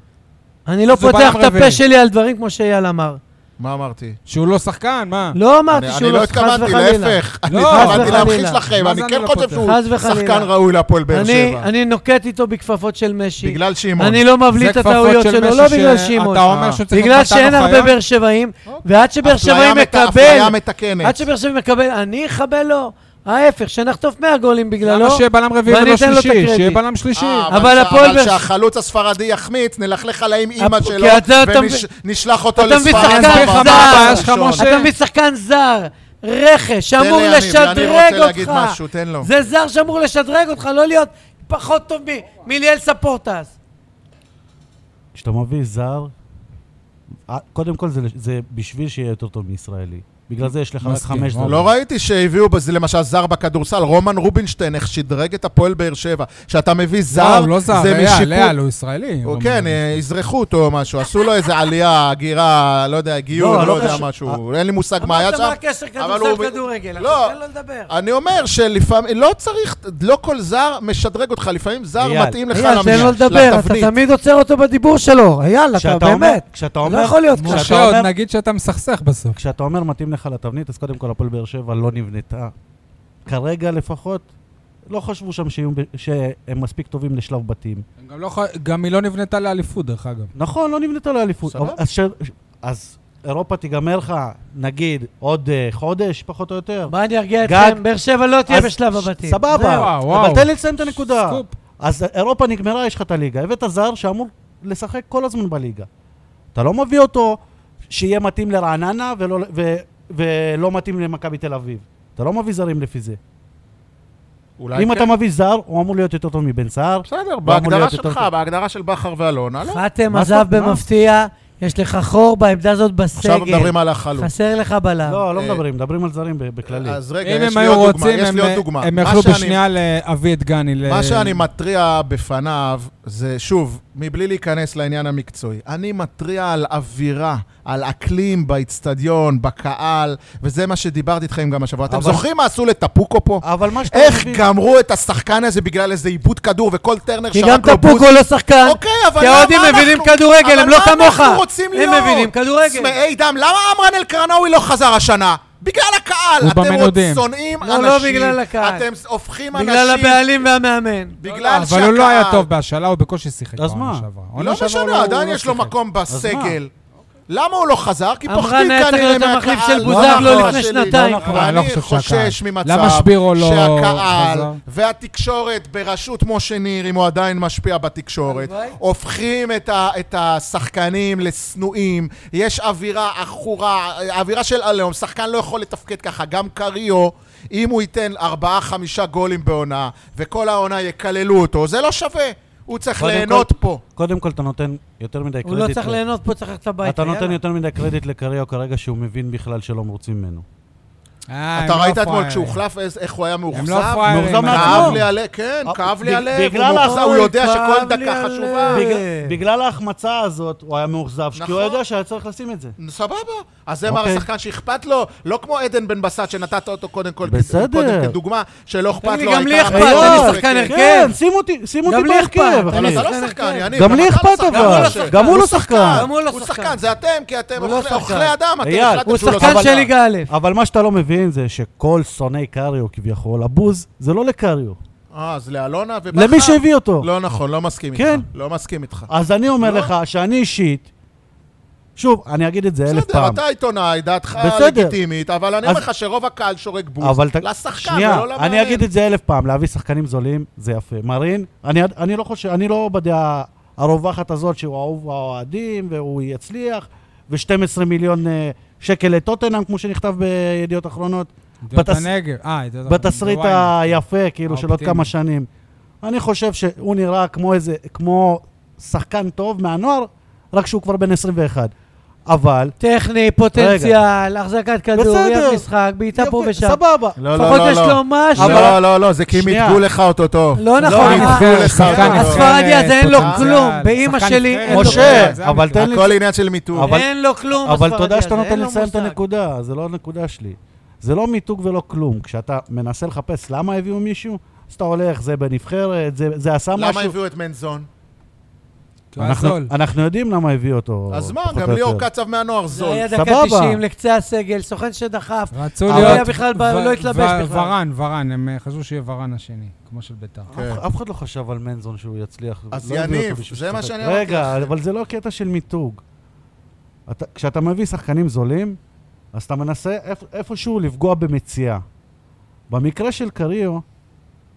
אני לא
אז הוא
פותח
בלם
את הפה
רביעי.
שלי על דברים כמו שאייל אמר.
מה אמרתי?
שהוא לא שחקן, מה?
לא אמרתי
אני
שהוא
אני לא
לא, חס
התכוונתי,
וחלילה.
להפך. אני
לא,
התכוונתי
חס
להמחיש
וחלילה.
לכם,
מה
אני
זה אני
כן
לא
חושב
פותח?
שהוא
חס וחלילה.
שחקן ראוי להפועל באר
אני,
שבע.
אני נוקט איתו בכפפות של משי.
בגלל שמעון.
אני לא מבליט
זה
את
כפפות
הטעויות
של
שלו,
משי
לא בגלל
שאתה
שמעון.
אומר
אה.
שהוא צריך
בגלל
מתן
שאין הרבה
אוחיון?
באר שבעים, ועד שבאר שבעים
אוקיי. אפליה מת-
מקבל,
אפליה מתקנת.
עד שבאר שבעים מקבל, אני אחבל לו. ההפך, שנחטוף 100 גולים
למה
בגללו.
שיהיה בלם רביעי
ואני
ולא
אתן לו את
שלישי?
הקרדיט.
שיהיה בלם שלישי.
אה,
אבל
ש-
הפועל באר-
אבל כשהחלוץ הספרדי יחמיץ, נלכלך עליי עם אימא
הפ-
שלו,
כי אתה- אתה
ונשלח אותו
אתה מבין,
לספרד.
שחקן
במעמד
זר.
הבעיה שלך,
נכון.
הראשון.
משה?
אתה מביא שחקן זר, רכש,
כן. תן
שאמור
ליניב, אני
לשדרג
רוצה להגיד
אותך.
משהו, תן לו.
זה זר שאמור לשדרג אותך, לא להיות פחות טוב מ- מליאל ספורטס.
כשאתה מביא זר, אה, קודם כל זה- זה בשביל שיהיה יותר טוב מישראלי. בגלל זה יש לך רק
מסכים,
חמש
מאוד.
דקות.
לא ראיתי שהביאו בזה למשל זר בכדורסל, רומן רובינשטיין, איך שדרג את הפועל באר שבע. כשאתה מביא
לא,
זר,
הוא לא זר,
זה
לאה, לאה,
משיפוט...
הוא ישראלי.
הוא כן, אה, אזרחו אותו או משהו, עשו לו איזה עלייה, הגירה, לא יודע, גיור,
לא,
לא
לא
יודע
קשור.
משהו, אין לי מושג מה היה
אמרת
שם.
מה הקשר
אבל הוא-
כדורסל כדורגל,
לא.
עכשיו תן לו לדבר.
אני אומר שלפעמים, לא צריך, לא כל זר משדרג אותך, לפעמים זר
אייל,
מתאים לך
אייל, תן לו
למש-
לדבר, אתה
לתבנית.
תמיד עוצר אותו בדיבור שלו. אייל, אתה
כשאתה אומר-
באמת.
כשאתה
לא
אומר-
יכול להיות
כשאתה
ככה.
משה, עוד
אומר-
נגיד שאתה מסכסך בסוף.
כשאתה אומר מתאים לך לתבנית, אז קודם כל הפועל באר שבע לא נבנתה. כרגע לפחות, לא חשבו שם שיהיו ב- שהם מספיק טובים לשלב בתים.
גם לא ח- גם היא לא נבנתה לאליפות, דרך אגב.
נכון, לא נבנתה לאליפות.
סבבה.
אבל- אז ש- אז אירופה תיגמר לך, נגיד, עוד אה, חודש, פחות או יותר.
מה אני ארגיע
גג.
אתכם? באר שבע לא תהיה
אז
בשלב הבתים. זהו.
סבבה,
זהו, וואו.
אבל תן לי לסיים את הנקודה.
סקופ.
אז אירופה נגמרה, יש לך את הליגה. הבאת זר שאמור לשחק כל הזמן בליגה. אתה לא מביא אותו שיהיה מתאים לרעננה ולא, ו, ולא מתאים למכבי תל אביב. אתה לא מביא זרים לפי זה.
אולי
אם
כן.
אתה מביא זר, הוא אמור להיות יותר טוב מבן סער.
בסדר,
אמור
בהגדרה
להיות יותר
שלך,
טוב.
בהגדרה של בכר ואלונה, לא?
חתם
מה
עזב
זאת- מה?
במפתיע, יש לך חור בעמדה הזאת בסגל.
עכשיו מדברים על החלוץ.
חסר לך בלם.
לא, לא
אה,
מדברים, מדברים על זרים ב- בכללי.
אז רגע,
אם
יש
הם
לי
היו
עוד דוגמה,
רוצים,
יש
הם-
לי עוד דוגמה.
הם
מה
יכלו
שאני-
בשנייה להביא את גני. ל-
אה,
מה שאני מתריע בפניו, זה שוב, מבלי להיכנס לעניין המקצועי, אני מתריע על אווירה, על אקלים באיצטדיון, בקהל, וזה מה שדיברתי איתכם גם השבוע. אתם
אבל-
זוכרים מה עשו לטפוקו פה?
אה,
אבל מה שאתה
איך
מביא-
גמרו את השחקן הזה בגלל איזה עיבוד כדור, וכל טרנר
כי
שרק
גם
לו בוז.
טפוקו לא שחקן.
אוקיי, אבל
כי
למה
האוהדים
אנחנו-
מבינים כדורגל, הם
אבל
לא
מה
כמוך.
אנחנו רוצים
הם
להיות?
מבינים כדורגל.
צמאי דם, למה עמרן אל-קרנאווי לא חזר השנה? בגלל הקהל.
הוא
אתם עוד
במנודים.
שונאים
לא,
אנשים.
לא בגלל הקהל.
אתם הופכים אנשים...
בגלל הבעלים והמאמן.
בגלל
אבל הוא לא היה טוב בהשאלה, הוא בקושי שיחק
אז
בעונה
מה?
שעברה.
לא
עונה שעברה הוא
משנה, עדיין
הוא לא
יש לו
שיחק.
מקום
אז
בסגל. למה הוא לא חזר? כי
עמרן
פוחדים
היה צריך
כנראה
להיות
מהקהל.
המחליף של
לא
בוזגלו
נכון,
לפני
שלי.
שנתיים.
לא
אבל
נכון.
אני לא
אני
חושב
חושש
שהקהל.
ממצב
למה שבירו לא
שהקהל
חזר?
והתקשורת בראשות משה ניר, אם הוא עדיין משפיע בתקשורת,
הלוואי.
הופכים את ה- את השחקנים לשנואים. יש אווירה עכורה, אווירה של עליהום. שחקן לא יכול לתפקד ככה. גם קריו, אם הוא ייתן ארבעה-חמישה גולים בעונה, וכל העונה יקללו אותו, זה לא שווה. הוא צריך
קודם
ליהנות
כל-
פה.
קודם כל, אתה נותן יותר מדי קרדיט.
הוא לא צריך
ל-
ליהנות פה, צריך ללכת הביתה.
אתה נותן
יאללה.
יותר מדי קרדיט לקריו כרגע שהוא מבין בכלל שלא מרוצים ממנו.
אה, הם
אתה
לא
ראית אתמול
פראיירים.
כשהוחלף, איז- איך הוא היה
הם לא
מאוכזב?
פראיירים.
מאוכזב
הם-
כאב
לא.
מעצמו.
לי הלב, כן,
אה,
כאב לי
בג-
הלב, הוא
בגלל
מאוכזב, הוא
אוי,
יודע שכל
כאב לי
דקה
הלב.
חשובה. כן.
בגלל-
בגלל ההחמצה הזאת, הוא היה מאוכזב, כי הוא
נכון.
יודע שהיה צריך לשים את זה.
סבבה, אז זה מר
אוקיי.
השחקן שאכפת לו, לא כמו עדן בן בסט שנתת אותו קודם כל,
בסדר.
קודם כדוגמה, שלא אכפת
לי,
לו,
גם לי
העיקר
אכפת,
המטרה
אני
לשחק.
שחקן הרכב.
כן, שים אותי, שים
גם
אותי
לי אכפת,
בהרכב,
אבל
אבל
אחי.
אתה לא
שחקן
שחקן,
הרכב.
יניב.
גם לי
אתה לא
אכפת
שחקן,
אבל.
הוא לא שחקן.
גם הוא לא שחקן.
גם הוא לא
הוא
שחקן.
שחקן, זה אתם, כי אתם
הוא לא
אוכלי- אוכלי
שחקן.
אדם, אתם
אייל,
החלטתם
הוא
שהוא לא
שחקן
אבל-
של ליגה א'.
אבל מה שאתה לא מבין זה שכל שונאי קריו כביכול, הבוז זה לא לקריו,
אה, אז לאלונה ובכר?
למי שהביא אותו.
לא נכון, לא מסכים איתך.
כן.
לא מסכים איתך.
אז אני אומר
לא.
לך שאני אישית, שוב, אני אגיד את זה אלף
בסדר,
פעם.
אתה עיתונאי, דעתך
בסדר.
לגיטימית, אבל אני אומר
אז-
לך שרוב הקהל שורק בוז
אבל ת-
לשחקן
שנייה,
ולא למאמן.
אני אגיד את זה אלף פעם, להביא שחקנים זולים זה יפה. מרין, אני, אני לא חושב, אני לא בדעה הרווחת הזאת שהוא אהוב האוהדים והוא יצליח, ו-12 מיליון אה, שקל לטוטנאם, כמו שנכתב בידיעות אחרונות,
ידיעות
בתס-
הנגב. אה, ידיעות הנגב.
בתסריט
בוויינט.
היפה, כאילו, של עוד
האופטימי.
כמה שנים. אני חושב שהוא נראה כמו איזה, כמו שחקן טוב מהנוער, רק שהוא כבר בן 21. אבל...
טכני, פוטנציאל, החזקת כדור,
בסדר.
יד משחק, בעיטה פה
יפה,
ושם.
סבבה.
לא, לא,
לפחות
לא,
יש
לא.
לו משהו.
לא, לא, לא, זה כי הם
שנייה. אה,
ידגו לך אותו טוב.
לא
לא,
נכון.
הוא
ה-
נבחרת, שחקן
לא.
הספרדי הזה אין לו
נבחרת,
כלום,
שחקן
באמא
נבחרת,
שלי
אין
אין
לו
לו
כלום.
משה,
זה
אבל
המקרה.
תן לי...
הכל עניין של מיתוג.
אבל-
אין לו כלום,
אבל
הספרדי
תודה שאתה
הזה, לא אין
נותן לי
לו
לסיים את
מושג.
הנקודה, זה לא הנקודה שלי. זה לא מיתוג ולא כלום. כשאתה מנסה לחפש למה הביאו מישהו, אז אתה הולך, זה בנבחרת, זה, זה עשה
למה
משהו.
הביאו את מנזון?
כי הוא היה
אנחנו-
זול.
אנחנו יודעים למה הביאו אותו.
אז מה,
פחות או
גם
יותר.
ליאור קצב מהנוער
זה
זול.
היה דקה
סבבה.
90 לקצה הסגל, סוכן שדחף.
רצו
אבל-
להיות...
לא
היה בכלל ב-
ו-
לא התלבש
ו-
בכלל.
ורן, ורן, הם אה, חשבו שיהיה ורן השני, כמו של ביתר.
כן.
אף- אף אחד לא חשב על מנזון שהוא יצליח.
אז
לא הביאו
יניב,
אותו בשביל
זה מה
לשחק.
שאני אמרתי
רגע,
לכם.
אבל זה לא קטע של מיתוג. אתה- כשאתה מביא שחקנים זולים, אז אתה מנסה איפ- איפשהו לפגוע במציאה. במקרה של קריו,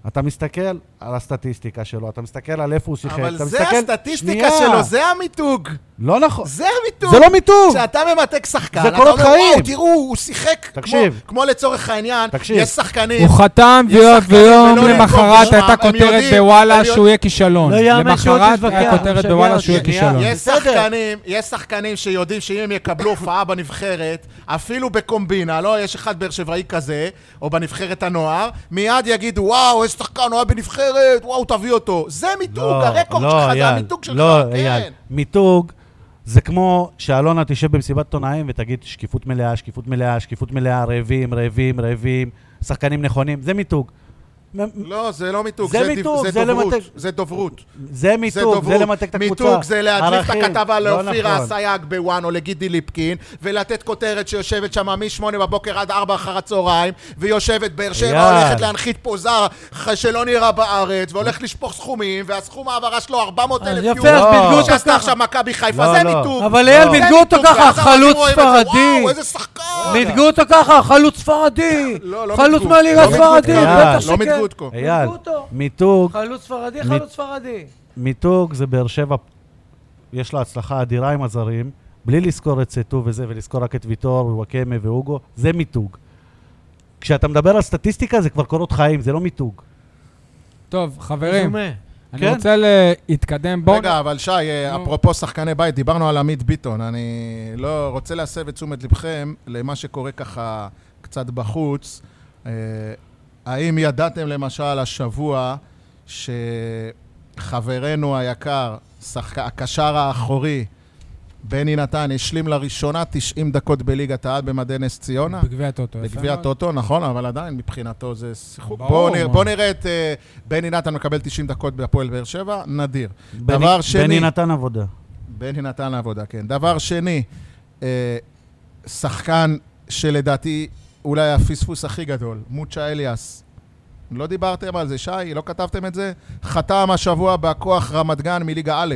אתה מסתכל על הסטטיסטיקה שלו, אתה מסתכל על איפה הוא שיחק,
אבל
אתה
זה
מסתכל...
הסטטיסטיקה
שנייה.
שלו, זה המיתוג.
לא נכון.
זה המיתוג.
זה לא מיתוג!
כשאתה ממתק שחקן,
זה
אתה
קורות
אומר,
חיים.
וואו, תראו, הוא שיחק כמו-
תקשיב.
כמו לצורך העניין,
תקשיב.
יש שחקנים.
הוא חתם,
יש
ויום-
שחקנים
ויום
ולא
למחרת
לנקוב
הייתה
בשמם, הם
כותרת
יודעים, הם
בוואלה
יודעים.
שהוא יהיה כישלון.
לא יאמן שעוד
למחרת
תתווכח,
היה כותרת
משגע
בוואלה
אותי.
שהוא יהיה
שנייה,
כישלון.
יש
בסדר.
שחקנים, יש שחקנים שיודעים שאם הם יקבלו הופעה בנבחרת, אפילו בקומבינה, לא, יש אחד באר שבעי כזה, או בנבחרת הנוער, מיד יגידו, וואו, איזה שחקן, הוא היה בנבחרת, וואו, תביא אותו. זה מיתוג, הרקורד שלך, זה
לא, אייל,
המיתוג שלך,
לא,
כן.
אייל, מיתוג זה כמו שאלונה תשב במסיבת עיתונאים ותגיד שקיפות מלאה, שקיפות מלאה, שקיפות מלאה, רעבים, רעבים, רעבים, שחקנים נכונים, זה מיתוג. מ- מ-
לא, זה לא מיתוג,
זה
זה דיו-
מיתוג,
זה
זה
דוברות,
למתק-
זה דוברות.
זה מיתוג, זה
דוברות.
למתק את הקבוצה.
מיתוג זה להדליף את
ערכים,
הכתבה
לא
לאופירה
נכון.
אסייג בוואן או לגידי ליפקין, ולתת כותרת שיושבת שם מ-8 בבוקר עד 4 אחר הצהריים, ויושבת באר שבע,
יאללה.
הולכת להנחית פה זר ח- שלא נראה בארץ, והולך לשפוך סכומים, והסכום העברה שלו 400
אז
אלף
אה, יפה, אז
לא.
בדגו אותו
שעשתה
ככה.
עכשיו מכבי חיפה,
לא,
זה
לא.
מיתוג.
אבל אייל,
זה
מיתגו אותו
מיתוג,
ככה,
ואז האוהדים
חלוץ
רואים את זה,
ספרדי.
וואו, איזה שחקן.
מיתגו אותו ככה, חלוץ ספרדי.
לא, לא
חלוץ
מיתגו.
מהליגה
לא מיתגו.
הספרדית,
אה,
בטח
לא
שכן.
מיתגו אותו.
אייל,
אותו.
מיתוג,
חלוץ ספרדי,
מ-
חלוץ ספרדי.
מיתוג זה באר שבע, יש לה הצלחה אדירה עם הזרים, בלי לזכור את סטו וזה, ולזכור רק את ויטור וואקמה והוגו, זה מיתוג. כשאתה מדבר על סטטיסטיקה זה כבר קורות חיים, זה לא מיתוג.
טוב, חברים,
דומה.
אני
כן.
רוצה להתקדם. בואו...
רגע, אבל שי, אה,
נו.
אפרופו שחקני בית, דיברנו על עמית ביטון. אני לא רוצה להסב את תשומת לבכם למה שקורה ככה קצת בחוץ. אה, האם ידעתם למשל השבוע שחברנו היקר, שחק... הקשר האחורי, בני נתן, השלים לראשונה 90 דקות בליגת העל במדי נס ציונה?
בגביע הטוטו. יפה
בגביע
מאוד.
הטוטו, נכון, אבל עדיין מבחינתו זה שיחוק.
ברור,
בואו נראה,
מה.
בוא נראה את אה, בני נתן מקבל 90 דקות בהפועל באר שבע, נדיר.
בני-
דבר שני-
בני נתן עבודה.
בני נתן עבודה, כן. דבר שני, אה, שחקן שלדעתי אולי הפספוס הכי גדול, מוצ'ה אליאס. לא דיברתם על זה, שי? לא כתבתם את זה? חתם השבוע בכוח רמת גן מליגה א'.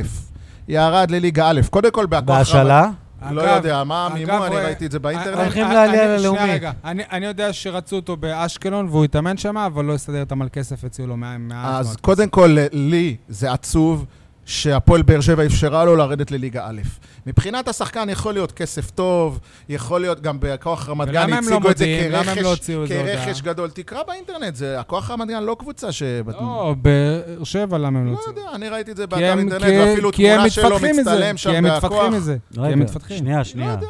ירד לליגה א'. קודם כל בכוח רמת...
בהשאלה?
לא
אגב,
יודע, מה המימון?
אגב,
אני
רואה-
ראיתי את זה באינטרנט.
הולכים
אני-
לעלייה
אני-
ללאומי.
שנייה רגע, אני אני יודע שרצו אותו באשקלון והוא התאמן שם, אבל לא הסתדר איתם על כסף, הציעו לו מה- מעט
אז
מאוד.
קודם כל, לי זה עצוב שהפועל באר שבע אפשרה לו לרדת לליגה א'. מבחינת השחקן יכול להיות כסף טוב, יכול להיות גם בכוח רמת גן
ולמה הם לא
הציגו את זה
מודיעים? למה הם לא
כרכש,
הוציאו את זה
כרכש
הודעה?
גדול. תקרא באינטרנט, זה הכוח רמת גן לא קבוצה ש...
לא, באר שבע למה הם לא
לא
הוציאו?
יודע, אני ראיתי את זה
כי
באתר
הם-
אינטרנט,
כי-
ואפילו
כי הם
תמונה שלו
מתפתחים מזה,
מצטלם
כי
שם
הם מתפתחים
בהכוח.
מזה. כי
רגע,
הם מתפתחים.
שנייה, שנייה.
יודע.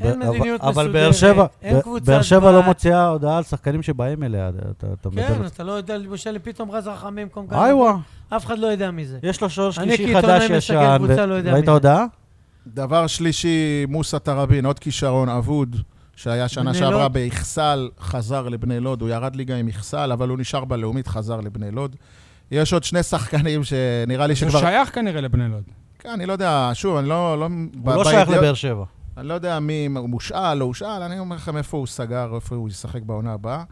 לא אין
ב- אבל-
מדיניות
אבל
מסודרת,
באר שבע,
אין
ב-
קבוצת
באר שבע לא
בת.
מוציאה הודעה על שחקנים שבאים אליה, אתה אתה
כן,
מדבר.
אתה לא יודע, למשל פתאום רז רחמים במקום
איווה,
אף אחד לא יודע מי זה.
יש לו שורש
אני
שלישי
כעיתונאי
חדש
מסקר
ישן.
קבוצה,
ו-
לא יודע מי
ראית
זה.
הודעה?
דבר שלישי, מוסא תראבין, עוד כישרון אבוד, שהיה שנה
בני
שעברה
לוד.
באיכסל, חזר לבני לוד, הוא ירד ליגה עם איכסל, אבל הוא נשאר בלאומית, חזר לבני לוד. יש עוד שני שחקנים שנראה לי
הוא
שכבר...
שייך כנראה לבני לוד.
כן, אני לא יודע, שוב, אני לא... לא
הוא לא שייך לבאר שבע.
אני לא יודע מי, אם הוא מושאל, לא הושאל, אני אומר לכם איפה הוא סגר, איפה הוא ישחק בעונה הבאה.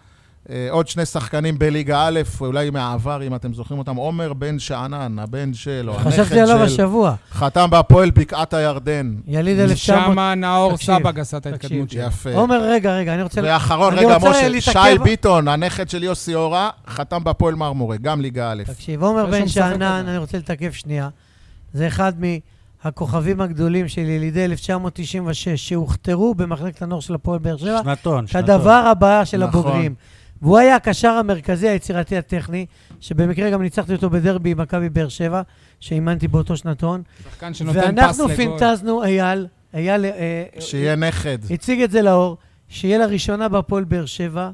אה, עוד שני שחקנים בליגה א', אולי מהעבר, אם אתם זוכרים אותם, עומר בן שאנן, הבן של, או
חשבתי עליו
הנכד של,
השבוע.
חתם בהפועל בקעת הירדן.
יליד 1900.
שמה נאור
תקשיב,
סבג עשה את ההתקדמות שלו.
יפה.
עומר, רגע, רגע, אני רוצה...
ואחרון,
אני
רגע,
רוצה
משה,
להתעכב-
שי ביטון, הנכד של יוסי אורה, חתם בהפועל מרמורק, גם ליגה א'.
תקשיב, עומר
אחרי שהוא
בן
משחק
שאנן,
עדיין.
אני רוצה לתקף שנייה. זה אחד מהכוכבים הגדולים של ילידי 1996, שהוכתרו במחלקת הנוער של הפועל באר שבע,
שנתון, שנתון.
כדבר הבא של
נכון.
הבוגרים. והוא היה הקשר המרכזי היצירתי הטכני, שבמקרה גם ניצחתי אותו בדרבי עם מכבי באר שבע, שאימנתי באותו שנתון.
שחקן שנותן פס
ואנחנו
לגול.
פינטזנו, אייל, אייל... אה,
שיהיה נכד. לא
הציג את זה לאור, שיהיה לראשונה בהפועל באר שבע,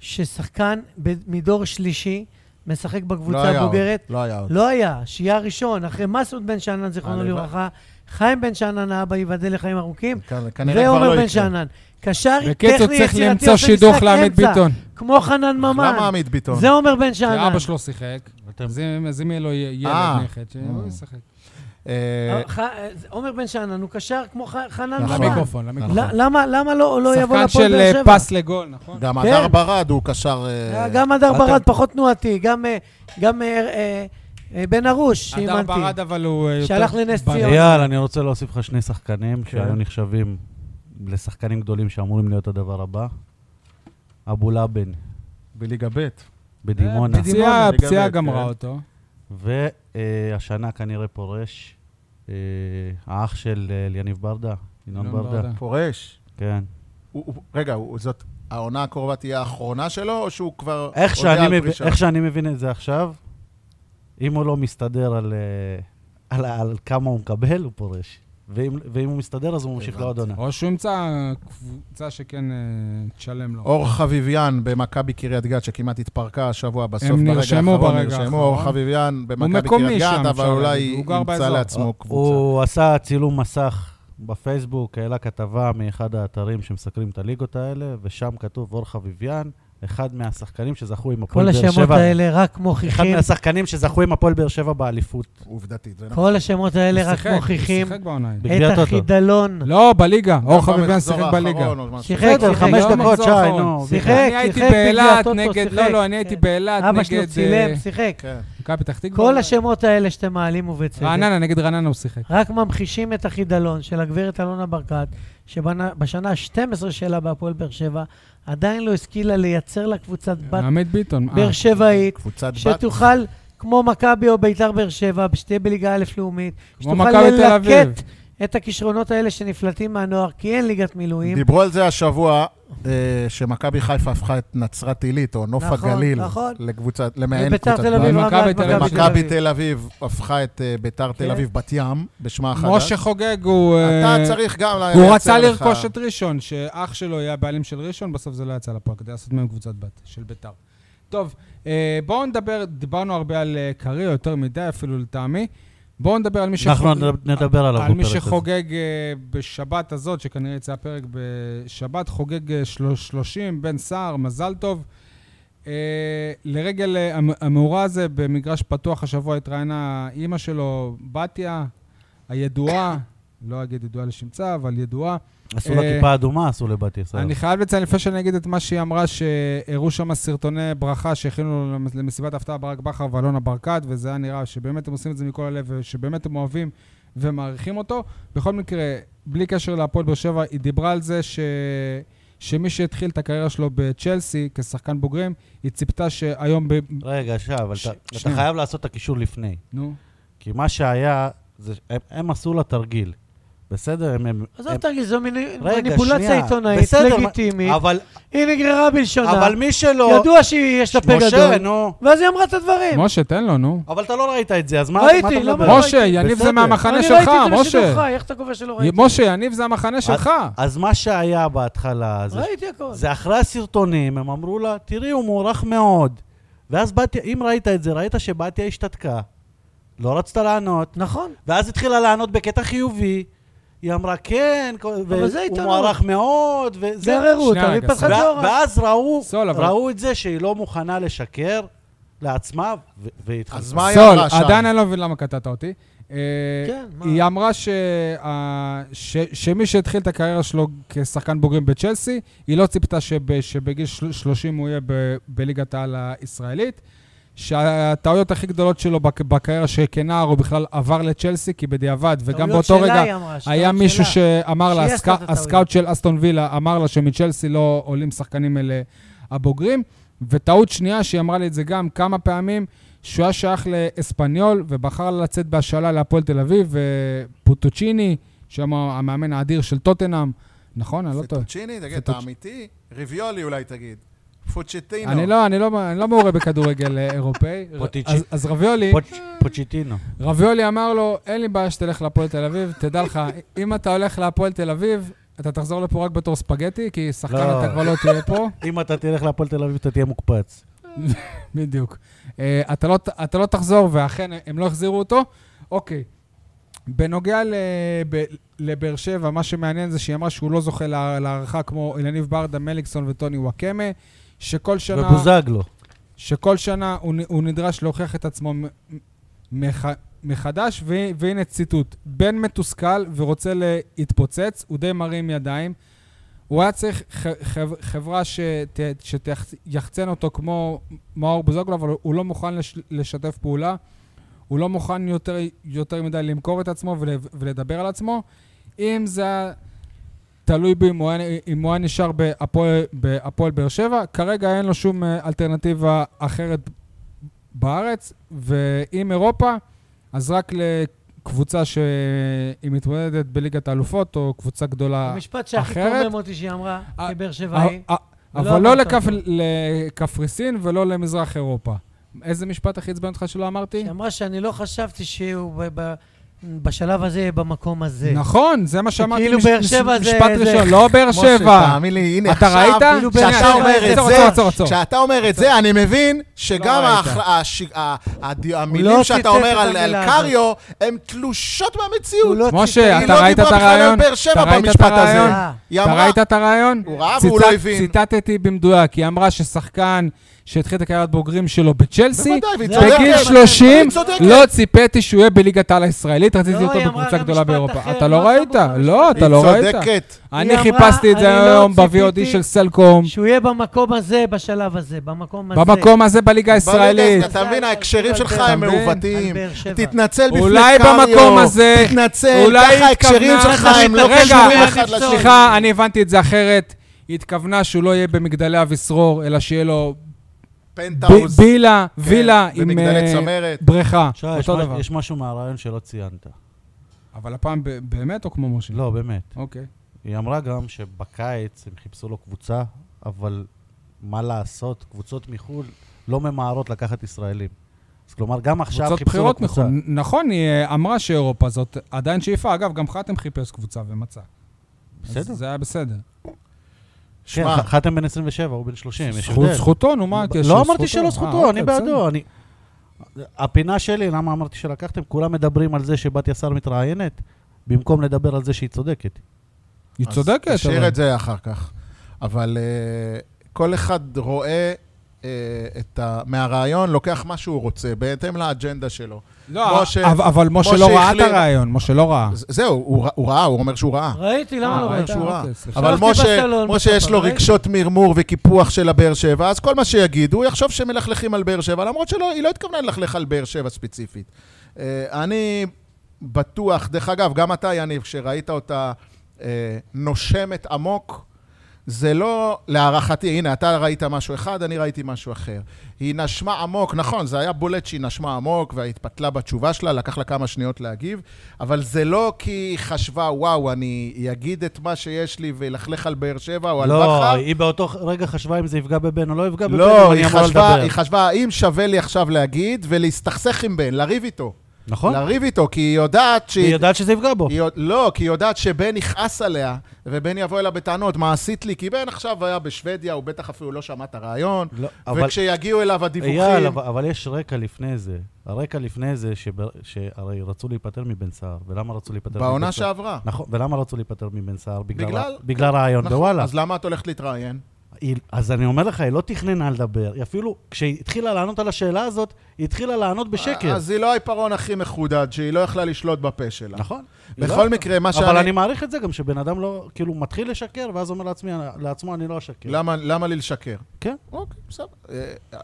ששחקן ב- מדור שלישי משחק
לא
בקבוצה
היה עוד,
הבוגרת.
לא היה עוד.
לא היה, שיהיה הראשון, אחרי מסעוד בן שאנן, זיכרונו
הלוואי.
לברכה, חיים בן שאנן, האבא ייבדל לחיים ארוכים,
כ- כנראה כבר לא
ועומר בן
יקרה.
שאנן. קשר
בקיצור,
טכני
צריך
יצירתי
למצוא
עושה
שידוך
משחק
לעמית
אמצע,
ביטון.
כמו חנן ממן.
למה עמית לא ביטון?
זה עומר בן
כי
שאנן.
אבא שלו שיחק,
אתם-
אז אם- אז אם יהיה לו י-
אה.
ילד נכד,
אה.
שהוא ישחק.
אה,
ח- עומר בן שאנן הוא קשר כמו ח- חנן
נכון.
ממן.
למיקרופון, למיקרופון.
ל- למה למה לא לא יבוא
שחקן
לפועל
של
באר
אה,
שבע?
פס לגול, נכון?
גם
כן.
הדר ברד הוא קשר... אה,
גם הדר
אתם-
ברד פחות תנועתי, גם, אה, גם אה, אה, אה, בן ארוש,
הדר
שאימנתי.
ברד אבל הוא אה, יותר...
שהלך לנס
בריא.
ציונה.
אייל, אני רוצה להוסיף לך שני שחקנים שהיו
כן.
נחשבים לשחקנים גדולים שאמורים להיות הדבר הבא. אבו לאבן
בליגה ב'.
בדימונה,
אה, פציעה-
בדימונה.
פציעה
לגבי,
גמרה
כן.
אותו.
והשנה כנראה פורש. אה, האח של אה, אליניב ברדה, ינון
ינון
ברדה.
ברדה.
פורש.
כן.
הוא- הוא- רגע, הוא- זאת העונה הקרובה תהיה האחרונה שלו, או שהוא כבר...
איך
הודיע
שאני
על
מבין-
פרישה?
איך שאני מבין את זה עכשיו, אם הוא לא מסתדר על, אה, על, על כמה הוא מקבל, הוא פורש. ואם, ואם הוא מסתדר, אז הוא ממשיך
הבנתי.
לעוד עונה.
או שהוא ימצא קבוצה שכן אה, תשלם לו.
אור חביביאן במכבי קריית גת, שכמעט התפרקה השבוע בסוף,
הם
ברגע
נרשמו
האחרון
ברגע
נרשמו.
האחרון.
אור חביביאן במכבי
מקומי
קריית גת,
שם,
אבל
אפשר
אולי
להגיד. הוא גר
ימצא
באזור.
לעצמו קבוצה.
אה, הוא עשה צילום מסך בפייסבוק, העלה כתבה מאחד האתרים שמסקרים את הליגות האלה, ושם כתוב אור חביביאן, אחד מהשחקנים שזכו עם
כל
הפועל באר
השמות
שבע.
האלה רק
אחד
מוכיחים,
מהשחקנים שזכו עם הפועל באר שבע באליפות.
עובדתית, זה נכון.
כל השמות האלה
הוא
רק
שיחק, הוא
מוכיחים
שיחק בעונה. ההיא.
בגביע
את
הטוטו.
החידלון.
לא, בליגה. אור חביביאן
במחזור
שיחק בליגה.
האחרון או משהו.
שיחק,
בסדר,
שיחק.
חמש
לא
דקות,
במחזור
שי,
האחרון.
נו.
שיחק,
אני הייתי
כן, שיחק בגביע
באילת
הטוטו,
נגד...
שיחק.
לא, לא, אני הייתי
כן.
באילת נגד...
אבא שלו צילם,
אה,
שיחק.
כן.
מכבי פתח תקווה.
כל השמות האלה שאתם מעלים ובצדק,
רעננה, נגד רעננה הוא שיחק.
רק ממחישים את החידלון של הגברת אלונה ברקת, שבשנה ה-12 שלה בהפועל באר שבע, עדיין לא השכילה לייצר לה קבוצת בת
עמית ביטון. אה.
באר שבעית,
קבוצת בת.
שתוכל, כמו מכבי או ביתר באר שבע, שתהיה בליגה א' לאומית,
כמו
שתוכל
מכבי תל אביב.
ללקט את הכישרונות האלה שנפלטים מהנוער, כי אין ליגת מילואים.
דיברו על זה השבוע, אה, שמכבי חיפה הפכה את נצרת עילית, או נוף
נכון,
הגליל,
נכון.
לקבוצה- למעין
וביתר
קבוצת
תל אביב
בעל.
ומכבי
רבה את
תל אביב.
מכבי תל אביב הפכה את אה, ביתר
כן.
תל אביב בת ים, בשמה החדש.
משה חוגג הוא...
אתה
אה,
צריך גם לייצר לך...
הוא רצה לרכוש את ראשון, שאח שלו יהיה הבעלים של ראשון, בסוף זה לא יצא לפועל, כדי לעשות מהם קבוצת בת של ביתר. טוב, אה, בואו נדבר, דיברנו הרבה על אה, קריא, יותר מדי אפילו לטעמי. בואו נדבר על מי
אנחנו
שחוגג-
נדבר עליו
על מי
בפרק הזה.
שחוגג אה, בשבת הזאת, שכנראה יצא הפרק בשבת, חוגג אה, של- 30, בן סער, מזל טוב. אה, לרגל אה, המ- המאורע הזה, במגרש פתוח השבוע התראיינה אימא שלו, בתיה, הידועה, לא אגיד ידועה לשמצה, אבל ידועה.
עשו לה
אה,
כיפה אדומה, עשו לבת ישראל.
אני חייב לציין, לפני שאני אגיד את מה שהיא אמרה, שהראו שם סרטוני ברכה שהכינו למס- למסיבת ההפתעה ברק בכר ואלונה ברקת, וזה היה נראה שבאמת הם עושים את זה מכל הלב, ושבאמת הם אוהבים ומעריכים אותו. בכל מקרה, בלי קשר להפועל באר שבע, היא דיברה על זה ש... שמי שהתחיל את הקריירה שלו בצ'לסי כשחקן בוגרים, היא ציפתה שהיום ב...
רגע, שעה, אבל
ש-
אתה- אתה
שנייה.
חייב לעשות את הקישור לפני.
נו.
כי מה שהיה, זה- הם- הם עשו לה תרגיל. בסדר, הם- הם...
עזוב
הם-
תרגיל, זו מיני-
רגע,
מניפולציה
שנייה.
עיתונאית,
בסדר, מה-
לגיטימית.
אבל-
היא נגררה בלשונה.
אבל מי שלא...
ידוע שיש לה פה
משה,
גדול.
נו.
ואז היא אמרה את הדברים.
לא- משה, תן לו, נו.
אבל אתה לא ראית את זה, אז מה
ראיתי,
מה אתה
למה
מדבר?
לא
משה, יניב זה
בסדר.
מהמחנה
אני
שלך,
ראיתי את זה
משה.
בשידורך, איך אתה קובע שלא ראיתי? אה,
משה, יניב זה המחנה שלך.
אז מה שהיה בהתחלה, זה
ראיתי הכל.
זה אחרי הסרטונים, הם אמרו לה, תראי, הוא מוערך מאוד. ואז בתיה, אם ראית את זה, ראית שבתיה השתתקה, לא רצתה לענות,
נכון.
ואז התחילה לענות בקטע חיובי, היא אמרה, כן, כל-
אבל זה
והוא
עיתונות.
מוערך מאוד,
זה
וזה...
הררות,
שנייה,
אבל היא
רגע,
פתחה
ו-
סליחה.
ג'ורה.
ואז ראו,
סול, אבל-
ראו את זה שהיא לא מוכנה לשקר לעצמה, ו- והתחלפה.
אז
אה,
מה היא
סול,
אמרה שם?
עדיין אני לא מבין למה קטעת אותי. אה,
כן, מה?
היא אמרה שה- ש- שמי שהתחיל את הקריירה שלו כשחקן בוגרים בצ'לסי, היא לא ציפתה שב- שבגיל של- 30 הוא יהיה ב- בליגת העל הישראלית. שהטעויות הכי גדולות שלו בק- בקריירה שכנער הוא בכלל עבר לצ'לסי, כי בדיעבד, וגם
טעויות
באותו
שלה,
רגע
היא אמרה,
היה
שטויות
מישהו
שלה.
שאמר לה,
שהיא עשתה
הסקא-
את הטעויות.
הסקאוט של אסטון וילה אמר לה שמצ'לסי לא עולים שחקנים אלה הבוגרים. וטעות שנייה, שהיא אמרה לי את זה גם כמה פעמים, שהוא היה שייך לאספניול ובחר לצאת בהשאלה להפועל תל אביב, ופוטוצ'יני, שם המאמן האדיר של טוטנאם, נכון? אני לא טועה.
פיטוצ'יני, תגיד, אתה
פיטוצ'-
אמיתי? ריביולי אולי תגיד. פוצ'טינו.
אני לא, אני לא, אני לא מעורה בכדורגל אה, אירופאי.
פוטוצ'י-
אז, אז רביולי,
פוצ'- פוצ'יטינו.
רביולי אמר לו, אין לי בעיה שתלך להפועל תל אביב, תדע לך, אם אתה הולך להפועל תל אביב, אתה תחזור לפה רק בתור ספגטי, כי שחקן
לא.
אתה כבר לא תהיה פה.
אם אתה תלך להפועל תל אביב, אתה תהיה מוקפץ.
בדיוק. אה, אתה לא, אתה לא תחזור, ואכן, הם לא החזירו אותו. אוקיי. בנוגע לב- לבאר שבע, מה שמעניין זה שהיא אמרה שהוא לא זוכה לה- להערכה כמו אלניב ברדה, מליקסון וטוני וואקמה, שכל שנה...
ובוזגלו.
שכל שנה הוא, נ- הוא נדרש להוכיח את עצמו מ- מח, מחדש, ו, והנה ציטוט: בן מתוסכל ורוצה להתפוצץ, הוא די מרים ידיים. הוא היה צריך ח, ח, חברה שת, שתחצן אותו כמו מאור בוזגלו, אבל הוא לא מוכן לש, לשתף פעולה. הוא לא מוכן יותר, יותר מדי למכור את עצמו ול, ולדבר על עצמו. אם זה היה תלוי בי אם הוא היה- אם הוא היה נשאר בהפועל- בהפועל באר שבע. כרגע אין לו שום אה, אלטרנטיבה אחרת בארץ, ואם אירופה, אז רק לקבוצה שהיא מתמודדת בליגת האלופות, או קבוצה גדולה
המשפט שהכי
אחרת?
קומם אותי שהיא אמרה,
אה,
כבאר שבעי,
אה, אה, אבל
ולא
לא
אמרת
לקפ-
אותו.
לקפריסין ולא למזרח אירופה. איזה משפט הכי עצבן אותך שלא אמרתי?
שהיא אמרה שאני לא חשבתי שהוא ב- ב- בשלב הזה יהיה במקום הזה.
נכון, זה מה שאמרתי.
כאילו
מש-
באר
מש-
שבע זה-
משפט
זה-
ראשון, לא באר
משה,
שבע.
תאמין לי, הנה
אתה
עכשיו,
ראית?
כאילו
שנייה,
כשאתה אומר
עצור,
את
עצור,
זה,
עצור, עצור.
כשאתה אומר את זה, אני מבין שגם
לא ראית.
ההכ- הש- ה- הד-
לא
המילים
ציטט
שאתה אומר
את
על
המילה
על
הזאת.
קריו, הן תלושות
הוא
מהמציאות.
לא
משה,
היא
אתה
לא
ראית את
דיברה בכלל על
הרעיון?
באר שבע
אתה ראית את
במשפט הזה.
הרעיון?
אה.
היא
אתה
אמרה-
ראית את הרעיון?
הוא ראה והוא
ציטט-
לא הבין.
ציטטתי במדויק, היא אמרה ששחקן שהתחיל את הקריירת בוגרים שלו בצ'לסי,
בוודאי, והיא
זה-
צודקת.
בגיל
היא
30
צודקת.
לא ציפיתי שהוא יהיה בליגת העל הישראלית,
לא,
רציתי
היא
אותו
אמרה
בקבוצה
גם
גדולה
משפט
באירופה.
אחר,
אתה
לא
לא ראית?
שמעו את
לא,
המשפט.
אתה לא
היא
ראית.
צודקת.
אני
אמרה,
חיפשתי את
אני
זה
לא
היום ב-VOD
ציפיתי
של סלקום,
שהוא יהיה במקום הזה, בשלב הזה, במקום הזה.
במקום הזה בליגה הישראלית.
ברגע, אתה מבין, ההקשרים שלך הם
אתה מבין?
מעוותים.
על באר שבע.
תתנצל בפני קריו.
אולי במקום הזה,
תתנצל,
אולי
ככה
היא
ההקשרים
התכוונה-
שלך הם לא
רגע,
קשורים
אני
אחד
אפסול.
לשני.
סליחה, אני הבנתי את זה אחרת. היא התכוונה שהוא לא יהיה במגדלי אביסרור, אלא שיהיה לו
פנטהאוז.
ב- בילה,
כן,
וילה עם
במגדלי
אה,
צמרת.
בריכה,
שי, יש
אותו
מש-
דבר.
יש משהו מהרעיון שלא ציינת.
אבל הפעם ב- באמת או כמו משה?
לא, באמת.
אוקיי.
היא אמרה גם שבקיץ הם חיפשו לו קבוצה, אבל מה לעשות, קבוצות מחו"ל לא ממהרות לקחת ישראלים. אז כלומר, גם עכשיו
קבוצות
חיפשו לו
בחירות
קבוצה.
מחו"ל. נכון, היא אה, אמרה שאירופה זאת עדיין שאיפה. אגב, גם חתם חיפש קבוצה ומצא. אז
בסדר.
זה היה בסדר.
כן,
שמע,
ח- חתם בן 27, הוא בן 30, כן, יש
זכות-
הבדל.
זכותו, נו, מה הקשר?
לא אמרתי
זכותו.
שלא
אה,
זכותו, אני
אוקיי, בסדר.
בעדו. אני- הפינה שלי, למה אמרתי שלקחתם? כולם מדברים על זה שבת יסר מתראיינת, במקום לדבר על זה שהיא צודקת.
היא
אז
צודקת, אבל...
תשאיר את זה אחר כך. אבל אה, כל אחד רואה אה, את ה... מהרעיון, לוקח מה שהוא רוצה, בהתאם לאג'נדה שלו.
לא,
משה-
אבל- אבל משה לא
משה
ראה את
החליט-
הרעיון, משה לא ראה.
ז- זהו, הוא, ר- הוא ראה, הוא אומר שהוא ראה.
ראיתי, למה
אה,
לא
הוא אומר
ראית?
ראית?
שהוא ראה.
אוקיי, סליחה.
אבל
ישבתי
משה,
בסלון
משה יש לו
בספה, ראית?
רגשות מרמור וקיפוח של הבאר שבע, אז כל מה שיגידו, הוא יחשוב שמלכלכים על באר שבע, למרות שהיא לא התכוונה ללכלך על באר שבע ספציפית. אה, אני בטוח, דרך אגב, גם אתה, יניב, כשראית אותה אה, נושמת עמוק, זה לא, להערכתי, הנה, אתה ראית משהו אחד, אני ראיתי משהו אחר. היא נשמה עמוק, נכון, זה היה בולט שהיא נשמה עמוק והתפתלה בתשובה שלה, לקח לה כמה שניות להגיב, אבל זה לא כי היא חשבה, וואו, אני אגיד את מה שיש לי ואלכלך על באר שבע או על
לא,
בכר.
היא באותו רגע חשבה אם זה יפגע בבן או לא יפגע בבן,
לא,
אבל
היא
היא אמורה
חשבה,
לדבר.
היא חשבה, האם שווה לי עכשיו להגיד ולהסתכסך עם בן, לריב איתו.
נכון?
לריב איתו, כי היא יודעת שהיא...
היא יודעת שזה יפגע בו.
היא, יודע- לא, כי היא יודעת שבן יכעס עליה, ובן יבוא אליה בטענות, מה עשית לי? כי בן עכשיו היה בשוודיה, הוא בטח אפילו לא שמע את הרעיון,
לא, אבל-
וכשיגיעו אליו הדיווחים...
אייל, אבל, אבל יש רקע לפני זה. הרקע לפני זה, שבר, שהרי רצו להיפטר מבן סער, ולמה רצו להיפטר מבן
בעונה
סער?
שעברה.
נכון, ולמה רצו להיפטר מבן סער? בגלל,
בגלל-
בגלל, בגלל רעיון
נכון,
בוואלה.
אז למה את הולכת להתראיין?
היא, אז אני אומר לך, היא לא תכננה לדבר. היא אפילו, כשהיא התחילה לענות על השאלה הזאת, היא התחילה לענות בשקר.
אז היא לא העיפרון הכי מחודד, שהיא לא יכלה לשלוט בפה שלה.
נכון. היא
בכל
לא-
מקרה, מה שאני...
אבל אני מעריך את זה גם, שבן אדם לא, כאילו, מתחיל לשקר, ואז אומר לעצמי, לעצמו, אני לא אשקר.
למה, למה לי לשקר?
כן.
אוקיי, בסדר. אה, אה,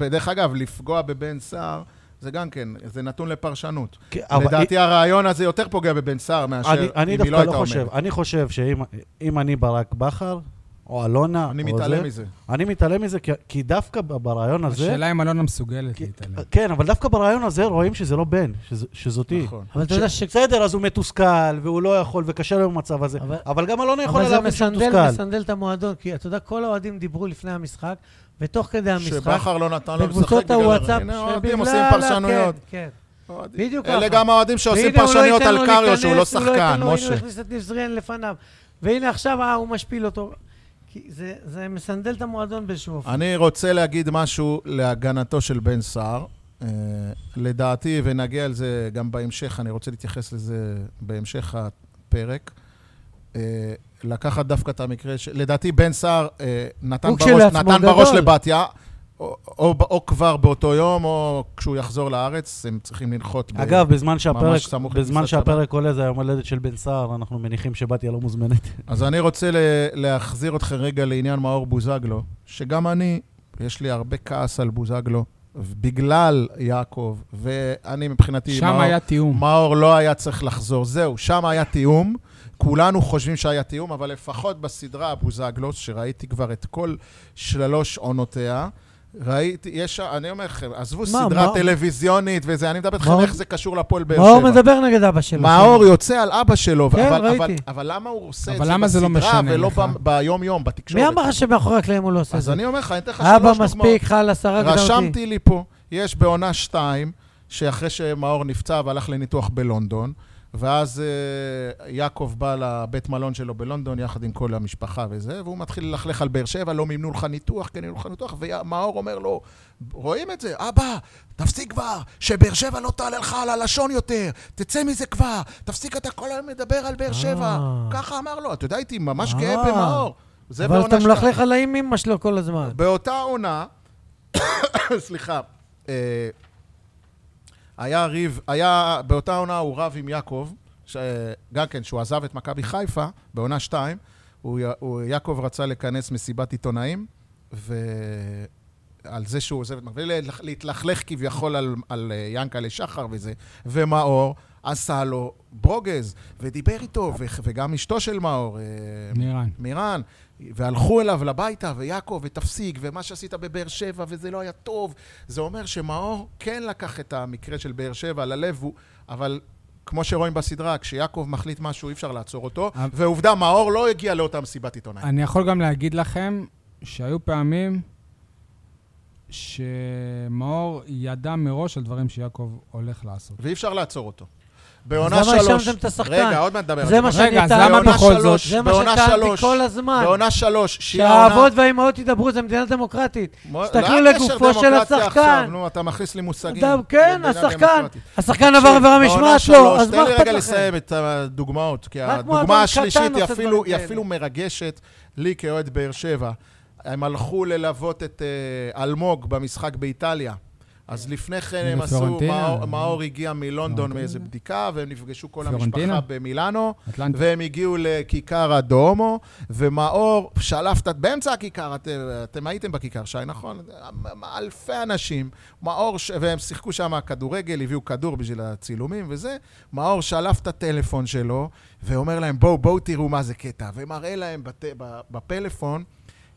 אה, דרך אגב, לפגוע בבן סער, זה גם כן, זה נתון לפרשנות.
כן, אבל
לדעתי הרעיון הזה יותר פוגע בבן סער מאשר
אני, אני
אם היא
דווקא
לא
לא,
הייתה
חושב.
אומרת.
אני חושב שאם אם אני ברק בכר, או אלונה,
אני
או
מתעלם
זה,
מזה.
אני מתעלם מזה, כי, כי דווקא ב- ברעיון הזה...
השאלה אם אלונה מסוגלת
כי-
להתעלם.
כן, אבל דווקא ברעיון הזה רואים שזה לא בן, שז, שזאת היא.
נכון.
אבל אתה יודע ש...
בסדר, אז הוא מתוסכל, והוא לא יכול, וקשה לו עם המצב הזה,
אבל-
אבל, גם אלונה
אבל
יכולה
זה
להבין שהוא
מסנדל,
מתוסכל.
מסנדל את המועדון, כי אתה יודע, כל האוהדים דיברו לפני המשחק, ותוך כדי המשחק,
שבכר לא נתן לו לשחק
בקבוצות
בגלל...
הוואטסאפ,
הנה,
שבגלל...
האוהדים עושים
ה-
פרשנויות.
כן, כן.
אוהדים.
בדיוק
אלה
ככה.
גם האוהדים שעושים
והנה, הוא לא
פרשנויות
ייתן לו
על קריו, שהוא לא
להיכנס, הוא ייתן
שחקן,
לו, הנה,
משה.
הוא הכניס את ניבזריאן לפניו. והנה עכשיו, אה, הוא משפיל אותו. כי זה, זה מסנדל את המועדון באיזשהו אופן.
אני רוצה להגיד משהו להגנתו של בן סער. אה, לדעתי, ונגיע לזה גם בהמשך, אני רוצה להתייחס לזה בהמשך הפרק. אה, לקחת דווקא את המקרה ש... לדעתי, בן סער אה, נתן
הוא
בראש,
כשלעצמו
נתן
גדול.
בראש לבתיה, או, או, או כבר באותו יום, או כשהוא יחזור לארץ, הם צריכים לנחות ב...
אגב, בזמן שהפרק,
סמוך
בזמן
לכניסת
שהפרק עולה, זה היום הולדת של בן סער, אנחנו מניחים שבתיה לא מוזמנת.
אז אני רוצה ל- להחזיר אתכם רגע לעניין מאור בוזגלו, שגם אני, יש לי הרבה כעס על בוזגלו, בגלל יעקב, ואני
אה,
מבחינתי,
שם
מאור,
היה תיאום.
מאור לא היה צריך לחזור. זהו, שם היה תיאום. כולנו חושבים שהיה תיאום, אבל לפחות בסדרה בוזגלו, שראיתי כבר את כל שלוש עונותיה, ראיתי, יש, אני אומר לכם, עזבו סדרה
מאור-
טלוויזיונית וזה, אני מדבר איתכם
מאור-
איך זה קשור לפועל באר שבע.
מאור מדבר נגד אבא שלו.
מאור יוצא על אבא שלו,
כן,
אבל, אבל,
ראיתי.
אבל למה הוא עושה את
אבל
זה
למה זה לא
בסדרה
משנה
ולא
לך?
ב- ביום-יום, בתקשורת?
מי אמר לך שמאחורי הקלעים הוא לא עושה את
אז
זה?
אני אומר לך, אני אתן לך
אבא
שלוש דוגמאות.
מספיק, חלאס, הרגת אותי.
רשמתי לי פה, יש בעונה שתיים, שאחרי שמאור נפצע והלך לניתוח בלונדון, ואז אה, יעקב בא לבית מלון שלו בלונדון יחד עם כל המשפחה וזה, והוא מתחיל ללכלך על באר שבע, לא מימנו לך ניתוח, כן מימנו לך ניתוח, ומאור אומר לו, רואים את זה, אבא, תפסיק כבר, שבאר שבע לא תעלה לך על הלשון יותר, תצא מזה כבר, תפסיק אתה כל היום לדבר על באר שבע.
אה.
ככה אמר לו, אתה יודע, הייתי ממש
אה.
גאה במאור. זה
אבל
בעונה
אתה
שתיים.
מלכלך על האם אמא שלו כל הזמן.
באותה עונה, סליחה, אה, היה ריב, היה, באותה עונה הוא רב עם יעקב, ש- אה, גם כן, שהוא עזב את מכבי חיפה, בעונה 2, הוא, י- הוא, יעקב רצה לכנס מסיבת עיתונאים, ועל זה שהוא עוזב את מכבי, להתלכלך כביכול על, על אה, ינקלה שחר וזה, ומאור עשה לו ברוגז, ודיבר איתו, ו, וגם אשתו של מאור, אה,
נירן.
מירן, והלכו אליו לביתה, ויעקב, ותפסיק, ומה שעשית בבאר שבע, וזה לא היה טוב. זה אומר שמאור כן לקח את המקרה של באר שבע ללב, הוא, אבל כמו שרואים בסדרה, כשיעקב מחליט משהו, אי אפשר לעצור אותו.
אבל-
ועובדה, מאור לא הגיע לאותה מסיבת עיתונאים.
אני יכול גם להגיד לכם שהיו פעמים שמאור ידע מראש על דברים שיעקב הולך לעשות.
ואי אפשר לעצור אותו.
למה
בעונה שלוש...
האשמתם את השחקן?
רגע, עוד מעט נדבר על
זה מה שאני
רגע, אז
טענתי-
למה
בעונה
בכל זאת?
שלוש,
זה מה
בעונה
שטענתי
שלוש,
כל הזמן.
בעונה שלוש, שהיא העונה...
שהאבות והאימהות ידברו, זה מדינה דמוקרטית.
מו-
תסתכלו
לא היה קשר
לגופו של
דמוקרטיה
השחקן.
עכשיו, נו, אתה מכניס לי מושגים.
אדם, כן,
במדינה
השחקן,
דמוקרטית.
השחקן עבר
תקשיב,
עבירה
בעונה
משמעת
שלוש,
לו, אז מה
תן לי
אכפת
רגע
לכם?
לסיים את הדוגמאות, כי
רק מועדון
הדוגמה השלישית
קטן
היא
עושה
אפילו-
לא דברים
היא
כאלה.
אפילו מרגשת לי כאוהד באר שבע. הם הלכו ללוות את אה, אלמוג במשחק באיטליה. אז לפני כן הם עשו,
מפלורנטינה.
מאור- מאור הגיע מלונדון
פלורנטינה.
מאיזו בדיקה, והם נפגשו כל
פלורנטינה.
המשפחה במילאנו.
אטלנטי.
והם הגיעו לכיכר הדומו, ומאור שלף את... באמצע הכיכר, את, אתם הייתם בכיכר, שי, נכון? אלפי אנשים. מאור, ש... והם שיחקו שם כדורגל, הביאו כדור בשביל הצילומים וזה. מאור שלף את הטלפון שלו, ואומר להם, בואו, בואו תראו מה זה קטע. ומראה להם בת... ב- בפלאפון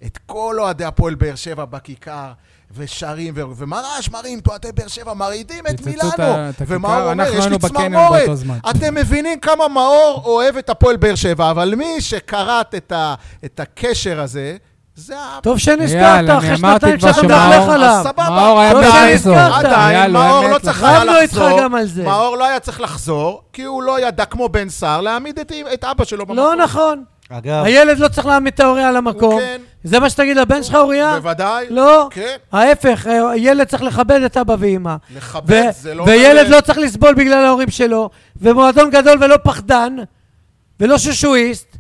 את כל אוהדי הפועל באר שבע בכיכר. ושרים, ו... ומרש, מרים, אוהדי באר שבע מרעידים את
פיצצו
מילאנו.
את ה- את הכיכר,
ומאור אומר,
אנחנו
יש לי
היינו בקניון
צמרמורת.
באותו זמן.
אתם מבינים כמה מאור אוהב את הפועל באר שבע, אבל מי שקראת את, ה, את הקשר הזה, זה ה...
טוב שנזכרת,
יאללה,
אחרי
אני אמרתי
שנתיים
כבר
שאתה
שמאור-
מלך עליו.
אז סבבה.
מאור היה
טוב
באייזו.
שנזכרת.
עדיין,
אייל, הוא
מאור
אמת
לא
לך.
צריך היה
רבנו איתך
לחזור.
גם על זה.
מאור לא היה צריך לחזור, כי הוא לא ידע, כמו בן סער, להעמיד את, את אבא שלו
לא נכון.
אגב,
הילד לא צריך להעמיד את ההורה על המקום.
כן.
זה מה שתגיד לבן שלך, אוריה?
בוודאי.
לא.
כן.
ההפך, אה, הילד צריך לכבד את אבא ואימא.
לכבד,
ו-
זה לא...
וילד לא צריך לסבול בגלל ההורים שלו, ומועדון גדול ולא פחדן, ולא שושואיסט,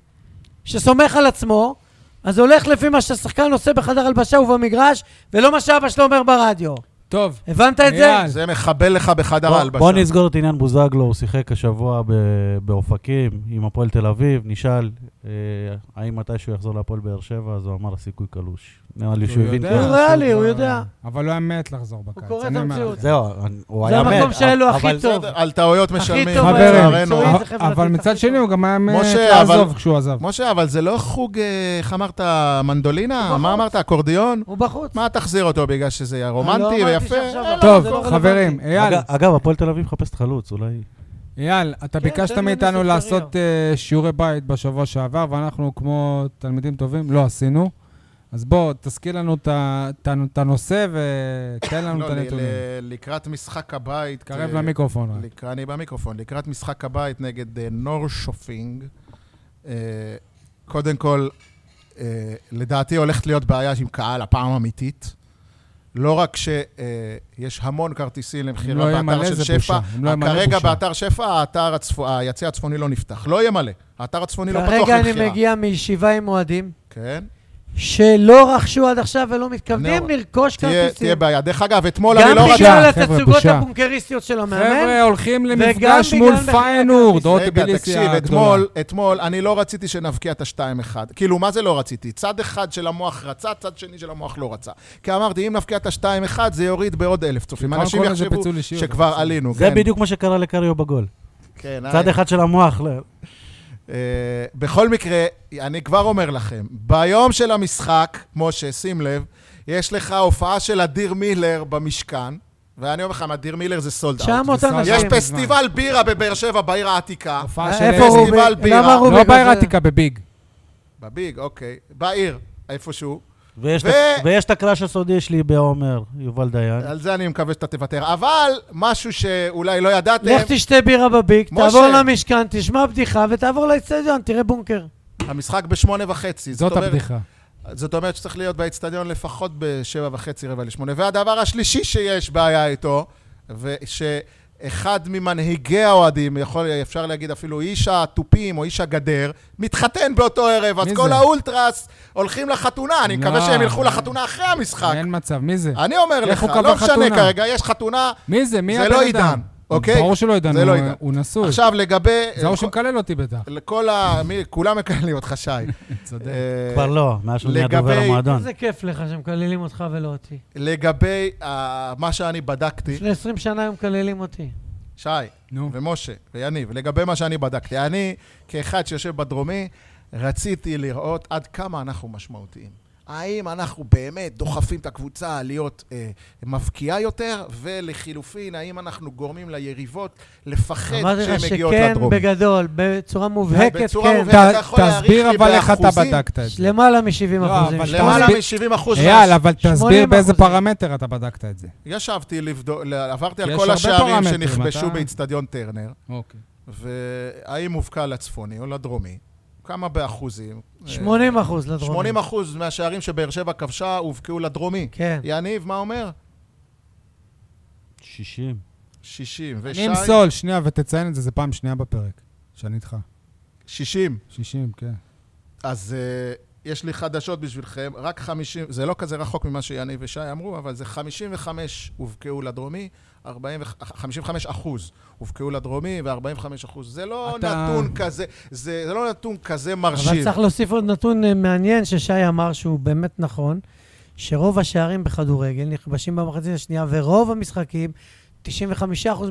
שסומך על עצמו, אז הולך לפי מה שהשחקן עושה בחדר הלבשה ובמגרש, ולא מה שאבא שלו אומר ברדיו.
טוב,
הבנת את זה?
אייל,
זה מחבל לך בחדר
בוא-
ההלבשה.
בוא נסגור את עניין בוזגלו, הוא שיחק השבוע ב- באופקים עם הפועל תל אביב, נשאל אה, האם מתישהו יחזור להפועל באר שבע, אז הוא אמר הסיכוי קלוש. נראה לי שהוא
הוא
הבין
יודע.
כבר.
הוא ריאלי, הוא יודע.
אבל הוא היה מת לחזור בקיץ.
קורא את
אני אומר
המציאות.
לכם.
זהו, אני- הוא
זה
היה מת.
המקום שלו הכי
אבל-
טוב.
בסדר, על טעויות משלמים.
טוב
חברים,
לצערנו.
מקצועית.
אבל-
זה חברתית
אבל מצד
הכי
שני
טובה.
הוא גם היה מת
משה,
לעזוב
אבל-
כשהוא עזב.
משה, אבל זה לא חוג, אה, איך אמרת, מנדולינה? מה
בחוץ.
אמרת, אקורדיון?
הוא בחוץ.
מה תחזיר אותו בגלל שזה היה
אני
רומנטי
לא אמרתי
ויפה?
שעכשיו
אה,
לא.
טוב,
זה לא רלוונטי.
חברים, אייל,
אגב- אגב, הפועל תל אביב מחפשת חלוץ, אולי...
אייל, אתה
כן,
ביקשת
תן לי
מאיתנו
לנסות
לעשות אה, שיעורי בית בשבוע שעבר, ואנחנו כמו תלמידים טובים לא עשינו. אז בוא, תזכיר לנו את ה- את ה- את הנושא ותן לנו
לא,
את
ל-
הנתונים.
ל- לקראת משחק הבית...
תקרב
אה,
למיקרופון. רק.
לק- אני במיקרופון. לקראת משחק הבית נגד אה, נור שופינג, אה, קודם כל, אה, לדעתי הולכת להיות בעיה עם קהל הפעם אמיתית. לא רק שיש המון כרטיסים
אם לא
למכירה
יהיה
באתר
מלא,
של
זה
שפע,
בושה. אם לא יהיה מלא,
כרגע
בושה.
באתר שפע האתר הצפו- היציע הצפוני לא נפתח. לא יהיה מלא. האתר הצפוני לא פתוח
כרגע אני
למכירה.
מגיע מישיבה עם אוהדים,
כן.
שלא רכשו עד עכשיו ולא מתכוונים
נו,
לרכוש
תהיה- תהיה
כרטיסים.
בעיה. דרך אגב, אתמול אני
גם
לא
בגלל-
רציתי...
בגלל
חבר'ה,
התצוגות
בושה.
הפונקריסטיות של המאמן,
חבר'ה, הולכים למפגש
וגם
מול
בגלל מחירי
פיינורד,
הכרטיס.
או
רגע,
טביליסי
תקשיב,
הגדולה.
אתמול, אתמול, אני לא רציתי שנבקיע את ה-2-1. כאילו, מה זה לא רציתי? צד אחד של המוח רצה, צד שני של המוח לא רצה. כי אמרתי, אם נבקיע את ה-2-1, זה יוריד בעוד אלף צופים.
קודם
אנשים
כל זה
יחשבו
פיצול אישיות,
שכבר
זה
עלינו,
זה
כן.
בדיוק מה שקרה לקריו בגול.
כן,
צד
אה,
אחד של המוח. לא.
אה, בכל מקרה, אני כבר אומר לכם, ביום של המשחק, משה, שים לב, יש לך הופעה של אדיר מילר במשכן, ואני אומר לך, אדיר מילר זה סולד אאוט.
900
בסדר.
אנשים.
יש
מזמן.
פסטיבל בירה בבאר שבע, בעיר העתיקה.
הופעה של
איפה
אסי.
פסטיבל
רוביק?
בירה.
למה רוביק?
לא בעיר
עושה-
העתיקה, בביג.
בביג, אוקיי. בעיר, איפשהו.
ויש
ו- אה,
את- ויש את הקראש הסודי שלי בעומר, יובל דיין.
על זה אני מקווה שאתה תוותר. אבל משהו שאולי לא ידעתם,
לך תשתה בירה בביק,
משה.
תעבור למשכן, תשמע בדיחה ותעבור לאצטדיון, תראה בונקר.
המשחק בשמונה וחצי.
זאת
אומרת-
הבדיחה.
זאת אומרת שצריך להיות באצטדיון לפחות בשבע וחצי, רבע לשמונה. והדבר השלישי שיש בעיה איתו, ושאחד ממנהיגי האוהדים, יכול, אפשר להגיד אפילו איש התופים או איש הגדר, מתחתן באותו ערב, אז
מי
כל
זה?
האולטרס הולכים לחתונה. אני
לא,
מקווה שהם ילכו
לא.
לחתונה אחרי המשחק.
אין מצב, מי זה?
אני אומר
איך
לך,
הוא קבע
לא משנה
חתונה?
כרגע, יש חתונה,
מי זה? מי
זה
הבן
לא
אדם?
עידן, אוקיי?
ברור שלא עידן,
זה לא
הוא-
עידן.
הוא נשוי.
עכשיו לגבי... אה,
זה ההוא שמקלל אותי בטח.
לכל ה... מי, כולם מקללים אותך, שי.
צודק.
אה,
כבר לא, מאז שהוא נהיה דובר
לגבי-
המועדון.
איזה כיף לך שמקללים אותך ולא אותי.
לגבי ה- מה שאני בדקתי,
לפני 20 שנה הם מקללים אותי.
שי
נו.
ומשה ויניב, לגבי מה שאני בדקתי, אני, כאחד שיושב בדרומי, רציתי לראות עד כמה אנחנו משמעותיים. האם אנחנו באמת דוחפים את הקבוצה להיות אה, מבקיעה יותר, ולחילופין, האם אנחנו גורמים ליריבות לפחד
אמרתי לך
כשהן מגיעות
שכן,
לדרום? לא,
בגדול, בצורה מובהקת,
בצורה
כן.
מובהקת. אתה יכול להעריך
תסביר
לי
אבל איך אתה
באחוזים?
בדקת את זה.
למעלה מ-70
לא,
אחוזים.
אבל
שאתה
למעלה
למעלה
אומר,
מ-70 אחוז
אייל, אבל תסביר
80%.
באיזה פרמטר אתה בדקת את זה.
ישבתי לבדוק, עברתי
יש
על כל
הרבה
השערים
פרמטרים,
שנכבשו
אתה-
באיצטדיון טרנר,
אוקיי.
והאם הובקע לצפוני או לדרומי, כמה באחוזים.
80 אחוז לדרום.
80 אחוז מהשערים שבאר שבע כבשה הובקעו לדרומי.
כן.
יניב, מה אומר?
60.
60. ושי?
נמסול, שנייה, ותציין את זה, זה פעם שנייה בפרק. שאני איתך.
60.
60, כן.
אז uh, יש לי חדשות בשבילכם, רק 50, זה לא כזה רחוק ממה שיניב ושי אמרו, אבל זה 55 הובקעו לדרומי, 40, ו- 55 אחוז הובקעו לדרומי ו-45 אחוז. זה
אתה-
לא אתה... נתון כזה, זה, זה לא נתון כזה
אבל
מרשים.
צריך להוסיף עוד נתון אה, מעניין ששי אמר שהוא באמת נכון, שרוב השערים בכדורגל נכבשים במחצית השנייה, ורוב המשחקים, 95%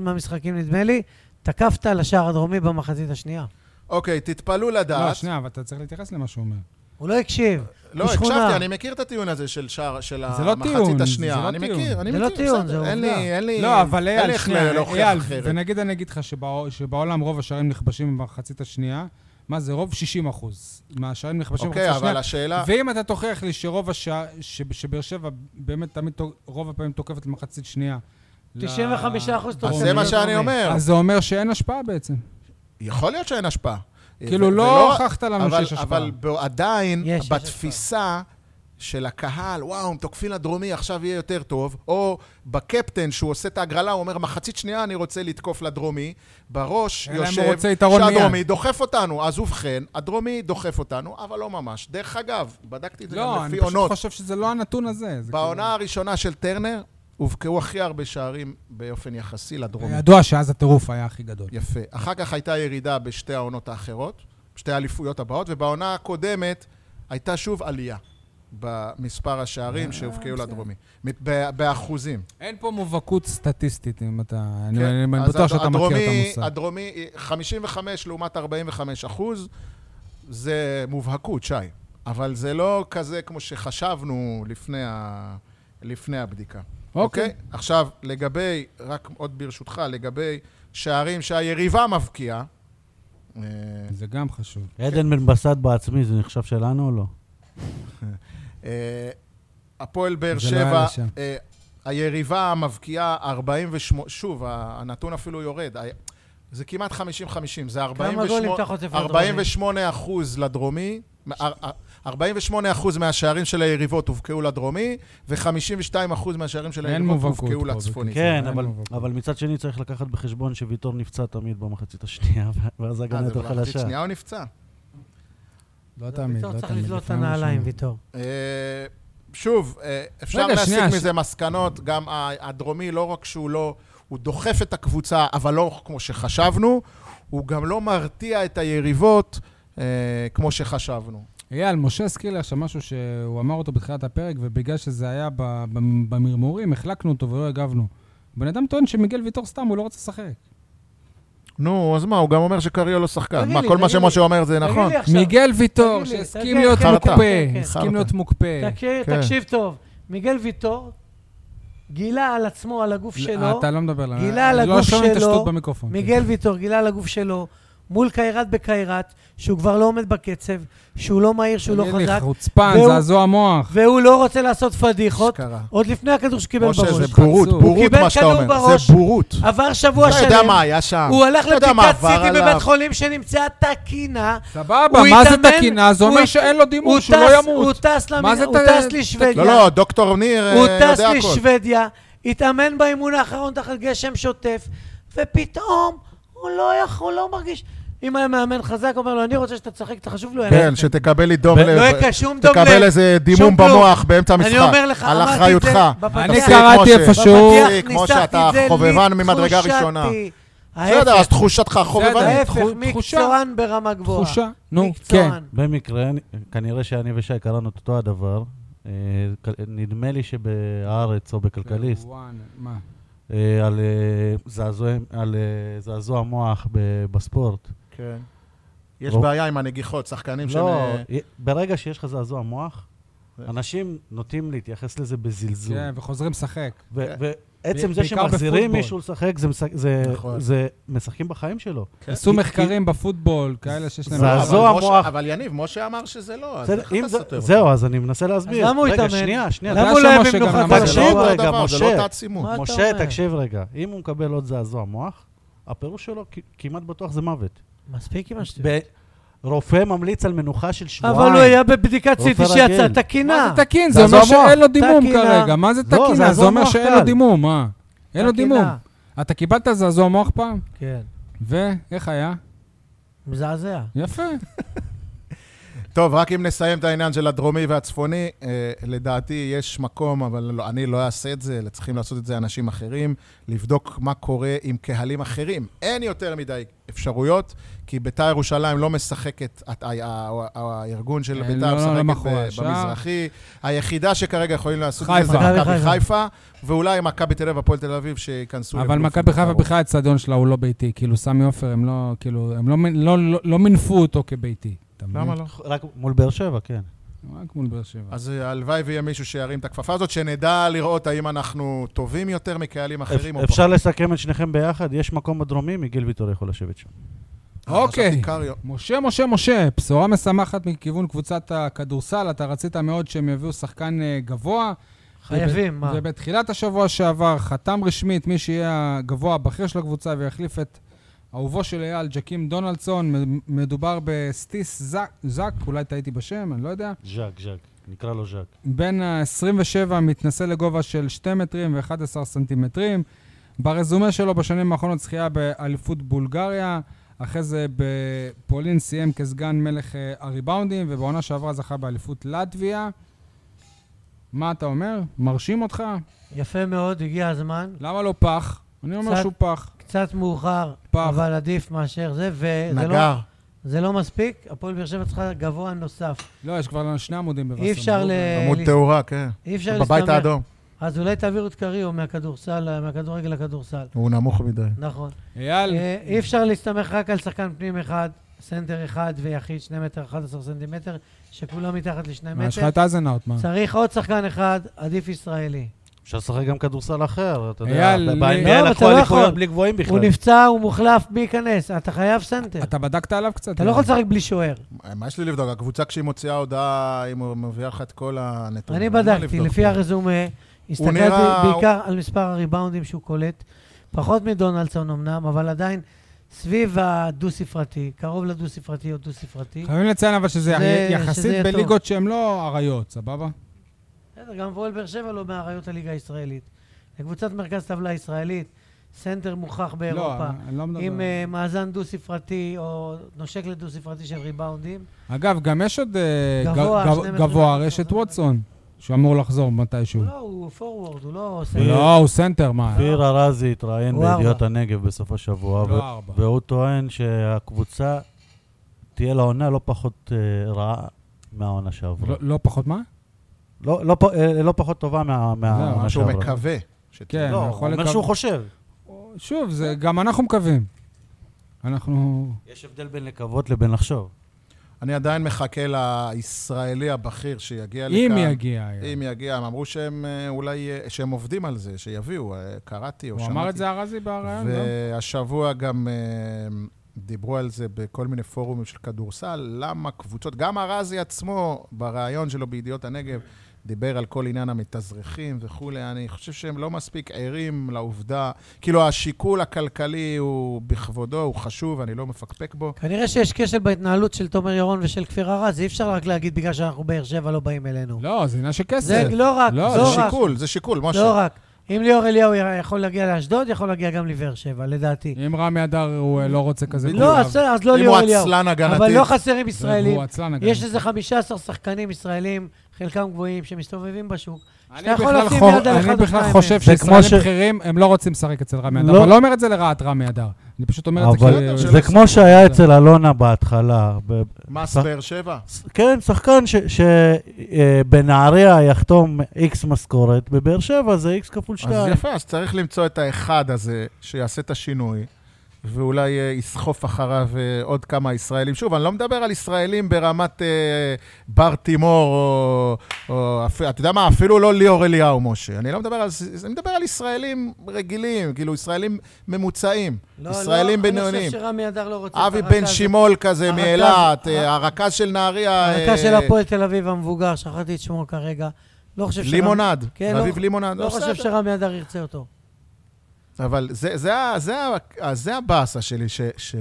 מהמשחקים נדמה לי, תקפת על השער הדרומי במחצית השנייה.
אוקיי, תתפלאו לדעת.
לא, שנייה, אבל אתה צריך להתייחס למה שהוא אומר.
הוא לא הקשיב.
לא,
הוא שכונה.
הקשבתי, אני מכיר את הטיעון הזה של שער, של
זה לא
המחצית
טיעון,
השנייה.
זה לא
אני
טיעון.
מכיר, אני
זה
מכיר,
לא טיעון,
בסדר.
זה
אין
עובדה.
לי, אין לי,
לא, אבל
אין לי
אייל,
איך
שנייה,
להוכיח
אייל,
אחרת.
ונגיד אני אגיד לך שבע- שבעולם רוב השערים נכבשים במחצית השנייה, מה זה רוב 60 אחוז מהשערים נכבשים במחצית
אוקיי, אבל
השנייה.
השאלה...
ואם אתה תוכיח לי שרוב השעה, ש- שבאר שבע באמת תמיד, תו- רוב הפעמים תוקפת במחצית שנייה.
95%
לדרום,
לא. אז
תוקפת.
זה מה שאני
דרומי.
אומר.
אז לא זה אומר שאין השפעה בעצם.
יכול להיות שאין השפעה.
כאילו,
ו-
לא
ולא-
הוכחת לנו
אבל-
שיש השפעה.
אבל ב- עדיין,
יש, יש
בתפיסה של הקהל, וואו, הם תוקפים לדרומי, עכשיו יהיה יותר טוב, או בקפטן, שהוא עושה את ההגרלה, הוא אומר, מחצית שנייה אני רוצה לתקוף לדרומי, בראש
אלא אם הוא
יושב
רוצה יתרון מיד.
שהדרומי דוחף אותנו. אז ובכן, הדרומי דוחף אותנו, אבל לא ממש. דרך אגב, בדקתי את זה
לא,
גם
אני
לפי
פשוט
עונות.
חושב שזה לא הנתון הזה. זה
בעונה הראשונה של טרנר, הובקעו הכי הרבה שערים באופן יחסי
כאילו-
לדרומי.
ידוע שאז הטירוף היה הכי גדול.
יפה. אחר כך הייתה ירידה בשתי העונות האחרות, בשתי האליפויות הבאות, ובעונה הקודמת הייתה שוב עלייה במספר השערים שהובקעו לדרומי. מת- ב- באחוזים.
אין פה מובהקות סטטיסטית, אם אתה... אני-
כן?
אני
אז
בטוח שאתה מכיר את
הדרומי-
המושג.
הדרומי, 55 לעומת 45 אחוז, זה מובהקות, שי. אבל זה לא כזה כמו שחשבנו לפני, ה... לפני הבדיקה.
אוקיי.
עכשיו, לגבי, רק עוד ברשותך, לגבי שערים שהיריבה מבקיעה,
כן.
אה,
זה גם חשוב.
עדן בן בסט בעצמי, זה נחשב שלנו או לא?
אה, הפועל באר
זה לא היה
שבע,
לשם.
אה, היריבה המבקיעה 48, שוב, ה- הנתון אפילו יורד. ה- זה כמעט 50-50, זה
גולים אתה חוטף
48,
לדרומי?
48 אחוז לדרומי, אה, אה, 48 אחוז מהשערים של היריבות הובקעו לדרומי, ו-52 אחוז מהשערים של
אין
היריבות
מובהקות
הובקעו אה,
פה,
לצפוני.
בקיצור.
כן,
אין
אבל-
מובהקות.
אבל מצד שני צריך לקחת בחשבון שוויטור נפצע תמיד במחצית השנייה, ואז
אה,
ההגנה
זה
יותר
במחצית
חלשה.
שנייה הוא נפצע.
לא תמיד, לא
ויטור
תמיד.
צריך לתלות את
לפעמים הוא
הנעליים,
שונה.
ויטור.
אה, שוב, אה, אפשר
רגע,
להסיק
שנייה,
מזה מסקנות, גם ה- הדרומי לא רק שהוא לא, הוא דוחף את הקבוצה, אבל לא כמו שחשבנו, הוא גם לא מרתיע את היריבות אה, כמו שחשבנו.
אייל, משה הזכיר לי עכשיו משהו שהוא אמר אותו בתחילת הפרק, ובגלל שזה היה ב- ב- במרמורים, החלקנו אותו ולא הגבנו. בן אדם טוען שמיגל ויטור סתם, הוא לא רוצה לשחק.
נו, אז מה, הוא גם אומר שקריו לא שחקן.
תגיד
מה,
לי,
כל מה
תגיד לי.
שמשה אומר זה נכון?
תגיד לי עכשיו,
מיגל ויטור,
תגיד לי,
שהסכים
תגיד,
להיות
כן,
מוקפא,
כן, כן.
הסכים
חרטא.
להיות מוקפא.
תקשיב-
כן.
תקשיב טוב, מיגל ויטור גילה על עצמו, על הגוף שלו,
אתה לא מדבר עליו.
גילה על
לא
הגוף
שומעים את
שלו,
השטות במיקרופון.
אוקיי.
מיגל ויטור גילה על הגוף שלו, מול קיירת בקיירת, שהוא כבר לא עומד בקצב, שהוא לא מהיר, שהוא לא
תגיד לי,
חזק,
חוצפן,
והוא-
זעזוע מוח.
והוא לא רוצה לעשות פדיחות,
אשכרה.
עוד לפני הכדור שקיבל
משה, זה
בראש.
בורות,
הוא
בורות
קיבל
מה שאתה
כדור
אומר.
בראש.
זה בורות.
עבר שבוע
אתה יודע מה
שלם,
היה שם.
הוא הלך
אתה יודע מה
לבדיקת
עבר
סיטי
עליו.
בבית חולים שנמצאה תקינה.
סבבה,
הוא
מה זה
התאמן,
תקינה? זה
הוא
אומר
הת-
שאין לו
הוא
דימוי, שהוא לא
טס- הוא
ימות.
טס
מה
למ-
זה
הוא
ת-
טס
ת-
לשוודיה.
לא, לא, דוקטור ניר אה,
הוא
יודע
טס
הכול.
לשוודיה, התאמן באימון האחרון תחת גשם שוטף, ופתאום הוא לא יכול, הוא לא מרגיש... אם היה מאמן חזק, אומר לו, אני רוצה שאתה תשחק, אתה חשוב לו, אני
כן, שתקבל לי דום
לא
לב.
לא יקרה שום דום לב.
תקבל איזה דימום
שום כלום.
במוח באמצע המשחק.
אני אומר לך,
על
אמרתי את
אחריותך.
זה בפתיח.
אני
תפסיק,
קראתי
משה.
איפשהו...
תפסיק, כמו שאתה חובבן ממדרגה ראשונה. בסדר,
בסדר,
אז תחושתך חובבנית.
בסדר.
ההפך,
תחו- תחושה.
מקצוען ברמה גבוהה.
תחושה. נו, כן.
מקצוען.
במקרה, אני- כנראה שאני ושי קראנו את אותו הדבר. אה, כ- נדמה לי שבהארץ או בכלכליסט,
וואן, מה?
כן,
אה, על אה, זעזוע- על, אה, זעזוע מוח ב- בספורט.
כן. לא, יש
לא.
בעיה עם הנגיחות, שחקנים אה, ש...
לא, אה, ברגע שיש לך זעזוע מוח, אנשים נוטים להתייחס לזה בזלזול.
כן, וחוזרים לשחק.
ו-
כן.
ועצם
ב-
זה
בעיקר
שמחזירים
בפוטבול.
מישהו לשחק, זה משחק- זה-
נכון.
זה משחקים בחיים שלו.
כן.
עשו
כי-
מחקרים בפוטבול, כאלה שיש להם... לא-
זה
אבל
זעזוע
משה-
מוח.
אבל יניב, משה אמר שזה לא,
אה,
אז
בסדר,
איך
אם
אתה
זה-
סותר? אותו?
זהו, אז אני מנסה להסביר.
למה הוא
רגע,
התאמן?
שנייה, שנייה.
אתה
למה
יודע
הוא לא היה
שמשה גם
במנוחת
אמר
זה
שלא.
לא
תקשיב
אותו
רגע,
דבר, זה לא
משה.
אותה עצימות.
מה אתה
משה,
אומר?
תקשיב רגע, אם הוא מקבל עוד זעזוע מוח, הפירוש שלו כ- כמעט בטוח זה מוות.
מספיק עם השטויות.
ב- רופא ממליץ על מנוחה של שבועיים.
אבל הוא היה בבדיקת
רופא
CT
רגיל.
שיצאה
מה
תקינה.
זה תקין? זה
זעזוע
אומר שאין לו
מוח.
דימום
תקינה.
כרגע. מה זה
לא,
תקינה? זה
זעזוע
אומר
מוח
שאין לו
קל.
דימום, אה. אין לו
תקינה.
דימום. אתה קיבלת זעזוע מוח פעם?
כן.
ואיך היה?
מזעזע.
יפה.
טוב, רק אם נסיים את העניין של הדרומי והצפוני, אה, לדעתי יש מקום, אבל לא, אני לא אעשה את זה, אלא צריכים לעשות את זה אנשים אחרים, לבדוק מה קורה עם קהלים אחרים. אין יותר מדי אפשרויות, כי ביתר ירושלים לא משחקת, הת- ה- ה- ה- הארגון של
אה,
ביתר
לא, לא, לא
משחקת
מאחורי
ב-
השער.
במזרחי. היחידה שכרגע יכולים לעשות את
חיפה.
זה זה מכבי
מכבי
חיפה, ואולי מכבי תל אביב, הפועל תל אביב, שייכנסו
אבל
לבלומפילד
מכבי חיפה
בקרוב.
בכלל, האצטדיון שלה הוא לא ביתי. כאילו, סמי עופר, הם לא, כאילו, הם לא מ- לא- לא- לא מינפו אותו כביתי. אתה מבין?
למה לא?
רק מול באר שבע, כן.
רק מול באר שבע.
אז אה, הלוואי ויהיה מישהו שירים את הכפפה הזאת, שנדע לראות האם אנחנו טובים יותר מקהלים אחרים או פחות.
אפשר לסכם את שניכם ביחד, יש מקום בדרומי, מיגל ויטור יכול לשבת שם.
אה,
אוקיי.
חשבתי קריו.
משה, משה, משה, בשורה משמחת מכיוון קבוצת הכדורסל. אתה רצית מאוד שהם יביאו שחקן אה, גבוה.
חייבים, מה?
ובתחילת השבוע שעבר חתם רשמית מי שיהיה הגבוה הבכיר של הקבוצה ויחליף את אהובו של אייל, ג'קים דונלדסון. מ- מדובר בסטיס זק, זק, אולי טעיתי בשם, אני לא יודע.
ז'אק, ז'אק, נקרא לו ז'אק.
בן ה-27 מתנסה לגובה של 2 מטרים ו-11 סנטימטרים. ברזומה שלו בשנים האחרונות זכייה באליפות בולגריה, אחרי זה בפולין סיים כסגן מלך אה, הריבאונדים, ובעונה שעברה זכה באליפות לטביה. מה אתה אומר? מרשים אותך?
יפה מאוד, הגיע הזמן.
למה לא פח? אני אומר
קצת.
שהוא פח.
קצת מאוחר,
פח.
אבל עדיף מאשר זה,
אה,
וזה לא,
נגר.
זה לא מספיק. הפועל באר שבע צריכה גבוה נוסף.
לא, יש כבר לנו שני עמודים בבשר.
אי אפשר ל...
אה,
עמוד
לס-
תאורה, כן.
אי אפשר
בבית
להסתמך.
האדום.
אז אולי תעבירו את קריו מהכדורסל, מהכדורגל לכדורסל.
הוא נמוך מדי.
נכון.
אייל,
אה, אי אפשר להסתמך רק על שחקן פנים אחד, סנטר אחד ויחיד, 2 מטר 11 סנטימטר, שכולם מתחת ל-2
מה, יש לך
מטר.
את אייזנאוט, מה?
צריך עוד שחקן אחד, עדיף ישראלי.
אפשר לשחק גם כדורסל אחר, אתה יודע,
אייל,
ב-
לי-
ב-NBA
לא, אבל אתה
לקחו
לא
אליפויות
יכול.
בלי גבוהים בכלל.
הוא נפצע, הוא מוחלף, מי ייכנס? אתה חייב סנטר.
אתה בדקת עליו קצת?
אה. אתה לא יכול לשחק בלי שוער.
אה, מה יש לי לבדוק? הקבוצה כשהיא מוציאה הודעה, היא מביאה לך את כל הנתונים.
אני
אין מה
בדקתי,
לבדוק.
לפי הרזומה, הסתכלתי
נראה-
בעיקר על מספר הריבאונדים שהוא קולט, פחות מדונלדסון אמנם, אבל עדיין סביב הדו-ספרתי, קרוב לדו-ספרתי או דו-ספרתי.
חייבים לציין אבל שזה
שזה- שזה
יחסית
יהיה טוב.
בליגות שהן לא אריות, סבבה?
בסדר, גם פועל באר שבע לא מאריות הליגה הישראלית. לקבוצת מרכז טבלה ישראלית, סנטר מוכח באירופה,
לא, אני לא מדבר.
עם אה, מאזן דו-ספרתי או נושק לדו-ספרתי של ריבאונדים.
אגב, גם יש עוד אה,
גבוה,
גב-
שני מטרים
גבוה,
וחצי,
יש את
שלושה
ווטסון, שאמור לחזור מתישהו.
הוא לא, הוא פורוורד, הוא לא סנטר.
כן. לא, הוא סנטר, מה?
כפיר ארזי התראיין
וואו.
בידיעות הנגב בסוף השבוע, ו-
לא ארבע.
והוא טוען שהקבוצה תהיה לעונה לא פחות אה, רעה מהעונה שעברה.
לא- לא פחות מה?
לא- לא פ- אה, לא פחות טובה מה- מהעונה
משהו
אה, שהוא
שעברה.
מקווה. שתהיה.
כן,
לא,
הוא
הוא
יכול
אומר
לקו-
שהוא חושב.
שוב, זה- גם אנחנו מקווים. אנחנו...
יש הבדל בין לקוות לבין לחשוב.
אני עדיין מחכה לישראלי הבכיר שיגיע לכאן.
אם יגיע, אה,
אם יגיע, הם אמרו שהם אה, אולי, אה, שהם עובדים על זה, שיביאו, אה, קראתי או
הוא
שמעתי.
אמר את זה ארזי בריאיון, לא?
והשבוע גם אה, דיברו על זה בכל מיני פורומים של כדורסל, למה קבוצות, גם ארזי עצמו, בריאיון שלו בידיעות הנגב, דיבר על כל עניין המתאזרחים וכולי. אני חושב שהם לא מספיק ערים לעובדה, כאילו השיקול הכלכלי הוא בכבודו, הוא חשוב, אני לא מפקפק בו.
כנראה שיש כשל בהתנהלות של תומר ירון ושל כפיר ארז, אי אפשר רק להגיד בגלל שאנחנו באר שבע לא באים אלינו.
לא, זה עניין של
זה
כסף.
לא רק,
לא,
לא
זה
זה
רק,
שיקול, זה שיקול, משה.
לא רק. אם ליאור אליהו יכול להגיע לאשדוד, יכול להגיע גם לבאר שבע, לדעתי.
אם רמי אדר הוא אה, לא רוצה כזה...
לא, אז בסדר, אז לא
אם הוא
ליאור אליהו.
עצלן הגנתי,
אבל לא חסרים ישראלים.
הוא עצלן הגנתי.
יש איזה 15 שחקנים ישראלים, חלקם גבוהים, שמסתובבים בשוק.
אני
שאתה יכול
בכלל
לשים
חור-
יד על אחד
אני
או
בכלל
שניים
חושב
זה
מהם.
שישראלים
כמו ש-
בכירים, הם לא רוצים לשחק אצל רמי אדר.
לא.
אבל לא אומר את זה לרעת רמי אדר. אני פשוט אומר את זה כי...
אבל זה כמו שהיה אצל אלונה בהתחלה. ב-
מס באר שבע.
כן, שחקן שבנהריה יחתום איקס משכורת, בבאר שבע זה איקס כפול
אז
שתיים.
יפה, אז צריך למצוא את האחד הזה שיעשה את השינוי, ואולי אה, יסחוף אחריו אה, עוד כמה ישראלים. שוב, אני לא מדבר על ישראלים ברמת אה, בר תימור, או... או אפ- אתה יודע מה? אפילו לא ליאור אליהו, משה. אני לא מדבר על... ס- אני מדבר על ישראלים רגילים, כאילו, ישראלים ממוצעים,
לא,
ישראלים
לא, אני
בינוניים.
חושב שרמי אדר לא רוצה... את
אבי
הרכז.
בן שימול כזה
הרכז-
מאילת,
הר-
אה, הרכז של נהריה...
הרכה של
אה,
הפועל תל אביב המבוגר, שכחתי את שמו כרגע. לא חושב שרמי-
לימונד,
כן, לא-
אביב לימונד.
לא חושב
בסדר.
שרמי אדר ירצה אותו.
אבל זה, זה, ה- זה, ה- זה הבאסה שלי, ש... ש...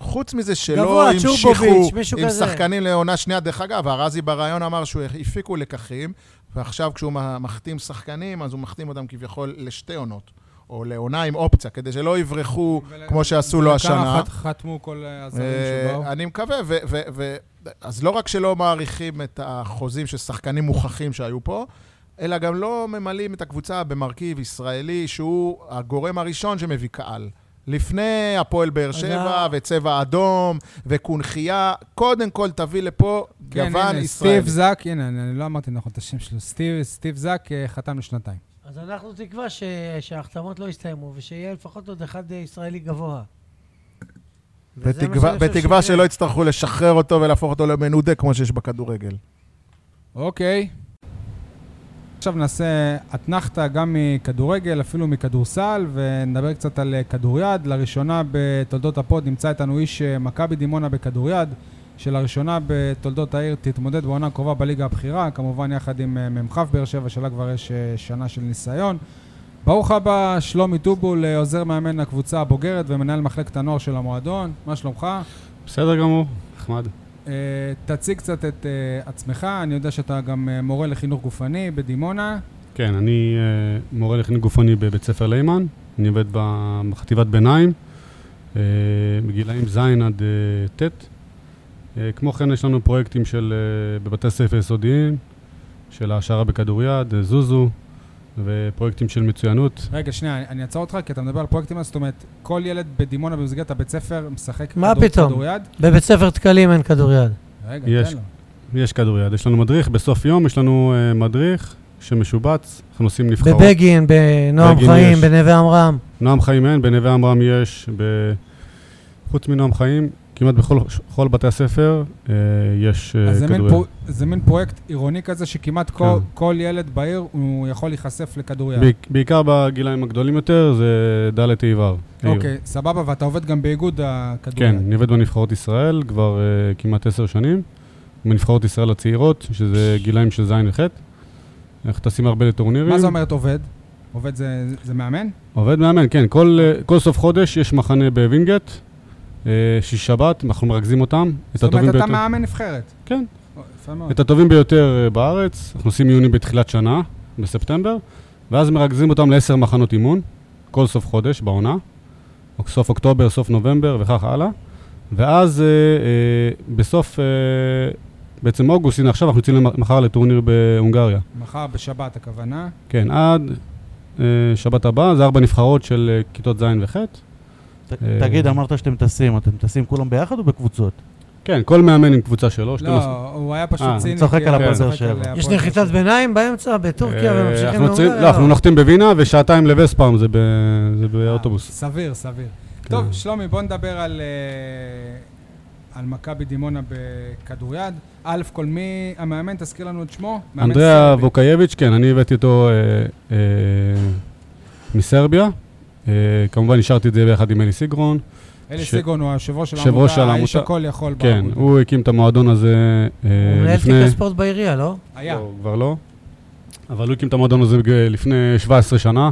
חוץ מזה שלא
גבוה, צ'ורבוביץ',
המשיכו
מישהו
עם
כזה.
שחקנים לעונה שנייה, דרך אגב, ארזי בריאיון אמר שהוא הפיקו לקחים, ועכשיו כשהוא מ- מחתים שחקנים, אז הוא מחתים אותם כביכול לשתי עונות, או לעונה עם אופציה, כדי שלא יברחו כמו שעשו לו השנה.
כמה חת- חתמו כל אה, הזרים שבאו?
אה, אני מקווה, ו... ו, ו אז לא רק שלא מעריכים את החוזים של שחקנים מוכחים שהיו פה, אלא גם לא ממלאים את הקבוצה במרכיב ישראלי, שהוא הגורם הראשון שמביא קהל. לפני הפועל באר שבע,
ה-
וצבע אדום, וקונכייה, קודם כל תביא לפה
כן,
גוון
הנה,
ישראלי.
סטיב זק, הנה, אני אני לא אמרתי נכון את השם שלו. סטיב- סטיב זק אה, חתם לשנתיים.
אז אנחנו תקווה ש- שההחתמות לא יסתיימו, ושיהיה לפחות עוד אחד אה, ישראלי גבוה. וזה מה
בתקווה-
שאני חושב
בתקווה
שיקרה.
שלא יצטרכו לשחרר אותו ולהפוך אותו למנודה כמו שיש בכדורגל.
אוקיי. עכשיו נעשה אתנחתה גם מכדורגל, אפילו מכדורסל, ונדבר קצת על אה, כדוריד. לראשונה בתולדות הפוד נמצא איתנו איש אה, מכבי דימונה בכדוריד, שלראשונה בתולדות העיר תתמודד בעונה הקרובה בליגה הבכירה, כמובן יחד עם אה, מ"כ באר שבע, שלה כבר יש אה, שנה של ניסיון. ברוך הבא, שלומי טובול, אה, עוזר מאמן הקבוצה הבוגרת ומנהל מחלקת הנוער של המועדון. מה שלומך?
בסדר גמור, נחמד.
אה, תציג קצת את אה, עצמך, אני יודע שאתה גם אה, מורה לחינוך גופני בדימונה.
כן, אני אה, מורה לחינוך גופני בבית ספר ליימן, אני עובד ב- בחטיבת ביניים, אה, בגילאים ז' עד אה, ט'. אה, כמו כן, יש לנו פרויקטים של, אה, בבתי ספר יסודיים, של העשרה בכדוריד, אה, זוזו, ופרויקטים של מצוינות.
רגע, שנייה, אני- אני אעצור אותך, כי אתה מדבר על פרויקטים, אז זאת אומרת, כל ילד בדימונה במסגרת הבית ספר משחק
מה
כדור-
פתאום?
כדוריד?
בבית ספר תקלים אין כדוריד.
רגע,
יש.
תן לו.
יש כדוריד, יש לנו מדריך, בסוף יום יש לנו אה, מדריך שמשובץ, אנחנו עושים נבחרות.
בבגין, בנועם
בגין
חיים,
יש.
בנווה עמרם.
נועם חיים אין, בנווה עמרם יש, ב... חוץ מנועם חיים, כמעט בכל כל בתי הספר אה, יש אה,
אז זה מין
כדוריד.
פרו- זה מין פרויקט עירוני כזה, שכמעט כל-
כן.
כל ילד בעיר, הוא יכול להיחשף לכדוריד.
בעיק- בעיקר בגילאים הגדולים יותר, זה ד' עיוור.
אוקיי, סבבה, ואתה עובד גם באיגוד הכדוריד.
כן, אני עובד בנבחרות ישראל כבר אה, כמעט עשר שנים, בנבחרות ישראל הצעירות, שזה גילאים של ז' וח'. אנחנו טסים הרבה לטורנירים.
מה זה אומרת עובד? עובד זה זה מאמן?
עובד מאמן, כן. כל, אה, כל סוף חודש יש מחנה בווינגייט, אה, שיש שבת, אנחנו מרכזים אותם, את
זאת
הטובים
אומרת,
ביותר.
אתה מאמן נבחרת.
כן.
או, יפה מאוד.
את הטובים ביותר אה, בארץ, אנחנו עושים איונים בתחילת שנה, בספטמבר, ואז מרכזים אותם לעשר מחנות אימון, כל סוף חודש בעונה, או- סוף אוקטובר, סוף נובמבר וכך הלאה, ואז אה, אה, בסוף, אה, בעצם אוגוסט, הנה עכשיו אנחנו יוצאים למ- מחר לטורניר בהונגריה.
מחר בשבת הכוונה.
כן, עד אה, שבת הבאה, זה ארבע נבחרות של אה, כיתות ז' וח'.
ת-
אה.
תגיד, אמרת שאתם טסים, אתם טסים כולם ביחד או בקבוצות?
כן, כל מאמן עם קבוצה שלו. 12.
לא, הוא היה פשוט
אה, אני
ציני.
צוחק
כי
על
הוא
הפועל
צוחק
באר שבע.
על
נכון,
הפועל
יש
באר
נחיתת
שבע.
ביניים באמצע בטורקיה
אה,
וממשיכים
אנחנו יוצאים- לא, אנחנו נוחתים בווינה ושעתיים לווספאם, זה ב- זה באוטובוס. כן.
אה, סביר, סביר. טוב, שלומי, בוא נדבר על אה, על מכבי דימונה בכדוריד. א' כל מי המאמן, תזכיר לנו את שמו. מאמן
אנדריה
סרבי.
ווקייביץ', כן, אני הבאתי אותו אה, אה, מסרביה. אה, כמובן, השארתי את זה ביחד עם אלי סיגרון.
אלי
ש-
סיגון הוא היושב ראש של
יושב ראש של
העמותה, האיש
העמותה.
הכל יכול.
כן,
בעמותה.
הוא הקים את המועדון הזה אה,
הוא מנהל
לפני...
תיק הספורט בעירייה, לא?
היה.
לא, כבר לא. אבל הוא הקים את המועדון הזה בג- לפני 17 שנה.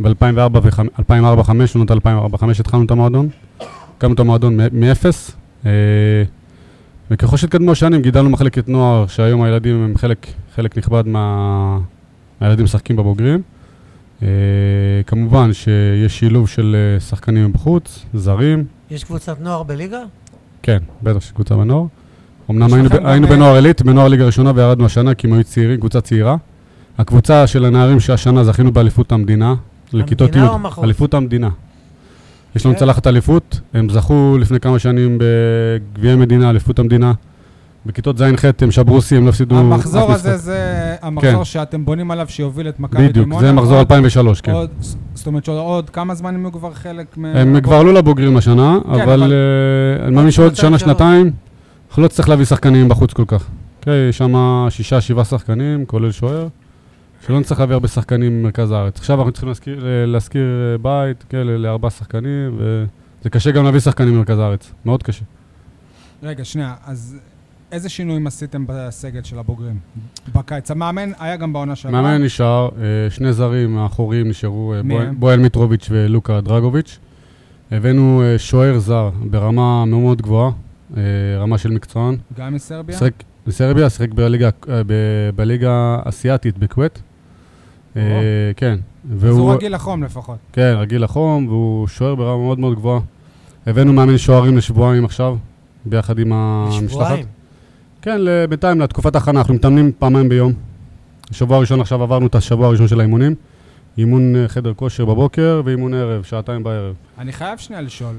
ב-2004-2005, שנות 2004-2005 התחלנו את המועדון. הקמנו את המועדון מ- מאפס. אה, וככל שהתקדמו השנים, גידלנו מחלקת נוער, שהיום הילדים הם חלק, חלק נכבד מה... מהילדים משחקים בבוגרים. אה, כמובן שיש שילוב של אה, שחקנים בחוץ, זרים.
יש קבוצת נוער בליגה?
כן, בטח של קבוצה בנוער. אמנם היינו,
לכם גם,
ב- היינו
אה,
בנוער עילית, בנוער ליגה ראשונה וירדנו השנה כי הם היו צעירים, קבוצה צעירה. הקבוצה של הנערים שהשנה זכינו באליפות המדינה, לכיתות י',
המדינה או המחוז?
אליפות המדינה. יש לנו
כן.
צלחת אליפות, הם זכו לפני כמה שנים בגביע המדינה, אליפות המדינה, בכיתות ז'-ח' הם שברוסי, הם לא הפסידו אף משחק.
המחזור הזה זה המחזור
כן.
שאתם בונים עליו שיוביל את מכבי נכון? דימונה.
בדיוק, זה מחזור
עוד-
2003, כן.
עוד- זאת אומרת שעוד כמה זמן הם יהיו כבר חלק מ...
הם כבר עלו לבוגרים השנה,
אה, אבל-
אבל אה, אני מאמין שעוד
שנתיים,
שנה,
שלוש.
שנתיים, אנחנו לא נצטרך להביא שחקנים בחוץ כל כך. אוקיי, יש שם שישה, שבעה שחקנים, כולל שוער, שלא נצטרך להביא הרבה שחקנים ממרכז הארץ. עכשיו אנחנו צריכים להשכיר- ל- להשכיר אה, בית, כן, ל- לארבעה שחקנים, וזה קשה גם להביא שחקנים ממרכז הארץ, מאוד קשה.
רגע, שנייה, אז איזה שינויים עשיתם בסגל של הבוגרים בקיץ? המאמן היה גם בעונה שעברה.
מאמן נשאר, אה, שני זרים האחוריים נשארו, אה,
מי
בועל-
הם?
בועל מיטרוביץ' ולוקה דרגוביץ'. הבאנו אה, שוער זר ברמה מאוד מאוד גבוהה, אה, רמה של מקצוען.
גם מסרביה?
שיחק בסרביה, שיחק בליגה, אה, ב- בליגה האסייתית בכווית. אה,
או.
כן.
אז הוא
והוא,
רגיל לחום לפחות.
כן, רגיל לחום, והוא שוער ברמה מאוד מאוד גבוהה. הבאנו מאמן שוערים לשבועיים עכשיו, ביחד עם המשלחת.
לשבועיים.
כן, ל- בינתיים, לתקופת ההכנה, אנחנו מתאמנים פעמיים ביום. השבוע הראשון עכשיו עברנו את השבוע הראשון של האימונים. אימון אה, חדר כושר בבוקר ואימון ערב, שעתיים בערב.
אני חייב שנייה לשאול,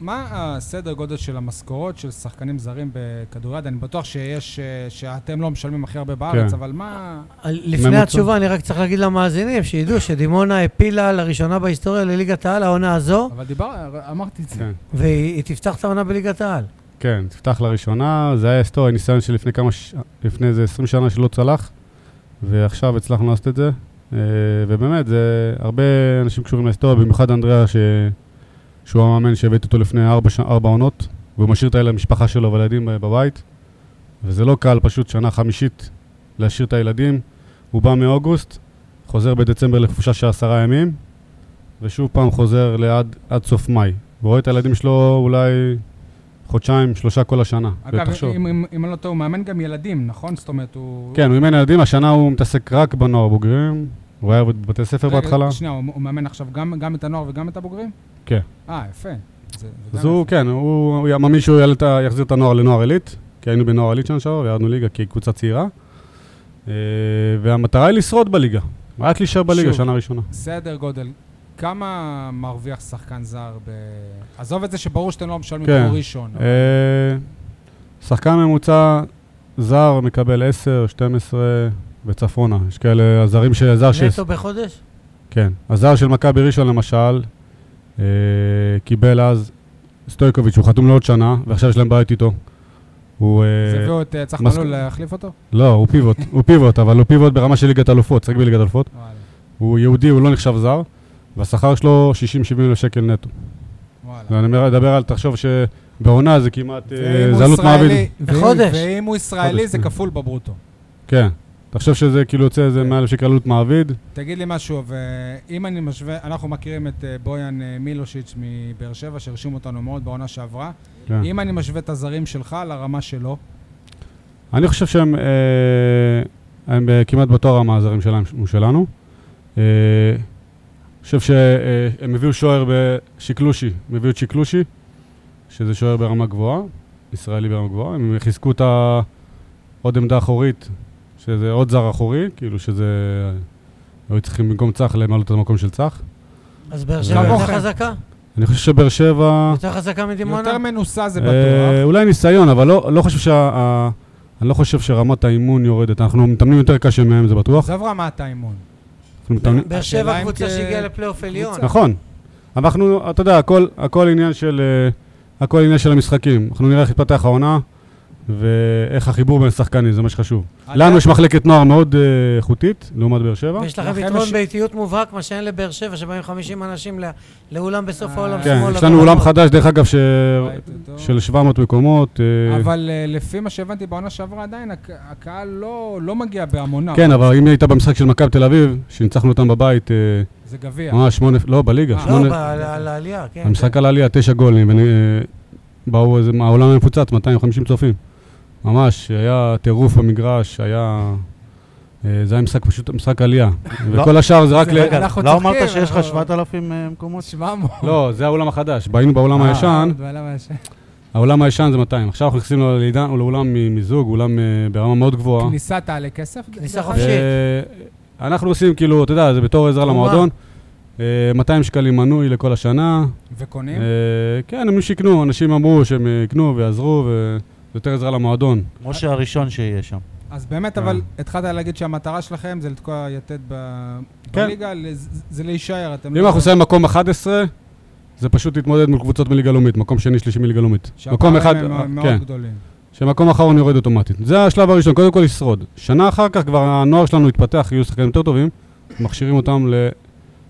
מה הסדר גודל של המשכורות של שחקנים זרים בכדוריד? אני בטוח שיש, אה, שאתם לא משלמים הכי הרבה בארץ,
כן.
אבל מה...
על- לפני
ממוצע.
התשובה, אני רק צריך להגיד למאזינים, שידעו שדימונה העפילה לראשונה בהיסטוריה לליגת העל העונה הזו,
אבל דיבר, אמרתי את זה.
כן.
והיא היא תפתח את העונה בליגת העל.
כן, תפתח לראשונה, זה היה היסטוריה, ניסיון שלפני כמה, ש... לפני איזה 20 שנה שלא צלח, ועכשיו הצלחנו לעשות את זה. אה, ובאמת, זה הרבה אנשים קשורים להיסטוריה, במיוחד אנדריה, ש... שהוא המאמן שהבאתי אותו לפני 4 ש... ארבע עונות, והוא משאיר את הילד, המשפחה שלו והילדים ב- בבית, וזה לא קל פשוט שנה חמישית להשאיר את הילדים. הוא בא מאוגוסט, חוזר בדצמבר לחופשה של עשרה ימים, ושוב פעם חוזר לעד, עד סוף מאי. ורואה את הילדים שלו אולי חודשיים, שלושה כל השנה.
אגב,
ותחשוב.
אם- אם אם אני לא טועה, הוא מאמן גם ילדים, נכון? זאת אומרת, הוא...
כן, הוא אימן ילדים, השנה הוא מתעסק רק בנוער בוגרים, הוא היה עובד בבתי ספר
רגע,
בהתחלה.
שנייה, הוא הוא מאמן עכשיו גם גם את הנוער וגם את הבוגרים?
כן.
אה, יפה. זה- זה
אז
גם
הוא, כן, הוא הוא מאמין שהוא יעלה את ה- יחזיר את הנוער לנוער עילית, כי היינו בנוער עילית שנה שעברה, וירדנו ליגה כקבוצה צעירה. אה, והמטרה היא לשרוד בליגה, רק להישאר בליגה
שוב.
שנה ראשונה.
סדר גודל, כמה מרוויח שחקן זר ב... עזוב את זה שברור שאתם לא משלמים
כן.
כמו ראשון.
אה, שחקן ממוצע זר מקבל 10, 12 וצפונה. יש כאלה הזרים של זר של...
נטו בחודש?
כן. הזר של מכבי ראשון למשל, אה, קיבל אז סטויקוביץ', הוא חתום לעוד שנה, ועכשיו יש להם בעיות איתו. הוא... אה,
אז הביאו את אה, צח
מס-
מלול להחליף אותו?
לא, הוא פיבוט, הוא פיבוט, אבל הוא פיבוט ברמה של ליגת אלופות, שחק בליגת אלופות.
וואלה,
הוא יהודי, הוא לא נחשב זר, והשכר שלו 60-70 אלף שקל נטו.
וואלה.
ואני מדבר על, תחשוב שבעונה זה כמעט אה,
ואם הוא
זלות
ישראלי-
מעביד.
ואם-
בחודש.
ואם הוא ישראלי
חודש,
זה
כן.
כפול בברוטו.
כן. אתה חושב שזה כאילו יוצא איזה
כן.
100 אלף שקל עלות מעביד?
תגיד לי משהו, ואם אני משווה, אנחנו מכירים את אה, בויאן אה, מילושיץ' מבאר שבע, שהרשים אותנו מאוד בעונה שעברה.
כן.
אם אני משווה את הזרים שלך לרמה שלו,
אני חושב שהם אה, הם אה, כמעט באותו רמה הזרים שלהם ושלנו. אה, אני חושב שהם הביאו שוער בשקלושי, הם הביאו את שקלושי, שזה שוער ברמה גבוהה, ישראלי ברמה גבוהה. הם חיזקו את העוד עמדה אחורית, שזה עוד זר אחורי, כאילו שזה... אה, היו צריכים במקום צח למלא את המקום של צח.
אז באר
זה
שבע יותר
כמוכם.
חזקה?
אני חושב שבאר שבע...
יותר חזקה מדימונה?
אה. יותר מנוסה זה
אה,
בטוח.
אולי ניסיון, אבל לא, לא חושב שה... ה- אני לא חושב שרמת האימון יורדת. אנחנו מתאמנים יותר קשה מהם, זה בטוח.
עזוב רמת האימון.
אנחנו מתאמנים...
באר
השאלה
שבע
אם
קבוצה
כ-
שהגיעה לפלייאוף עליון.
קבוצה.
נכון. אבל אנחנו, אתה יודע, הכל, הכל עניין של... אה, הכל עניין של המשחקים. אנחנו נראה איך תתפתח העונה, ואיך החיבור בין השחקנים, זה מה שחשוב. לנו יש מחלקת נוער מאוד אה, איכותית, לעומת באר שבע.
ויש לכם
לכם
יתרון
יש-
באיטיות מובהק, מה שאין לבאר שבע, שבאים 50 אנשים לא- לאולם בסוף
אה,
העולם
כן,
שמאלה
יש לנו אולם
ברמות.
חדש, דרך אגב, ש...
ראיתי אותו.
של 700 מקומות. אה,
אבל אה, לפי מה שהבנתי בעונה שעברה עדיין, הק- הקהל לא לא מגיע בהמוניו.
כן, אבל אם היא הייתה במשחק של מכבי תל אביב, שניצחנו אותם בבית, אה,
זה גביע.
ממש שמונה, לא, בליגה,
כן. אה,
שמונה,
לא, ב- על- על העלייה, כן.
המשחק על העלייה, תשע גולים, ובאו אה, איזה, העולם היה מפוצץ, 250 צופים. ממש, היה טירוף במגרש, היה... אה, זה היה משחק, פשוט משחק עלייה.
לא.
וכל השאר זה רק ל...
רגע, אנחנו
לא
צוחקים,
אמרת שיש
אנחנו-
לך 7,000 אה, מקומות?
700.
לא, זה האולם החדש. באינו באולם
אה,
הישן,
בעולם הישן. לעולם
האולם הישן זה 200. עכשיו אנחנו נכנסים לעידן- לאולם מ- מיזוג, אולם אה, ברמה מאוד גבוהה.
כניסה תעלה כסף?
כניסה
דרך
אה,
חופשית.
אנחנו עושים, כאילו, אתה יודע, זה בתור עזרה
תרומה.
למועדון. אה, 200 שקלים מנוי לכל השנה,
אגב? וקונים?
אה, כן, הם שיקנו, אנשים אמרו שהם אה, יקנו אה, ויעזרו, יותר עזרה למועדון.
משה הראשון שיהיה שם.
אז באמת,
אה.
אבל התחלת להגיד שהמטרה שלכם זה לתקוע יתד ב-
כן.
בליגה, לז- זה להישאר. אתם
אם
לא-
אנחנו שמים מקום 11, זה פשוט להתמודד מול קבוצות מליגה לאומית, מקום שני, שלישי מליגה לאומית. מקום
שהפערים
אחד,
הם
אה,
מאוד
כן,
גדולים.
שמקום אחרון יורד אוטומטית. זה השלב הראשון, קודם כל לשרוד. שנה אחר כך כבר הנוער שלנו התפתח, יהיו שחקנים יותר טובים, מכשירים אותם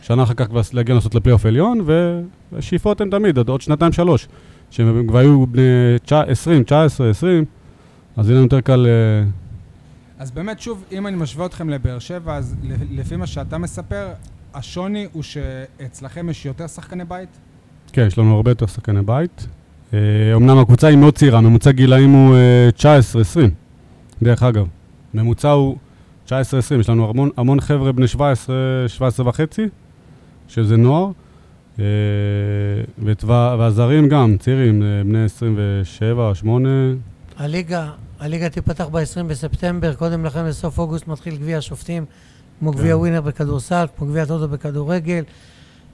לשנה אחר כך כבר להגיע לנסות לפלייאוף עליון, והשאיפות הן תמיד, עד עוד שנתיים שלוש. כשהם כבר היו בני תשע- 20, 19, 20, אז יהיה לנו יותר קל... אה,
אז באמת, שוב, אם אני משווה אתכם לבאר שבע, אז ל- לפי מה שאתה מספר, השוני הוא שאצלכם יש יותר שחקני בית?
כן, יש לנו הרבה יותר שחקני בית. אה, אמנם הקבוצה היא מאוד צעירה, ממוצע גילאים הוא אה, 19-20, דרך אגב. ממוצע הוא 19-20, יש לנו המון, המון חבר'ה בני 17, 17 וחצי, שזה נוער. אה, וטבע- והזרים גם, צעירים, אה, בני 27, 8,
הליגה, הליגה תיפתח ב-20 בספטמבר, קודם לכן בסוף אוגוסט מתחיל גביע השופטים, כמו גביע
כן.
ווינר בכדורסל, כמו גביע טוטו בכדורגל.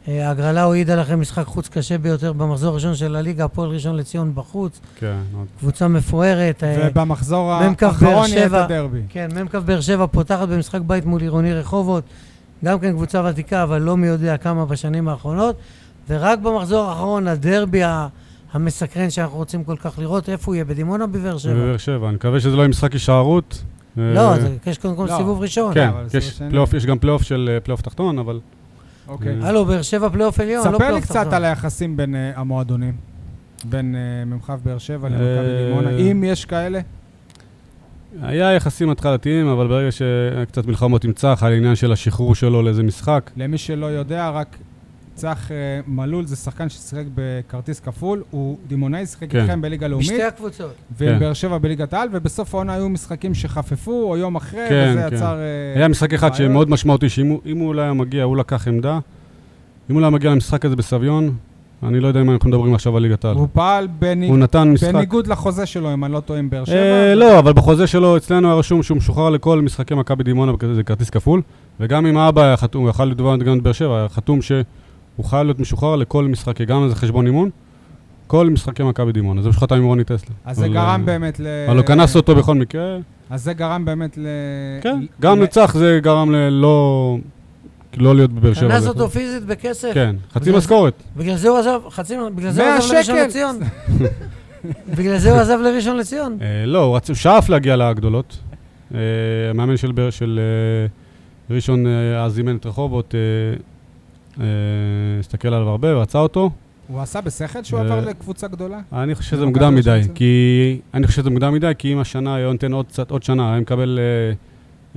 אה, ההגרלה הועידה לכם משחק חוץ קשה ביותר במחזור הראשון של הליגה, הפועל ראשון לציון בחוץ,
כן, עוד
קבוצה מפוארת. אה,
ובמחזור
מ"כ באר
האחרון יהיה את
שבע.
הדרבי.
כן, מ"כ באר שבע פותחת במשחק בית מול עירוני רחובות, גם כן קבוצה ותיקה, אבל לא מי יודע כמה בשנים האחרונות, ורק במחזור האחרון, הדרבי ה- המסקרן שאנחנו רוצים כל כך לראות, איפה הוא יהיה? בדימונה או בבאר שבע?
אה,
בבאר שבע. אני מקווה שזה לא יהיה משחק הישארות. אה,
לא, אז יש קודם כל
לא.
סיבוב ראשון.
כן,
אבל סיבוב
יש
שני.
פלייאוף, יש גם פלייאוף של אה, פלייאוף תחתון, אבל
אוקיי.
אה,
הלו, באר שבע פלייאוף עליון, לא
ספר לי
פלייאוף
קצת על
תחתון.
היחסים בין אה, המועדונים, בין אה, מ"כ באר שבע
אה,
למכבי דימונה, אם יש כאלה.
היה יחסים התחלתיים, אבל ברגע שהיה קצת מלחמות עם צח, על העניין של השחרור שלו לאיזה משחק.
למי שלא יודע, רק צח אה, מלול זה שחקן ששיחק בכרטיס כפול, הוא דימונאי, שיחק
כן.
איתכם בליגה לאומית,
בשתי הקבוצות.
ועם
כן.
באר שבע בליגת העל, ובסוף העונה היו משחקים שחפפו, או יום אחרי,
כן,
וזה
כן.
יצר... אה,
היה משחק אחד
בעיות.
שמאוד משמעותי, שאם הוא- אם הוא לא היה מגיע, הוא לקח עמדה. אם הוא לא היה מגיע למשחק הזה בסביון, אני לא יודע אם אנחנו מדברים עכשיו על ליגת העל.
הוא פעל בניג-
הוא נתן משחק...
בניגוד לחוזה שלו, אם אני לא טועה, עם באר
אה,
שבע.
לא, אבל בחוזה שלו אצלנו היה רשום שהוא משוחרר לכל משחקי מכבי דימונה, בכ- זה כרטיס כפול. וגם אם האבא היה חתום, הוא יכל לדבר גם את באר שבע, היה חתום שהוא חייב להיות משוחרר לכל משחקי, גם אם זה חשבון אימון, כל משחקי מכבי דימונה. זה מה שחתם עם רוני טסלה.
אז זה
אבל,
גרם
אה,
באמת ל...
הלוא קנס אותו בכל מקרה.
אז זה גרם באמת ל...
כן,
ל-
גם
ל-
לצח זה גרם ללא... לא להיות בבאר שבע.
קנס
זה-
אותו פיזית בכסף,
כן, חצי
זה-
משכורת.
בגלל זה הוא עזב, חצי, בגלל זה הוא
מאה
עזב לראשון
שקל.
לציון. בגלל זה הוא עזב לראשון לציון.
אה, לא, הוא רצ- הוא שאף להגיע לגדולות. אה, המאמן של באר- של אה, ראשון אה, אז אימן את רחובות, אה, אה, הסתכל עליו הרבה ורצה אותו.
הוא עשה בשכל שהוא
אה,
עבר לקבוצה גדולה?
אני חושב
לא,
שזה
מכבי
מוקדם
ראשון
מדי,
לציון?
כי... אני חושב שזה מוקדם מדי, כי אם השנה היה נותן עוד קצת, עוד שנה, היה מקבל אה,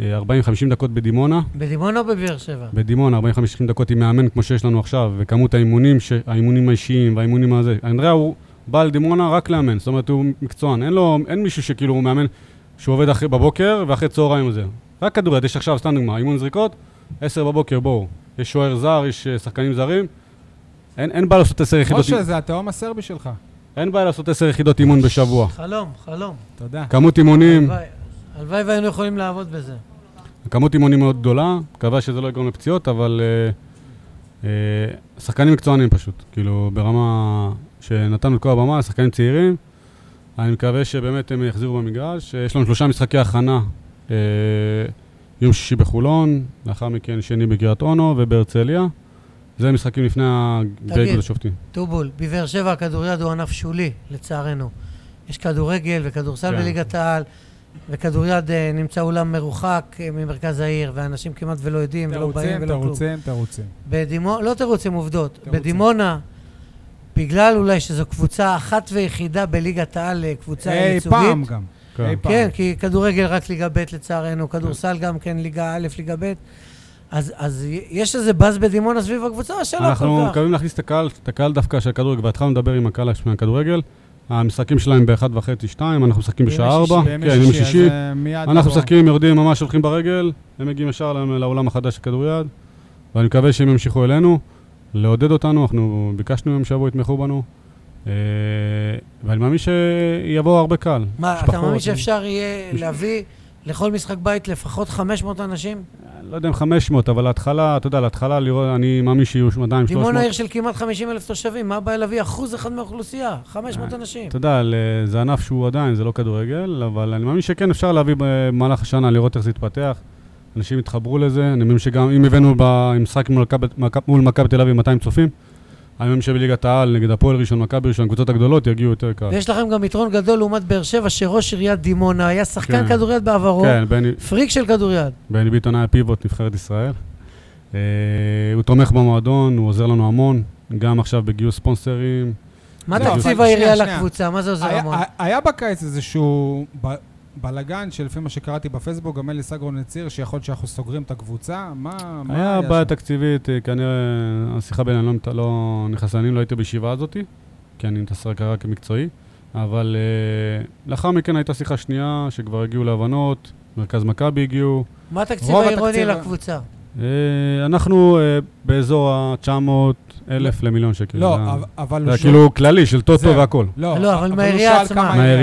אה, 40-50 דקות בדימונה.
כן.
בדימונה או בבאר שבע?
בדימונה, 45 דקות עם מאמן כמו שיש לנו עכשיו, וכמות האימונים, ש... האימונים האישיים והאימונים הזה. אנדריה הוא בא לדימונה רק לאמן, זאת אומרת הוא מקצוען. אין לו, אין מישהו שכאילו הוא מאמן שהוא עובד אחרי, בבוקר ואחרי צהריים וזה. רק כדוריד, יש עכשיו, סתם דוגמה, אימון זריקות, 10 בבוקר, בואו. יש שוער זר, יש אה, שחקנים זרים. אין, אין בעיה לעשות 10 יחידות,
משה, זה התהום הסרבי שלך.
אין בעיה לעשות 10 יחידות אימון בשבוע.
כן.
חלום, חלום.
תודה.
כמות אימונים,
הלוואי- הלוואי והיינו יכולים לעבוד בזה.
כמות אימונים מאוד גדולה, מקווה שזה לא יגרום לפציעות, אבל אה, אה, שחקנים מקצוענים פשוט, כאילו ברמה שנתנו את כל הבמה, שחקנים צעירים, אני מקווה שבאמת הם יחזירו במגרש, אה, יש לנו שלושה משחקי הכנה, אה, יום שישי בחולון, לאחר מכן שני בקריית אונו ובהרצליה, זה משחקים לפני הגרייגוד השופטים.
טובול, בבאר שבע הכדוריד הוא ענף שולי, לצערנו. יש כדורגל וכדורסל
כן.
בליגת העל, וכדוריד אה, נמצא אולם מרוחק אה, ממרכז העיר, ואנשים כמעט ולא יודעים, ולא לא באים
תירוצים,
ולא כלום.
תירוצים, תירוצים.
בדימונה, לא תירוצים, עובדות.
תירוצים.
בדימונה, בגלל אולי שזו קבוצה אחת ויחידה בליגת העל, אה, קבוצה
אי
ייצוגית.
פעם גם. אי פעם.
כן, כי כדורגל רק ליגה ב' לצערנו, כדורסל גם כן ליגה א', ליגה ב'. אז, אז יש איזה באז בדימונה סביב הקבוצה שלא כל כך.
אנחנו מקווים להכניס את הקהל, את הקהל דווקא של הכדורגל, כבר התחלנו לדבר עם הקהל מהכדורגל, המשחקים שלהם ב-1.5, 2, אנחנו משחקים
בימי
בשעה
שישי.
4,
בימי
כן, יום שישי.
אז, אה, מיד
אנחנו
נבוא.
משחקים, יורדים, ממש הולכים ברגל, הם מגיעים ישר לא- לאולם החדש של כדוריד, ואני מקווה שהם ימשיכו אלינו, לעודד אותנו, אנחנו ביקשנו מהם שיבואו, יתמכו בנו, אה, ואני מאמין שיבוא הרבה קהל.
מה, אתה
משפחות.
מאמין שאפשר יהיה להביא לכל משחק בית לפחות 500 אנשים?
לא יודע אם 500, אבל להתחלה, אתה יודע, להתחלה לראות, אני מאמין שיהיו 200, 300.
דימונה עיר של כמעט 50 אלף תושבים, מה הבעיה להביא אחוז אחד מהאוכלוסייה? 500
אה,
אנשים.
אתה יודע, ל- זה ענף שהוא עדיין, זה לא כדורגל, אבל אני מאמין שכן אפשר להביא במהלך השנה, לראות איך זה יתפתח. אנשים יתחברו לזה, אני מאמין שגם אם הבאנו במשחק מול מכבי- מכבי- מול מכבי תל אביב 200 צופים, אני מאמין שבליגת העל, נגד הפועל ראשון, מכבי ראשון, הקבוצות הגדולות יגיעו יותר קל.
ויש לכם גם יתרון גדול לעומת באר שבע, שראש עיריית דימונה היה שחקן
כן.
כדוריד בעברו,
כן, בני,
פריק של כדוריד.
בני ביטון היה פיבוט נבחרת ישראל. אה, הוא תומך במועדון, הוא עוזר לנו המון, גם עכשיו בגיוס ספונסרים.
מה
לא,
תקציב
אבל
העירייה
שנייה,
לקבוצה? מה זה עוזר
היה-
המון?
היה בקיץ איזשהו ב- בלגן שלפי מה שקראתי בפייסבוק, גם אלי סגרון הצהיר שיכול להיות שאנחנו סוגרים את הקבוצה? מה מה
היה
שם?
בעיה תקציבית, אה, כנראה השיחה בינינו לא מת- לא נכנסה, אני לא הייתי בישיבה הזאתי, כי אני מתעסק רק כמקצועי, אבל אה, לאחר מכן הייתה שיחה שנייה, שכבר הגיעו להבנות, מרכז מכבי הגיעו.
מה התקציב
רוב
העירוני
התקציב-
לקבוצה?
אה, אנחנו אה, באזור ה-900 אלף למיליון שקל.
לא,
זה-
אבל- אבל...
זה
הוא
היה
שואל-
כאילו כללי של טוטו
זהו.
והכל.
לא,
לא, אבל
הוא
מהעירייה
שאל
עצמה.
כמה העירייה-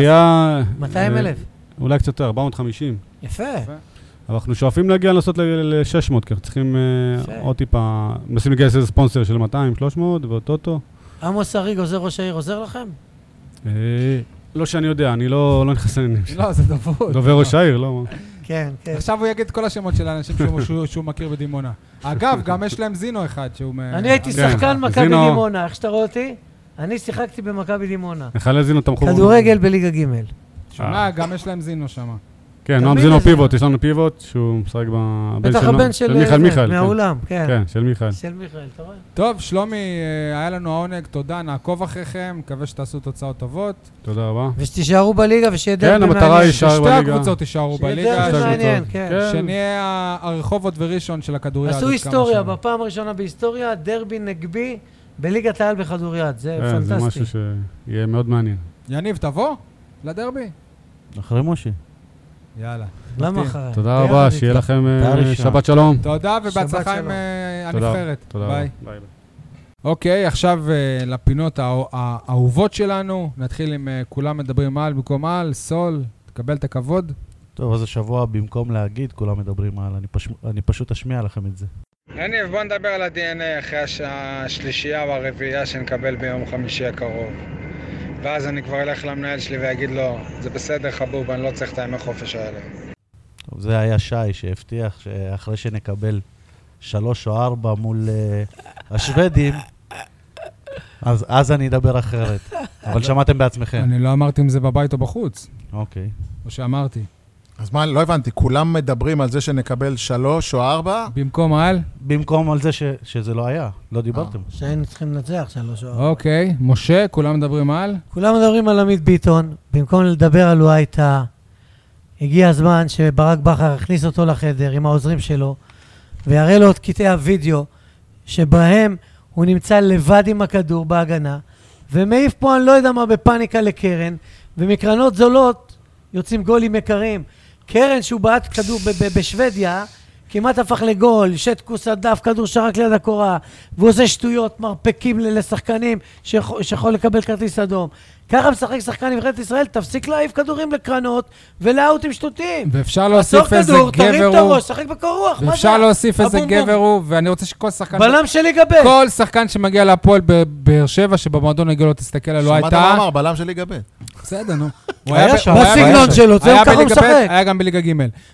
מהעירייה...
200 אלף.
אה, אולי קצת יותר, 450.
יפה.
אבל אנחנו שואפים להגיע לנסות ל-600, כי אנחנו צריכים אה,
יפה.
עוד טיפה, מנסים לגייס איזה ספונסר של 200, 300 ועוד טוטו.
עמוס הריג, עוזר ראש העיר, עוזר לכם?
אה, לא שאני יודע, אני לא לא נכנס לעניינים שלו.
לא, זה דברות.
דובר ראש העיר, לא?
כן, כן.
עכשיו הוא יגיד כל השמות של האנשים שהוא- שהוא- שהוא מכיר בדימונה. אגב, גם יש להם זינו אחד שהוא... מה-
אני הייתי
כן.
שחקן מכבי
זינו.
דימונה, איך שאתה רואה אותי? אני שיחקתי במכבי דימונה.
מיכל הזינו תמכו. בו.
כדורגל בליגה ג'.
אה.
שומע, גם יש להם זינו שם.
כן,
תמיד
נועם זינו
הזינו.
פיבוט, יש לנו פיבוט שהוא משחק ב... הבן
בטח
נועם-
הבן של...
מיכאל
זה,
מיכאל. כן.
מהאולם, כן.
כן, של מיכאל.
של מיכאל, אתה רואה?
טוב, שלומי, אה, היה לנו העונג, תודה, נעקוב אחריכם, מקווה שתעשו תוצאות טובות.
תודה רבה.
ושתישארו בליגה ושיהיה דרבי
כן,
מעניין.
המטרה היא ש-
ששתי
יישאר בליגה.
הקבוצות יישארו בליגה,
שיהיה
שתי
דרבי
ש-
מעניין,
הקבוצות.
כן.
כן.
שנהיה ה- הרחובות וראשון של הכדוריד.
עשו
עוד כמה
היסטוריה,
שנים.
בפעם הראשונה בהיסטוריה, דרבי נגבי בליגת העל בכדוריד. זה
כן, זה
אה, פנטסטי.
משהו שיהיה מאוד מעניין.
יניב, תבוא לדרבי.
אחרי משה.
יאללה.
למה
מפתיע.
אחריי?
תודה
ביחד
רבה,
איתך.
שיהיה לכם אה,
תודה ראשונה.
שבת שלום.
תודה
שבת
ובהצלחה עם
שלום.
אה,
תודה.
הנבחרת.
תודה
ביי.
רבה. ביי.
אוקיי, עכשיו אה, לפינות האו- אה, האהובות שלנו. נתחיל עם אה, כולם מדברים על במקום על, סול, תקבל את הכבוד.
טוב, אז השבוע במקום להגיד, כולם מדברים על, אני, פש... אני פשוט אשמיע לכם את זה.
יניב, בוא נדבר על ה-DNA אחרי השלישייה והרביעייה שנקבל ביום חמישי הקרוב. ואז אני כבר אלך למנהל שלי ואגיד לו, זה בסדר חבוב, אני לא צריך את הימי חופש האלה.
טוב, זה היה שי שהבטיח שאחרי שנקבל שלוש או ארבע מול uh, השוודים, אז, אז אני אדבר אחרת. אבל שמעתם
כן.
בעצמכם.
אני לא אמרתי אם זה בבית או בחוץ,
אוקיי.
או שאמרתי.
אז מה, לא הבנתי, כולם מדברים על זה שנקבל שלוש או ארבע?
במקום על,
במקום על זה ש... שזה לא היה, לא דיברתם.
אה.
שהיינו צריכים לנצח שלוש שעות.
אוקיי. משה, כולם מדברים על?
כולם מדברים על עמית ביטון, במקום לדבר על הוא הייתה, הגיע הזמן שברק בכר יכניס אותו לחדר עם העוזרים שלו, ויראה לו את קטעי הוידאו, שבהם הוא נמצא לבד עם הכדור בהגנה, ומעיף פה אני לא יודע מה בפאניקה לקרן, ומקרנות זולות יוצאים גולים יקרים. קרן שהוא בעט כדור ב- ב- בשוודיה, כמעט הפך לגול, שט כוסת דף, כדור שרק ליד הקורה, והוא עושה שטויות, מרפקים ל- לשחקנים שיכול שיכול לקבל כרטיס אדום. ככה משחק שחקן נבחרת ישראל, תפסיק להעיף כדורים לקרנות ולאוטים שטותיים.
ואפשר
עצור
להוסיף איזה
אה, כדור, תרים את
גבר הוא.
הראש, שחק בקור רוח, מה זה?
ואפשר להוסיף איזה
הבומבום.
גבר הוא, ואני רוצה שכל שחקן...
בלם של ליגה ב'.
כל שחקן שמגיע להפועל ב- באר שבע, שבמועדון הגיע לו, תסתכל עליו, לא
שמעת מה
הייתה...
אמר, בלם של ליגה ב'.
בסדר, נו. הוא
היה
ב-
שם.
הוא היה
בסגנון
ב-
שלו, זהו,
היה
ככה הוא
בליגה ב',
משחק.
היה גם בליגה ג'.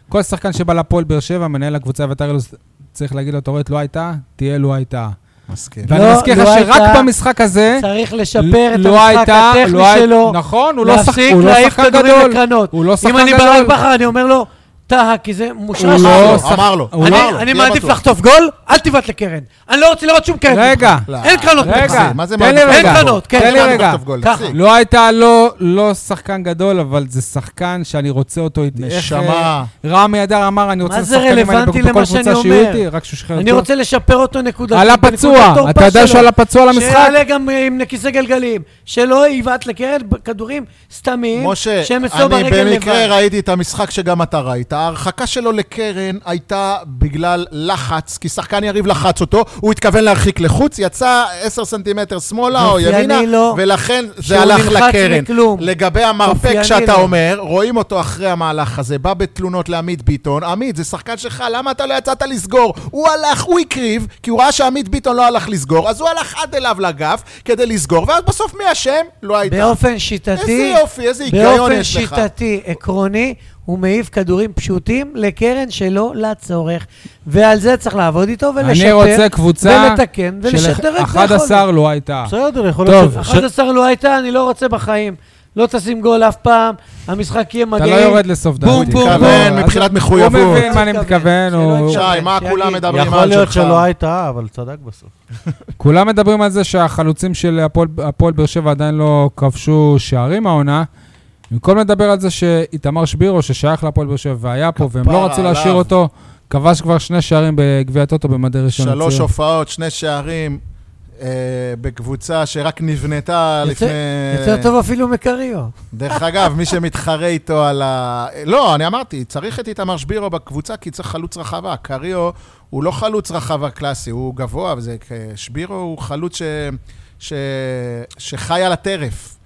כל שחקן שבא להפועל באר שבע, מנהל הקבוצה וטרלוס, צריך להגיד לו, אתה רואה את לא הייתה, תהיה לא הייתה.
מסכים.
ואני
לא-
מזכיר לך
לא
שרק
הייתה-
במשחק הזה,
צריך לשפר את
לא
המשחק
הייתה-
הטכני
לא הי-
שלו.
נכון, הוא לא שחק-
להפסיק
הוא לא
להעיף
שחקן
כדורים
גדול.
לקרנות.
הוא לא שחקן
אם אני
גדול.
ברק בכר, אני אומר לו, טהה, כי זה מושרש.
הוא לא
אמר לו,
שחק-
אמר לו,
הוא
אמר
לא-
לו,
אני, אני
תהיה
מעדיף
בטוח.
לחטוף גול, אל תבעט לקרן. אני לא רוצה לראות שום קרן.
רגע,
לא.
אין קרנות
רגע,
ממך.
מה זה
תן לי
מעדיף?
רגע.
אין קרנות, כן,
תן לי
מעדיף
רגע.
לכתוב גול,
ככה.
תפסיק.
לא הייתה לא, לא שחקן גדול, אבל זה שחקן שאני רוצה אותו... איתי. איך,
נשמה.
אה, רמי אדר אמר, אני רוצה
מה
את
זה
השחקנים האלה
רלוונטי
בכל
למה שאני
קבוצה שיהיו
אומר?
איתי, רק שהוא שחרר
אני
אותו.
רוצה לשפר אותו נקודה.
עלה פצוע, אתה יודע שהוא עלה פצוע למשחק?
שיעלה גם אה, עם כיסא גלגלים. שלא יבעט לקרן ב- כדורים סתמיים,
משה,
שהם אצלו
אני
ברגל לבד.
במקרה ראיתי את המשחק שגם אתה ראית, ההרחקה שלו לקרן הייתה בגלל לחץ, כי שחקן יריב לחץ אותו, הוא התכוון להרחיק לחוץ, יצא 10 סנטימטר שמאלה או
אופייני
ימינה,
לו
ולכן זה
שהוא
הלך
נלחץ
לקרן.
מכלום.
לגבי המרפק
אופייני
שאתה
לו.
אומר, רואים אותו אחרי המהלך הזה, בא בתלונות לעמית ביטון, עמית, זה שחקן שלך, למה אתה לא יצאת לסגור? הוא הלך, הוא הקריב, כי הוא ראה שעמית ביטון לא הלך לסגור, אז הוא הלך עד אליו לאגף כדי לסגור, ואז בסוף מי אשם? לא הייתה.
באופן שיטתי,
איזה יופי, איזה היגיון
באופן
יש לך.
שיטתי, עקרוני, הוא מעיף כדורים פשוטים לקרן שלא לצורך, ועל זה צריך לעבוד איתו ולשפר.
אני רוצה קבוצה
ולתקן ולשדרג
של
את היכולת.
11 לא הייתה.
בסדר, יכול
טוב,
להיות... ש-
11 לא הייתה, אני לא רוצה בחיים. לא תשים גול אף פעם, המשחק יהיה
אתה
מגעים.
לא יורד לסוף דעתי.
בום, בום, בום.
מתכוון
אז
מבחינת
הוא
מחויבות.
מבין מה אני מתכוון,
שלא
הוא-
אפשר.
שי, מה
שיגיד.
כולם מדברים
יכול
על
להיות
שלך?
שלא הייתה, אבל צדק בסוף.
כולם מדברים על זה שהחלוצים של הפועל- הפועל באר שבע עדיין לא כבשו שערים העונה. במקום לדבר על זה שאיתמר שבירו, ששייך להפועל באר שבע והיה פה, והם
כפרה
לא רצו להשאיר
עליו.
אותו, כבש כבר שני שערים בגביע הטוטו במדי ראשון לציון.
שלוש הופעות, שני שערים, אה, בקבוצה שרק נבנתה
יוצא-
לפני...
יותר טוב אפילו מקריו.
דרך אגב, מי שמתחרה איתו על ה... לא, אני אמרתי, צריך את איתמר שבירו בקבוצה כי צריך חלוץ רחבה. קריו הוא לא חלוץ רחבה קלאסי, הוא גבוה, וזה... שבירו הוא חלוץ ש... ש... שחי על הטרף.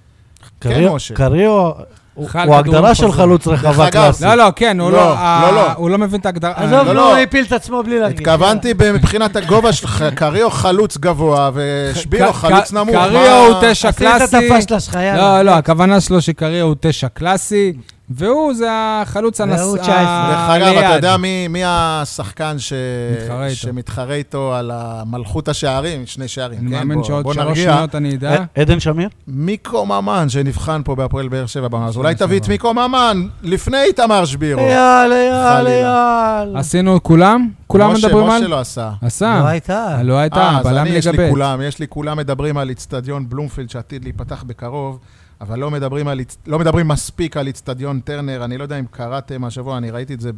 כן,
קריו-
משה.
קריו הוא
חל
הוא
כדור
הגדרה של
חוזר.
חלוץ
דרך
רחבה
אגב,
קלאסית.
לא, לא, כן, הוא
לא,
לא,
לא,
ה-
לא.
הוא לא מבין את ההגדרה.
עזוב,
לא,
נו,
לא.
הוא הפיל את עצמו בלי להגיד.
התכוונתי מבחינת הגובה שלך, קריו חלוץ גבוה ושבירו
ק-
חלוץ
ק-
נמוך.
קריו
מה-
הוא תשע
עשית את
קלאסי.
הפשלה שלך, יאללה.
לא, לא, הכוונה שלו שקריו הוא תשע קלאסי, והוא זה החלוץ הנס...
והוא 19.
ה-
דרך אגב, אתה
אה, ליד.
יודע מי, מי השחקן ש...
מתחרה איתו.
שמתחרה איתו על מלכות השערים? שני שערים.
אני
כן,
מאמין
בוא-
שעוד
בוא
שלוש
נרגיע.
שניות אני
אה.
אדע.
ע- עדן שמיר?
מיקו ממן שנבחן פה בהפועל באר שבע בעונה, אז אולי
שנה
תביא את
שעברה.
מיקו ממן לפני איתמר שבירו.
אה,
יאללה, יאללה,
חלילה.
יאללה.
עשינו כולם? כולם
משה-
מדברים על?
משה לא עשה.
עשה.
לא הייתה.
לא הייתה,
אה, אז
בלם
אני, יש לי
לגבי.
כולם, יש לי כולם מדברים על איצטדיון בלומפילד שעתיד להיפתח בקרוב, אבל לא מדברים, על, איצ- לא מדברים מספיק על איצטדיון טרנר. אני לא יודע אם קראתם השבוע, אני ראיתי את זה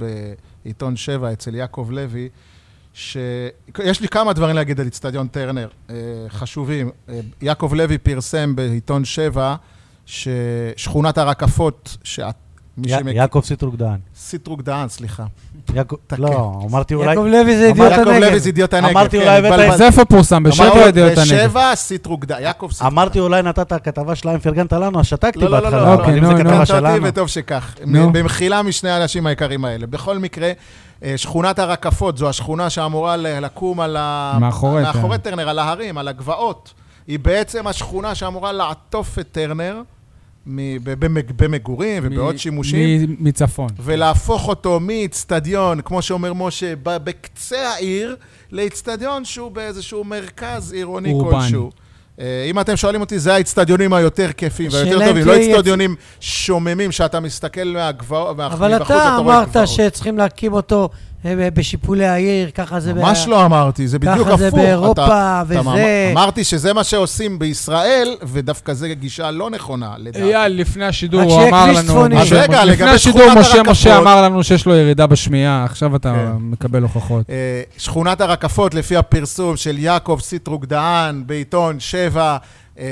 בעיתון 7 אצל יעקב לוי, שיש לי כמה דברים להגיד על איצטדיון טרנר, אה, חשובים. אה, יעקב לוי פרסם בעיתון 7 ששכונת הרקפות, שאת... מי
י-
שמכיר...
יעקב סיטרוג דהן.
סיטרוג דהן, סליחה.
יעקב-
תקן.
לא, אמרתי אולי...
יעקב לוי זה ידיעות
יעקב לוי
הנגב.
זה ידיעות הנגב.
אמרתי,
כן,
אולי הבאת
התבלבלתי.
אז איפה פורסם? בשבע
אמרנו,
ידיעות הנגב.
בשבע סיטרוג דהן, יעקב סיטרוג
אמרתי אולי נתת כתבה שלהם, פרגנת לנו, אז שתקתי
לא, לא, לא,
בהתחלה.
לא,
אבל
אוקיי,
אם
נו,
זה
נו.
כתבה
קטעת אותי
שלנו...
וטוב שכך.
נו.
במחילה משני האנשים היקרים האלה. בכל מקרה, אה, שכונת הרקפות זו השכונה שאמורה ל- לקום על ה...
מאחורי
מאחורי
טרנר.
טרנר, על ההרים, על הגבעות. היא בעצם השכונה שאמורה לעטוף את טרנר מ- ב- במג- במגורים ובעוד
מ-
שימושים.
מ- מצפון.
ולהפוך אותו מאיצטדיון, כמו שאומר משה, ב- בקצה העיר, לאיצטדיון שהוא באיזשהו מרכז עירוני
אורבני.
כלשהו. אה, אם אתם שואלים אותי, זה האיצטדיונים היותר כיפים
השאלה
והיותר
אם
טובים, לא
תהיה-
איצטדיונים שוממים שאתה מסתכל מהגבעות, מהחוץ,
אבל
מבחוץ
אתה
רואה
אמרת
גבעות.
שצריכים להקים אותו אה, ב- בשיפולי העיר, ככה זה...
ממש
ב-
לא אמרתי, זה
ככה
בדיוק הפוך.
זה
אתה-
באירופה,
אתה
וזה-
ממ- אמרתי שזה מה שעושים בישראל, ודווקא זו גישה לא נכונה, לדעתי.
אייל, אה, לפני השידור
רק
הוא
שיהיה
אמר
כביש
לנו...
צפוני.
אז רגע,
לפני
לגבי
השידור
שכונת
משה משה
הרקפות.
אמר לנו שיש לו ירידה בשמיעה, עכשיו אתה
כן.
מקבל הוכחות.
אה, שכונת הרקפות, לפי הפרסום של יעקב סיטרוג דהן בעיתון שבע, אה,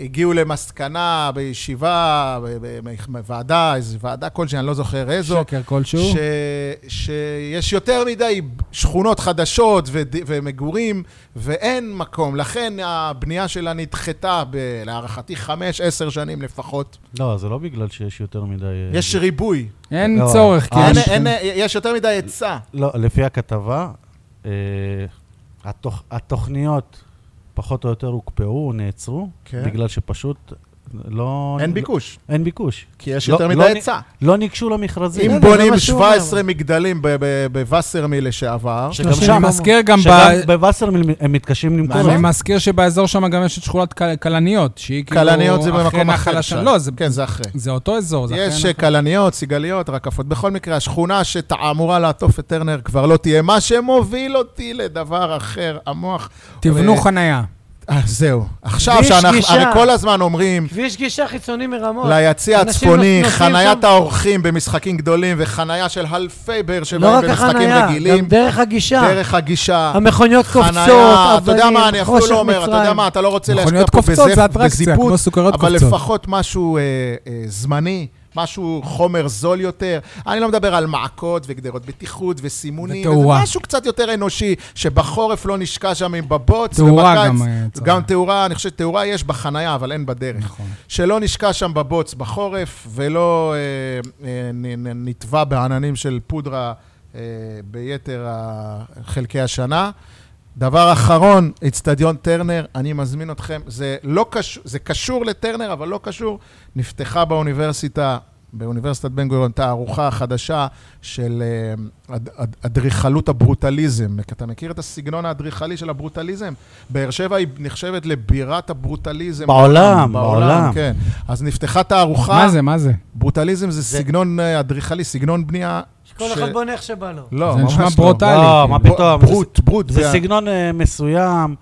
הגיעו למסקנה בישיבה, ב- ב- בוועדה, איזו ועדה כלשהי, אני לא זוכר איזו,
שקר כלשהו.
ש, שיש יותר מדי שכונות חדשות וד, ומגורים, ואין מקום. לכן הבנייה שלה נדחתה, ב- להערכתי, חמש, עשר שנים לפחות.
לא, זה לא בגלל שיש יותר מדי... אה,
יש ריבוי.
אין
לא.
צורך, כי
אה,
אין,
יש...
יש-
אין, יש יותר מדי היצע.
לא, לפי הכתבה, אה, התוכ- התוכניות פחות או יותר הוקפאו, נעצרו,
כן.
בגלל שפשוט לא...
אין ביקוש,
לא- אין ביקוש.
כי יש
לא-
יותר
לא
מדי
נ-
היצע.
לא ניגשו למכרזים.
אם
בסדר, זה
בונים
מה שהוא אומר.
17 מגדלים ב- ב- בווסרמיל לשעבר,
שגם
שלושים
שם,
אני מזכיר גם ב...
שגם בווסרמיל הם מתקשים למכור.
אני מזכיר שבאזור שם גם יש את שכונת כ- כלניות, שהיא כאילו...
כלניות זה
אחרי
במקום
נחל
אחר.
השן-
שם.
לא, זה-
כן, זה אחרי.
זה אותו אזור, זה אחרי...
יש
נחל-
כלניות, סיגליות, רקפות. בכל מקרה, השכונה שאמורה לעטוף את טרנר כבר לא תהיה, מה שמוביל אותי לדבר אחר, המוח.
תבנו
אה,
חנייה.
אה, זהו. עכשיו
כביש
שאנחנו,
גישה.
הרי כל הזמן אומרים,
כביש גישה חיצוני מרמות.
ליציע
נכון. אנשים
הצפוני,
נוסעים
חניית
שם.
האורחים במשחקים גדולים וחניה של אלפי באר
לא
שבעים
רק
במשחקים
החנייה, גם
רגילים,
דרך הגישה.
דרך הגישה.
המכוניות קופצות,
חנייה, אתה יודע
אבנים,
מה, אני אפילו
חושך
לא אומר, אתה יודע
מצרים.
מה, אתה לא רוצה להשקיע
מכוניות
פה
קופצות
בזפ-
זה אטרקציה,
בזיפוץ,
כמו סוכריות
אבל
קופצות.
לפחות משהו אה, אה, זמני, משהו, חומר זול יותר. אני לא מדבר על מעקות וגדרות בטיחות וסימונים.
ותאורה.
וזה משהו קצת יותר אנושי, שבחורף לא נשקע שם עם בבוץ.
תאורה
ובקיץ-
גם, אה, צריך.
גם תאורה, אני חושב שתאורה יש בחנייה, אבל אין בדרך.
נכון.
שלא נשקע שם בבוץ בחורף, ולא אה, אה, נ- נ- נטבע בעננים של פודרה אה, ביתר ה- חלקי השנה. דבר אחרון, אצטדיון טרנר, אני מזמין אתכם, זה, לא קש... זה קשור לטרנר, אבל לא קשור. נפתחה באוניברסיטה, באוניברסיטת בן גוריון, תערוכה חדשה של אה, אד- אד- אדריכלות הברוטליזם. אתה מכיר את הסגנון האדריכלי של הברוטליזם? באר שבע היא נחשבת לבירת הברוטליזם.
בעולם, בעולם.
כן. אז נפתחה תערוכה.
מה זה, מה זה?
ברוטליזם זה סגנון אה, אדריכלי, סגנון בנייה.
שכל אחד בונה איך שבא לו.
לא,
זה
ממש
נשמע
לא.
ברוטלי.
לא,
כאילו.
מה פתאום? זה-
ברוט, ברוט.
זה
וה-
סגנון אה, מסוים,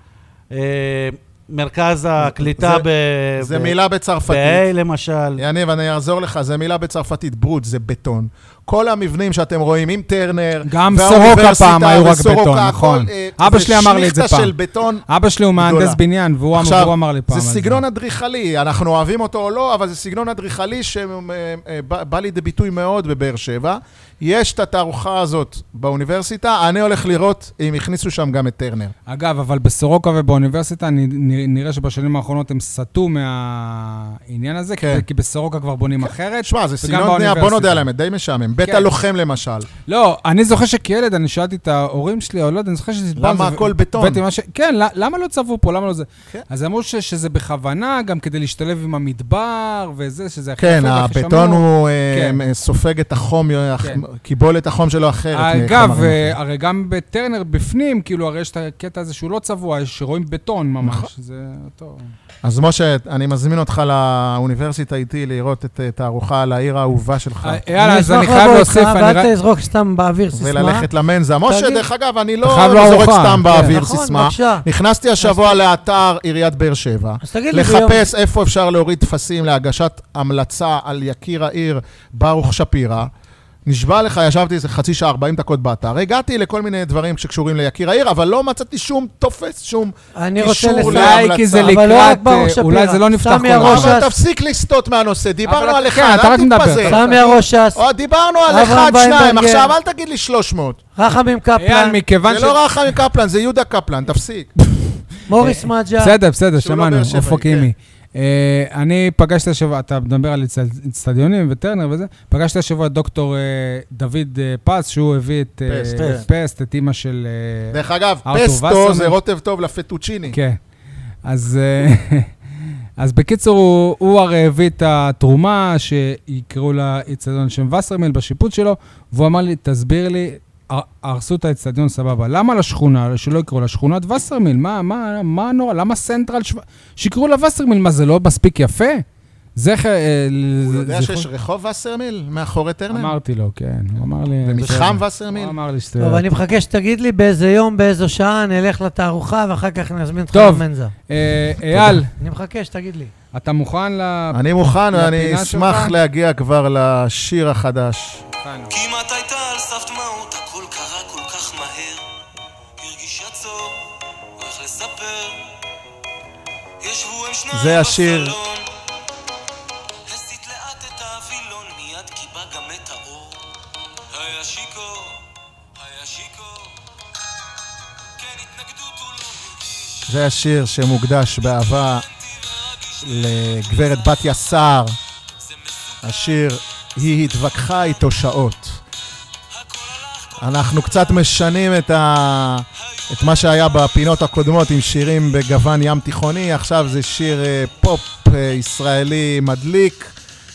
אה, מרכז הקליטה
זה-
ב...
זה
ב-
מילה בצרפתית.
ב-A למשל.
יניב, אני אעזור לך, זה מילה בצרפתית, ברוט, זה בטון. כל המבנים שאתם רואים, עם טרנר,
גם
והאוניברסיטה,
סורוקה פעם היו רק
וסורוקה,
בטון,
הכל,
נכון.
אה,
אבא
זה
שלי אמר לי את זה
שליכטה
פעם.
של בטון.
אבא שלי הוא מהנדס
גדולה.
בניין, והוא אמר- והוא אמר לי פעם על
זה סגנון אדריכלי, אנחנו אוהבים אותו או לא, אבל זה סגנון אדריכלי אה, שבא לידי ביטוי מאוד בבאר שבע. יש את התערוכה הזאת באוניברסיטה, אני הולך לראות אם הכניסו שם גם את טרנר.
אגב, אבל בסורוקה ובאוניברסיטה נ- נ- נראה שבשנים האחרונות הם סטו מהעניין הזה,
כן.
כי- כי בסורוקה כבר בונים אחרת.
תשמע, זה
וגם
סגנון בנייה, בוא
באוניברסיטה.
נודה על האמת, די משעמם. בית
כן.
הלוחם למשל.
לא, אני זוכר שכילד, אני שאלתי את ההורים שלי, או לא יודע, אני זוכר שזה...
למה הכל בטון?
ש... כן, ל- למה לא צבעו פה? למה לא זה?
כן.
אז אמרו ש- שזה בכוונה, גם כדי להשתלב עם המדבר וזה, שזה הכי
כן,
יפה והכי
הבטון
שמור.
הוא אה,
כן.
אה, סופג את החום, אה,
כן.
קיבולת החום שלו אחרת.
אגב,
מחומרים
אה,
אחרים.
הרי גם בטרנר בפנים, כאילו, הרי יש את הקטע הזה שהוא לא צבוע, יש- שרואים בטון
נכון.
ממש. זה טוב.
אז משה, אני מזמין אותך לאוניברסיטה איתי לראות את אה, תערוכה על העיר האהובה שלך.
אה, יאללה, אז אני חייב להוסיף, אני
ואל
רק-
תזרוק סתם באוויר סיסמה.
וללכת למנזה. משה,
תגיד.
דרך אגב, אני
אתה
לא
חייב כן, לו
זורק
ארוחה.
סתם באוויר
נכון,
סיסמה.
בבקשה.
נכנסתי השבוע לאתר עיריית באר שבע.
אז תגיד לי ביום...
לחפש איפה אפשר להוריד טפסים להגשת המלצה על יקיר העיר ברוך שפירא. נשבע לך, ישבתי איזה חצי שעה, 40 דקות באתר. הגעתי לכל מיני דברים שקשורים ליקיר העיר, אבל לא מצאתי שום טופס, שום...
אני רוצה
קישור
לסיים.
להמלצה.
אולי כי זה
אבל לא רק
לקראת,
ברוך
אה, אולי
שפירא,
זה לא נפתח
סמי
כל
הראש
הזמן.
אבל
ש"ס.
תפסיק לסטות מהנושא, דיברנו
אתה-
עליך,
כן, אתה
אל
רק מדבר.
תתפזר.
סמי הראש ש"ס,
או, דיברנו על
אברהם
אחד, שניים,
ויינברגר.
עכשיו אל תגיד לי 300.
רחמים קפלן,
אייל, מכיוון
זה לא רחמים קפלן, זה יהודה קפלן, תפסיק.
כן.
מוריס מג'ה.
בסדר, בסדר,
שהוא לא
שמענו,
באר שבעי,
אופקימי. אה, אני פגשתי השבוע, אתה מדבר על אצ- אצטדיונים וטרנר וזה, פגשתי השבוע את דוקטור אה, דוד אה, פס, שהוא הביא את אה,
פסט, כן.
את פסט, את אימא של... אה,
דרך אגב,
ארתור
פסטו
וסרמן.
זה רוטב טוב לפטוצ'יני.
כן. אז, אה, אז בקיצור, הוא, הוא הרי הביא את התרומה שיקראו לה אצטדיון שם וסרמיל בשיפוט שלו, והוא אמר לי, תסביר לי, הר- הרסו את האצטדיון סבבה, למה לשכונה, שלא יקראו לה שכונת וסרמיל? מה, מה, מה נורא? למה סנטרל, שו... שיקראו לה וסרמיל, מה, זה לא מספיק יפה? אה, זכר...
הוא יודע שיש רחוב וסרמיל מאחורי טרנר?
אמרתי לו, כן, הוא אמר לי...
ומתחם
הוא
וסרמיל?
אמר לי
טוב,
שזה...
אני מחכה שתגיד לי באיזה יום, באיזו שעה, נלך לתערוכה, ואחר כך נזמין אותך
טוב.
למנזה.
אה, אייל,
אני מחכה שתגיד לי.
אתה מוכן ל...
אני מוכן, אני
לפינה
אשמח
שלך?
להגיע כבר לשיר החדש.
כמעט הייתה על סף דמעות, הכל קרה כל כך מהר. הרגישה צור, לא איך לספר. ישבו הם שניים
זה השיר.
בסלון. הסיט לאט את הווילון, מיד קיבה גם את האור. היה שיכור, היה שיכור. כן, התנגדות הוא לא הרגיש.
זה השיר שמוקדש באהבה לגברת בתיה סער. השיר "היא התווכחה איתו שעות". אנחנו קצת משנים את, ה... את מה שהיה בפינות הקודמות עם שירים בגוון ים תיכוני, עכשיו זה שיר אה, פופ אה, ישראלי מדליק.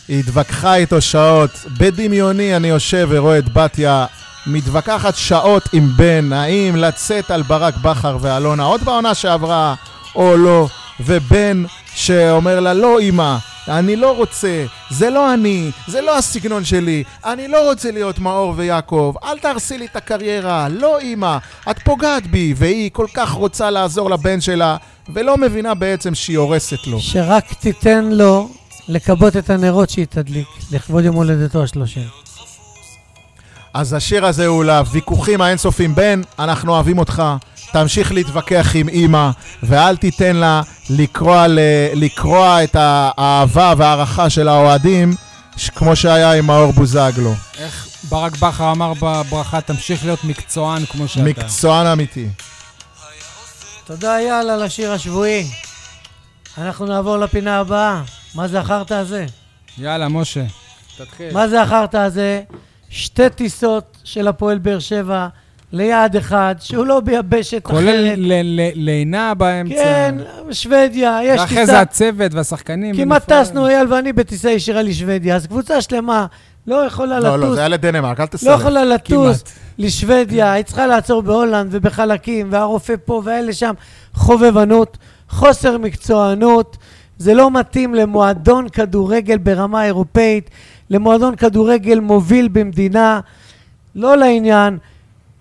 היא התווכחה איתו שעות. בדמיוני אני יושב ורואה את בתיה מתווכחת שעות עם בן, האם לצאת על ברק בכר ואלונה עוד בעונה שעברה או לא, ובן שאומר לה, לא אמא, אני לא רוצה, זה לא אני, זה לא הסגנון שלי, אני לא רוצה להיות מאור ויעקב, אל תהרסי לי את הקריירה, לא אמא, את פוגעת בי, והיא כל כך רוצה לעזור לבן שלה, ולא מבינה בעצם שהיא הורסת לו.
שרק תיתן לו לכבות את הנרות שהיא תדליק, לכבוד יום הולדתו השלושים.
אז השיר הזה הוא לוויכוחים האינסופיים. בן, אנחנו אוהבים אותך, תמשיך להתווכח עם אימא, ואל תיתן אה, לה לקרוע, ל- לקרוע את האהבה וההערכה של האוהדים ש- כמו שהיה עם מאור בוזגלו.
ברק בכר אמר בברכה, תמשיך להיות מקצוען כמו שאתה.
מקצוען אמיתי.
תודה אייל על השיר השבועי. אנחנו נעבור לפינה הבאה. מה זה החרטא הזה?
יאללה, משה. תתחיל.
מה זה החרטא הזה? שתי טיסות של הפועל באר שבע ליעד אחד, שהוא לא ביבשת
כולל
אחרת.
ל- ל- לינה באמצע.
כן, שוודיה, יש טיסה.
ואחרי זה הצוות והשחקנים.
כמעט
ונפל.
טסנו, אייל ואני, בטיסה ישירה לשוודיה. אז קבוצה שלמה לא יכולה
לא, לא,
לטוס,
זה היה לדנמרק, אל תסלח.
לא יכולה לטוס
כמעט.
לשוודיה, היא צריכה לעצור בהולנד ובחלקים, והרופא פה והאלה שם. חובבנות, חוסר מקצוענות, זה לא מתאים למועדון כדורגל ברמה אירופאית, למועדון כדורגל מוביל במדינה, לא לעניין.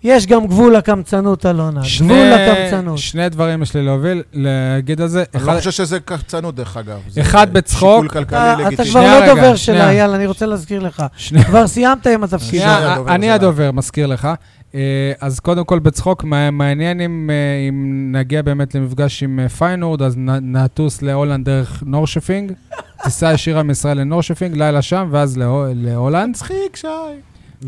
יש גם גבול לקמצנות, אלונה.
שני-
גבול לקמצנות.
שני דברים יש לי להוביל, להגיד על זה.
אני
אחד-
לא חושב שזה קחצנות, דרך אגב. זה
אחד בצחוק.
שיקול
אתה,
כלכלי
אתה
לגיטימי.
כבר
שנייה
לא
רגע,
דובר שלה,
שנייה.
אייל, אני רוצה להזכיר לך.
שני-
כבר סיימת עם התפקיד.
שנייה.
שנייה,
הדובר
אני
שלה.
הדובר, מזכיר לך. אה, אז קודם כל, בצחוק, מע- מעניין אם, אה, אם נגיע באמת למפגש עם אה, פיינורד, אז נ- נטוס להולנד דרך נורשפינג, טיסה ישירה מישראל לנורשפינג, לילה שם, ואז להו- להולנד.
מצחיק, שי.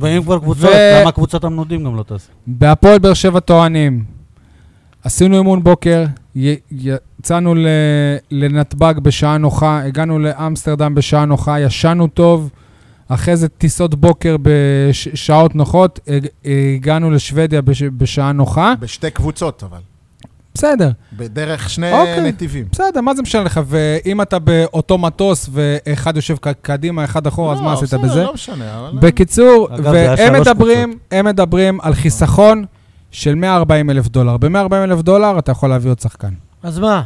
ואם כבר קבוצות,
ו-
למה קבוצת המנודים גם לא טסה?
בהפועל באר שבע טוענים, עשינו אימון בוקר, י- יצאנו ל- לנתב"ג בשעה נוחה, הגענו לאמסטרדם בשעה נוחה, ישנו טוב, אחרי זה טיסות בוקר בשעות נוחות, הג- הגענו לשוודיה בש- בשעה נוחה.
בשתי קבוצות, אבל.
בסדר,
בדרך שני
אוקיי.
נתיבים.
בסדר, מה זה משנה לך? ואם אתה באותו מטוס ואחד יושב ק- קדימה, אחד אחורה, אז מה
לא,
עשית
בסדר,
בזה?
לא משנה, אבל...
בקיצור,
אגב, זה היה
והם
שלוש
מדברים, הם מדברים על חיסכון של 140 אלף דולר. ב-140 אלף דולר אתה יכול להביא עוד שחקן.
אז מה?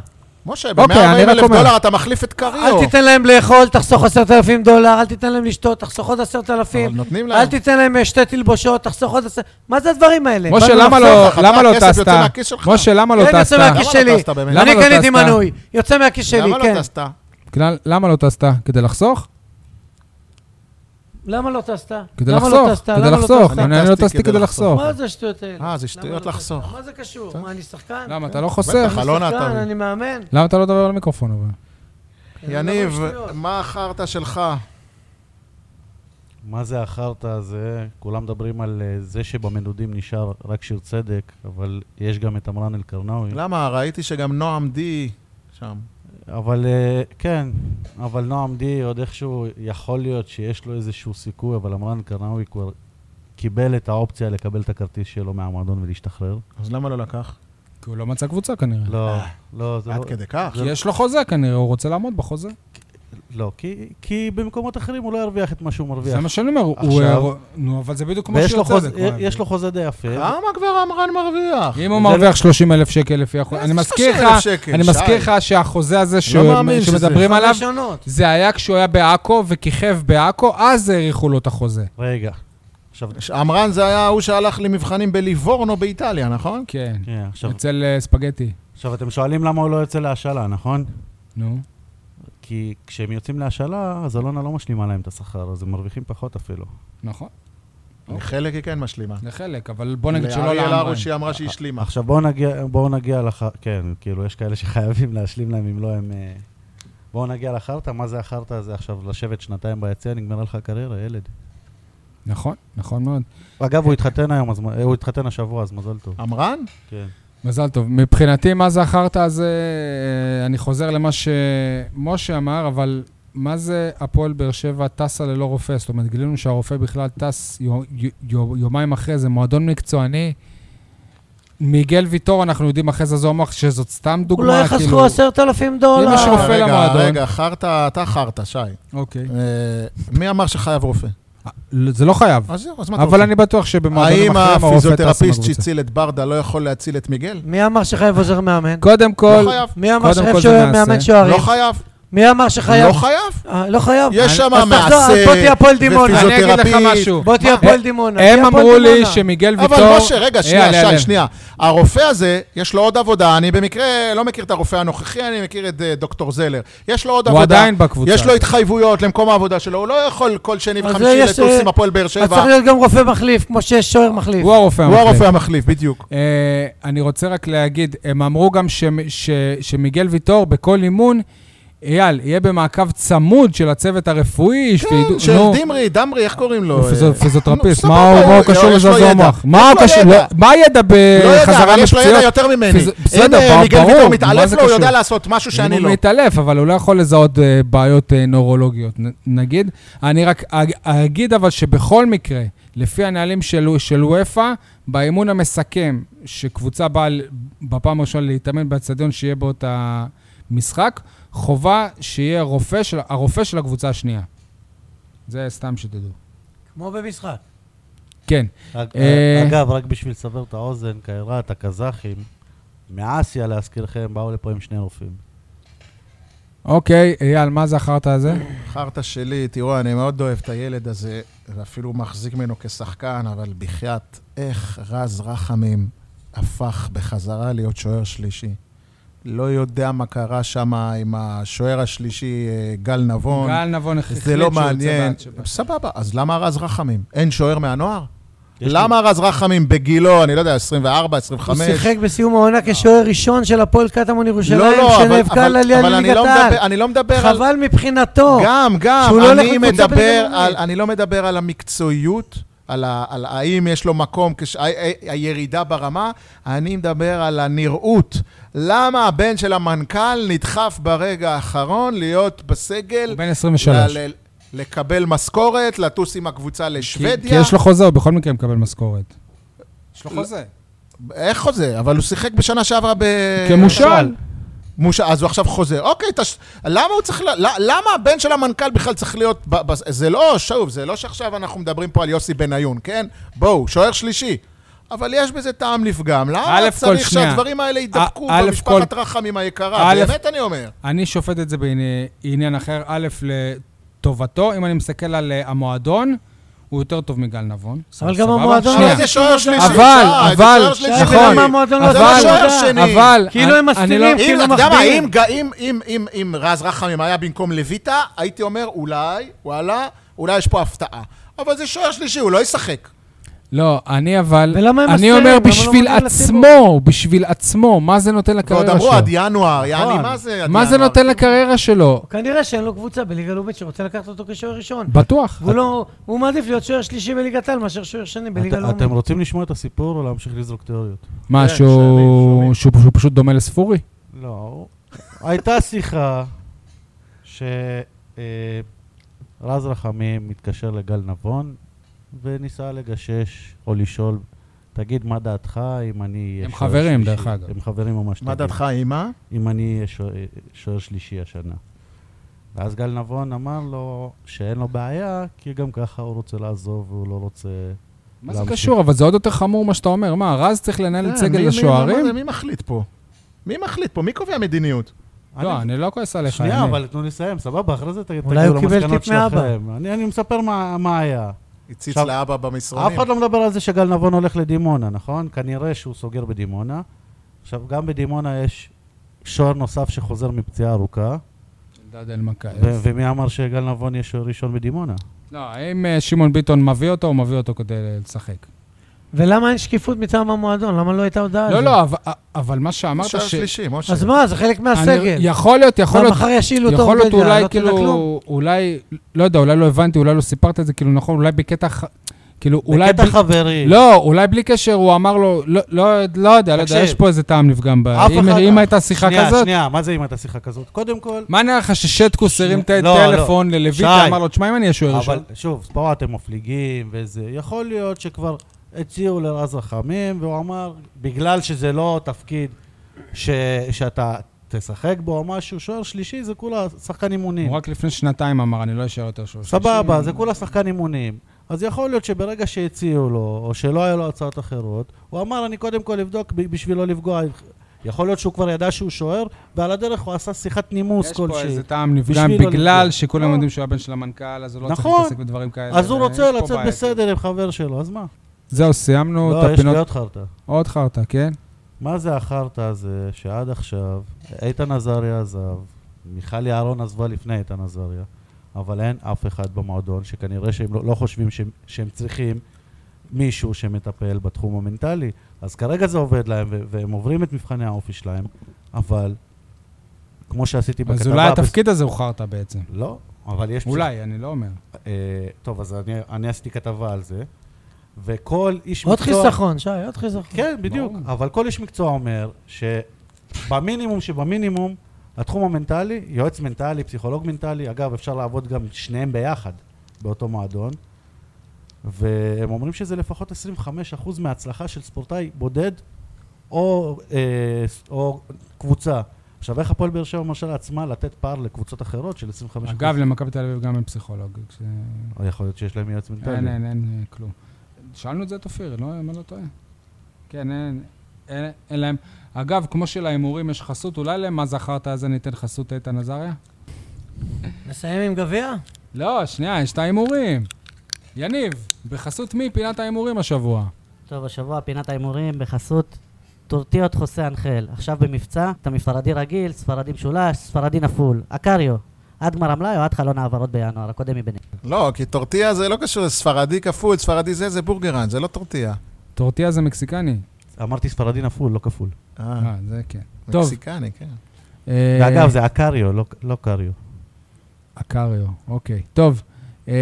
משה,
אוקיי, אני
ב-140
רק
אלף
אומר.
דולר אתה מחליף את
לא.
קריו.
אל תיתן להם לאכול, תחסוך עשרת אלפים דולר, אל תיתן להם לשתות, תחסוך עוד עשרת
אבל
אלפים.
נותנים
לא
להם.
אל תיתן להם אה, שתי תלבושות, תחסוך עוד עשרת... מה זה הדברים האלה?
משה,
באנו
למה
לחסוך.
לא-
לך,
למה לא
הכסף יוצא
טסת?
מהכיס שלך.
משה, למה לא
כן, יוצא
טסת?
מהכיס
למה לא
שלי.
טסת באמת?
למה
אני
לא
קניתי
טסת?
מנוי, יוצא מהכיס שלי,
למה לא
כן.
טסת?
כלל- למה לא טסת? כדי לחסוך?
למה לא טסת?
כדי
למה לא
לחסוך,
טסת?
כדי
למה לא
לחסוך.
טסת?
אני אני לא טסתי כדי לחסוך.
מה זה השטויות האלה?
אה, זה
למה
שטויות
לא
לחסוך.
טסת? מה זה קשור? מה, אני שחקן?
למה, אתה לא חוסך?
בטח. אלונה,
אני שחקן,
אתה-
אני מאמן. לא
למה אתה לא מדבר על המיקרופון אבל?
יניב,
לא
למה שטויות?
מה החרטא שלך?
מה זה החרטא הזה? כולם מדברים על אה, זה שבמנודים נשאר רק שיר צדק, אבל יש גם את אמרן אל-קרנאווי.
למה? ראיתי שגם נועם די שם.
אבל אה, כן, אבל נועם די עוד איכשהו יכול להיות שיש לו איזשהו סיכוי, אבל אמרן קרנאווי כבר קיבל את האופציה לקבל את הכרטיס שלו מהמועדון ולהשתחרר.
אז למה לא לקח?
כי הוא לא מצא קבוצה כנראה.
לא, לא, זה לא...
עד כדי כך?
כי יש לו חוזה כנראה, הוא רוצה לעמוד בחוזה.
לא, כי- כי במקומות אחרים הוא לא ירוויח את מה שהוא מרוויח.
זה מה שאני אומר, הוא- הוא...
עכשיו-
הוא- נו, אבל זה בדיוק כמו
ויש לו
שיוצא.
חוזה- יש לו חוזה די יפה.
כמה כבר אמרן מרוויח?
אם הוא
זה לא-
מרוויח 30 אלף שקל לפי החוזה, אני
איזה
מזכיר
30,000
לך,
שקל,
אני
שי?
מזכיר לך שהחוזה הזה ש-
מאמין שזה-
שמדברים עליו,
חמש עונות.
זה היה כשהוא היה בעכו וכיכב בעכו, אז האריכו לו את החוזה.
רגע. עכשיו,
עמרן זה היה ההוא שהלך למבחנים בליבורנו באיטליה, נכון?
כן,
כן, עכשיו-
אצל אה, ספגטי.
עכשיו אתם שואלים למה הוא לא יוצא להשאלה, נכון?
נו.
כי כשהם יוצאים להשאלה, אז אלונה לא משלימה להם את השכר, אז הם מרוויחים פחות אפילו.
נכון, אוקיי.
לחלק היא כן משלימה.
לחלק, אבל בוא נגיד שלא
לאריאל
לעמרן. אה.
הרוש היא אמרה שהיא השלימה.
עכשיו בואו נגיע, בואו נגיע לח... כן, כאילו, יש כאלה שחייבים להשלים להם, אם לא הם... אה, בואו נגיע לחרטא, מה זה החרטא הזה עכשיו? לשבת שנתיים ביציע, נגמרה לך קריירה, ילד.
נכון, נכון מאוד.
אגב,
כן.
הוא התחתן היום, אז... מ- אה, הוא התחתן השבוע, אז מזל טוב.
עמרן?
כן.
מזל טוב. מבחינתי, מה זה החרטא הזה, אה, אני חוזר למה שמשה אמר, אבל מה זה הפועל באר שבע טסה ללא רופא? זאת אומרת, גילינו שהרופא בכלל טס יו, יו, יו, יומיים אחרי, זה מועדון מקצועני. מיגל ויטור, אנחנו יודעים אחרי זה, זה אומר שזאת סתם דוגמה, כאילו-
אולי חסכו עשרת אלפים דולר.
אם יש רופא
אה, רגע,
למועדון.
רגע, חרטא, אתה חרטא, שי.
אוקיי.
אה, מי אמר שחייב רופא?
אה, לא, זה לא חייב.
אז זהו, אז מה אתה
אבל
רוצה?
אני בטוח שבמועדונים אחרים
האם
הרופא טס עם
הפיזיותרפיסט
הקבוצה.
שהציל את ברדה לא יכול להציל את מיגל?
מי אמר שחייב עוזר מאמן?
קודם כל,
לא חייב.
מי אמר
קודם
שחייב
כל זה
שוער-
מעשה.
מאמן
לא
שוערים?
חייב.
מי אמר שחייב?
לא חייב.
אה, לא חייב.
יש שם
אז תחזור, אז
מעשה
בוא תהיה הפועל דימונה.
אני אגיד לך
ופיזיותרפית.
משהו.
בוא תהיה הפועל דימונה.
אה, הם
תהיה הפועל
אמרו לי
דימונה.
שמיגל ויטור... אה,
אבל משה, רגע,
אייל,
שנייה,
אייל,
שי, שנייה. הרופא הזה, יש לו עוד עבודה. אני במקרה לא מכיר את הרופא הנוכחי, אני מכיר את אה, דוקטור זלר. יש לו עוד
הוא
עבודה.
עדיין בקבוצה.
יש לו התחייבויות למקום העבודה שלו. הוא לא יכול כל שני
אז
וחמישי
יש,
לטוס
אה,
עם הפועל באר
אז צריך
שבע.
להיות גם רופא מחליף, כמו שיש שוער מחליף.
הוא הרופא
הוא
המחליף.
הרופא המחליף, בדיוק.
אה, אני רוצה רק להגיד, הם אמרו גם ש- ש- שמיגל ויטור בכל אימון אייל, יהיה במעקב צמוד של הצוות הרפואי,
כן,
שידעו-
של
נו,
דמרי, דמרי, איך קוראים לו?
הוא פיזיו-
אה,
פיזיותרפיסט,
נו,
מה הוא- מה
סבבה,
הוא
הוא- אה, לא,
קשור
יש לו
לזזו
ידע.
המוח? מה הוא
לו
קשור?
ידע.
לא, מה הידע
לא יודע,
בחזרה
אבל יש לו ידע
מפציעות?
יותר ממני.
פיז- בסדר,
אם אה,
בר-
מיגל
ברור,
ויטור
מה
מתעלף
זה
לו, הוא
קשור?
יודע לעשות משהו שאני
אם
לא.
הוא מתעלף, אבל הוא לא יכול לזהות אה, בעיות אה, נורולוגיות, נ- נגיד. אני רק אג- אגיד אבל שבכל מקרה, לפי הנהלים של של וופא, באימון המסכם, שקבוצה באה ל- בפעם הראשונה להתאמן באצטדיון שיהיה בו את המשחק, חובה שיהיה רופא של- הרופא של הקבוצה השנייה. זה סתם שתדעו.
כמו במשחק.
כן.
אג-
אה,
אגב, רק בשביל לסבר את האוזן, קיירת, הקזחים, מאסיה, להזכירכם, באו לפה עם שני רופאים.
אוקיי, אייל, מה זה החרטא הזה?
נכון. חרטא שלי, תראו, אני מאוד אוהב את הילד הזה, ואפילו מחזיק ממנו כשחקן, אבל בחייאת, איך רז רחמים הפך בחזרה להיות שוער שלישי. לא יודע מה קרה שם עם השוער השלישי, אה, גל נבון.
גל נבון החליט
זה לא
שהוא
מעניין.
יוצא בעד שבא.
סבבה, אז למה רז רחמים? אין שוער מהנוער?
יש
למה רז רחמים בגילו, אני לא יודע, 24,
הוא
25?
שיחק בסיום העונה כשוער ראשון של הפועל קטמון
לא,
ירושלים,
לא, אבל-
שנאבקה על
אבל
עלייה
אבל אני
לליגת
לא
העל.
מדבר- אני לא מדבר על...
חבל מבחינתו.
גם, גם.
שהוא לא הולך
אני
לקבוצה
מדבר
בינלאומית.
על, אני לא מדבר על המקצועיות, על, ה, על האם יש לו מקום, כש, ה, ה, הירידה ברמה, אני מדבר על הנראות. למה הבן של המנכ"ל נדחף ברגע האחרון להיות בסגל,
הוא בן 23.
ל- ל- לקבל משכורת, לטוס עם הקבוצה
כי
לשוודיה?
כי יש לו חוזה, הוא בכל מקרה מקבל משכורת. יש לו
חוזה. איך חוזה? אבל הוא שיחק בשנה שעברה ב...
כמושל.
מוש... אז הוא עכשיו חוזר. אוקיי, תש... למה הוא צריך... ל... ל- למה הבן של המנכ"ל בכלל צריך להיות... ב... ב... זה לא, שוב, זה לא שעכשיו אנחנו מדברים פה על יוסי בניון, כן? בואו, שוער שלישי. אבל יש בזה טעם לפגם.
א'
למה
כל
צריך
שנייה.
שהדברים האלה יידבקו
א'
במשפחת רחמים היקרה?
א'-
באמת אני אומר.
אני שופט את זה בעניין אחר. א', לטובתו, אם אני מסתכל על אה, המועדון, הוא יותר טוב מגל נבון.
אבל
סבבה?
גם המועדון
שנייה.
אבל זה שוער שלישי.
אבל,
שי, זה
אבל,
שוער שלישי.
נכון.
שי,
למה
המועדון
לא
אז זה לא
עושה
שוער
עבודה?
שני.
אבל...
כאילו
אני-
הם
אני
מסתירים,
לא-
אם,
כאילו
אתה יודע מה,
מחביאים.
אם, ג- אם, אם, אם, אם, רז רחמים היה במקום לויטה, הייתי אומר, אולי, וואלה, אולי יש פה הפתעה. אבל זה שוער שלישי, הוא לא ישחק.
לא, אני אבל...
ולמה הם
אני
מסתירים?
אומר
למה לא
בשביל
מודיעים לציבור?
עצמו, בשביל עצמו, מה זה נותן
ועוד
לקריירה שלו?
אמרו עד ינואר, יעני,
נכון.
מה זה עד
מה זה
ינואר?
נותן לקריירה שלו?
כנראה שאין לו קבוצה בליגה לאומית שרוצה לקחת אותו כשוער ראשון.
בטוח.
והוא לא, הוא מעדיף להיות שוער שלישי בליגת העל מאשר שוער שני בליגה
את- אתם
לאומית.
רוצים לשמוע את הסיפור או להמשיך לזרוק תיאוריות?
מה,
כן,
שהוא
שומעים,
שהוא- שהוא פשוט דומה לספורי?
לא. הייתה שיחה שרז רחמים מתקשר לגל נבון וניסה לגשש או לשאול, תגיד, מה דעתך אם אני אהיה
הם
שוער
חברים,
שלישי?"
דרך אגב.
הם חברים ממש
מה
טובים.
דעתך, אימא?
אם אני אהיה שוער- שוער שלישי השנה. ואז גל נבון אמר לו שאין לו בעיה, כי גם ככה הוא רוצה לעזוב והוא לא רוצה...
מה זה
להמשיך.
קשור? אבל זה עוד יותר חמור מה שאתה אומר. מה, רז צריך לנהל את
כן, מי-
סגל
מי-
השוערים?
מה זה, מי מחליט פה? מי מחליט פה? מי קובע מדיניות?
לא, אני לא כועס עליך.
שנייה,
האמת.
אבל תנו לי לסיים, סבבה, אחרי זה ת- תגיעו
אולי הוא קיבל
למסקנות
טיפ מאבא.
שלכם. אני אני מספר מה מה היה.
הציץ
עכשיו,
לאבא
אף
במסרונים.
אחד לא מדבר על זה שגל נבון הולך לדימונה, נכון? כנראה שהוא סוגר בדימונה. עכשיו, גם בדימונה יש שוער נוסף שחוזר מפציעה ארוכה,
אלדד אלמקייב.
ו- ומי אמר שגל נבון יהיה שוער ראשון בדימונה?
לא, אם אה, שמעון ביטון מביא אותו, הוא מביא אותו כדי לשחק.
ולמה אין שקיפות מטעם המועדון? למה לא הייתה הודעה על
לא,
זה?
לא, אבל- אבל מה שאמרת
שוער
ש...
שלישי, משה.
אז מה, זה חלק
אני-
מהסגל.
יכול להיות, יכול
יכול
להיות,
מחר ישאילו אותו,
יכול
הוא לא
להיות
יודע,
אולי
לא תדע כלום.
כאילו, אולי, לא יודע, אולי לא הבנתי, אולי לא סיפרת את זה, כאילו נכון, אולי בקטע, ח- כאילו, אולי,
בקטע
בלי-
חברי.
לא, אולי בלי קשר, הוא אמר לו, לא- לא לא יודע, לא יודע,
תקשיב.
יש פה איזה טעם לפגם, ב-
אף
אם-
אחד-
אם הייתה שיחה
שנייה,
כזאת,
שנייה, מה זה אם הייתה שיחה כזאת? קודם כל...
מה נראה לך ששטקוס הרים את
לא, לא.
הטלפון ללויטה,
שי.
אמר לו, תשמע, אם אני אהיה שוער ראשון,
אבל שוב, פה אתם מפליגים וזה. יכול להיות שכבר הציעו לרז רחמים, והוא אמר, בגלל שזה לא תפקיד ש... שאתה תשחק בו או משהו, שוער שלישי זה כולה שחקן אימונים.
הוא רק לפני שנתיים אמר, אני לא אשאר יותר שוער שלישי.
סבבה, זה כולה שחקן אימונים. אז יכול להיות שברגע שהציעו לו, או שלא היה לו הצעות אחרות, הוא אמר, אני קודם כל אבדוק ב- בשביל לא לפגוע. יכול להיות שהוא כבר ידע שהוא שוער, ועל הדרך הוא עשה שיחת נימוס
יש פה
כלשהי.
איזה טעם לפגם
בשביל לא
בגלל
לפגוע.
שכולם
לא.
יודעים שהוא הבן של המנכ"ל, אז הוא לא צריך
נכון.
להתעסק בדברים כאלה.
אז הוא רוצה
ויש אה, פה
לצאת
בעיה.
בסדר עם חבר שלו, אז מה?
זהו, סיימנו
לא,
את
יש לי
הפינות.
עוד חרטא.
עוד חרטא, כן?
מה זה החרטא הזה שעד עכשיו איתן עזריה עזב, מיכל יערון עזבה לפני איתן עזריה, אבל אין אף אחד במועדון שכנראה שהם לא, לא חושבים שהם, שהם צריכים מישהו שמטפל בתחום המנטלי. אז כרגע זה עובד להם ו- והם עוברים את מבחני האופי שלהם, אבל כמו שעשיתי בכתבה...
אז אולי
בס-
התפקיד הזה הוא חרטא בעצם.
לא, אבל יש...
אולי, אני לא אומר.
אה, טוב, אז אני, אני עשיתי כתבה על זה, וכל איש
עוד
מקצוע...
חיסכון, שי, עוד חיסכון.
כן, בדיוק.
ברור.
אבל כל איש מקצוע אומר שבמינימום שבמינימום, התחום המנטלי, יועץ מנטלי, פסיכולוג מנטלי, אגב, אפשר לעבוד גם שניהם ביחד באותו מועדון, והם אומרים שזה לפחות 25% מההצלחה של ספורטאי בודד או, אה, ס- או קבוצה. עכשיו, איך הפועל באר שבע מרשה לעצמה לתת פער לקבוצות אחרות של 25%?
אגב, למכבי תל אביב גם אין פסיכולוג. כש-
או יכול להיות שיש להם יועץ מנטלי.
אין, אין, אין אה, כלום. שאלנו את זה את אופיר, לא, אם אני לא טועה. כן, אין, אין, אין להם. אגב, כמו שלהימורים יש חסות, אולי למה זכרת הזה ניתן חסות איתן עזריה?
נסיים עם גביע?
לא, שנייה, יש את ההימורים. יניב, בחסות מי פינת ההימורים השבוע?
טוב, השבוע פינת ההימורים בחסות טורטיות חוסה אנחל. עכשיו במבצע, אתה מספרדי רגיל, ספרדי משולש, ספרדי נפול. הקריו, עד גמר המלאי או עד חלון העברות בינואר, הקודם מביניהם.
לא, כי טורטיה זה לא קשור, ספרדי כפול, ספרדי זה, זה בורגרן, זה לא טורטיה.
טורטיה זה מקסיקני.
אמרתי ספרדי נפול, לא כפול.
אה,
אה, זה כן. טוב.
מקסיקני, כן.
אה,
ואגב, זה הקריו, לא- לא קריו.
הקריו, אוקיי. טוב, אה,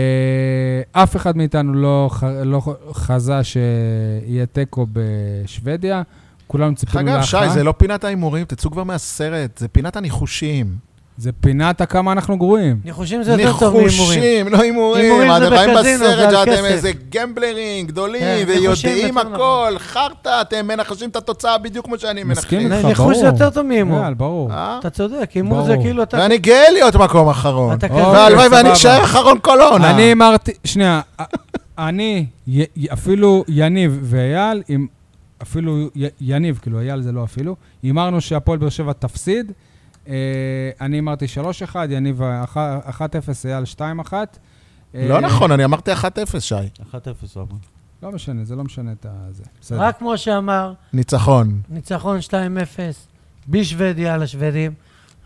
אף אחד מאיתנו לא, ח, לא ח- חזה שיהיה תיקו בשוודיה. כולנו
דרך
ציפינו
אגב,
להכרעה.
שי, זה לא פינת ההימורים, תצאו כבר מהסרט, זה פינת הניחושים.
זה פינת הכמה אנחנו גרועים.
ניחושים זה יותר טוב מהימורים.
ניחושים, לא הימורים.
הימורים זה
אתם באים
בקזינו,
בסרט
זה על
שאתם
כסף.
איזה גמבלרים
כן,
גדולים
ניחושים
ויודעים
יותר נכון.
הכל, חרטא, אתם מנחשים את התוצאה בדיוק כמו שאני
מסכים
מנחש.
איתך, ברור.
ניחוש זה יותר טוב מהימור.
יאללה, ברור.
אה?
אתה צודק, הימור
ברור.
זה כאילו אתה...
ואני גאה להיות מקום אחרון.
אתה כזה.
והלוואי
אוקיי,
ואני
סבבה.
אשאר אחרון כל העונה.
אני אמרתי, שנייה, א- אני, י- י- אפילו יניב ואייל, אם- אפילו י- יניב, כאילו אייל זה לא אפילו, הימרנו שהפועל באר שבע תפסיד. אה, אני אמרתי 3-1, יניב אה, אח- 1-0, אייל 2-1. אה,
לא נכון, אני אמרתי 1-0, שי.
1-0 הוא אמר.
לא משנה, זה לא משנה את הזה. בסדר.
רק כמו שאמר,
ניצחון.
ניצחון 2-0 בשוודיה על השוודים,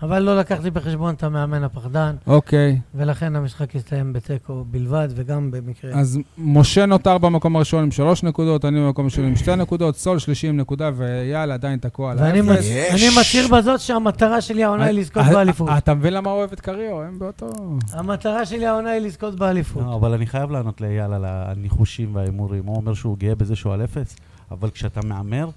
אבל לא לקחתי בחשבון את המאמן הפחדן,
אוקיי,
ולכן המשחק הסתיים בתיקו בלבד, וגם במקרה.
אז משה נותר במקום הראשון עם שלוש נקודות, אני במקום השני עם שתי נקודות, סול שלישי עם נקודה, ויאללה, עדיין תקוע על
ואני
האפס. אה,
מצ-
יש.
אני מצהיר בזאת שהמטרה שלי העונה היא לזכות באליפות.
אתה מבין למה הוא אוהב את קריו? הם באותו...
המטרה שלי העונה היא לזכות באליפות.
לא, אבל אני חייב לענות לאייל על הניחושים וההימורים. הוא אומר שהוא גאה בזה שהוא על אפס, אבל כשאתה מהמר,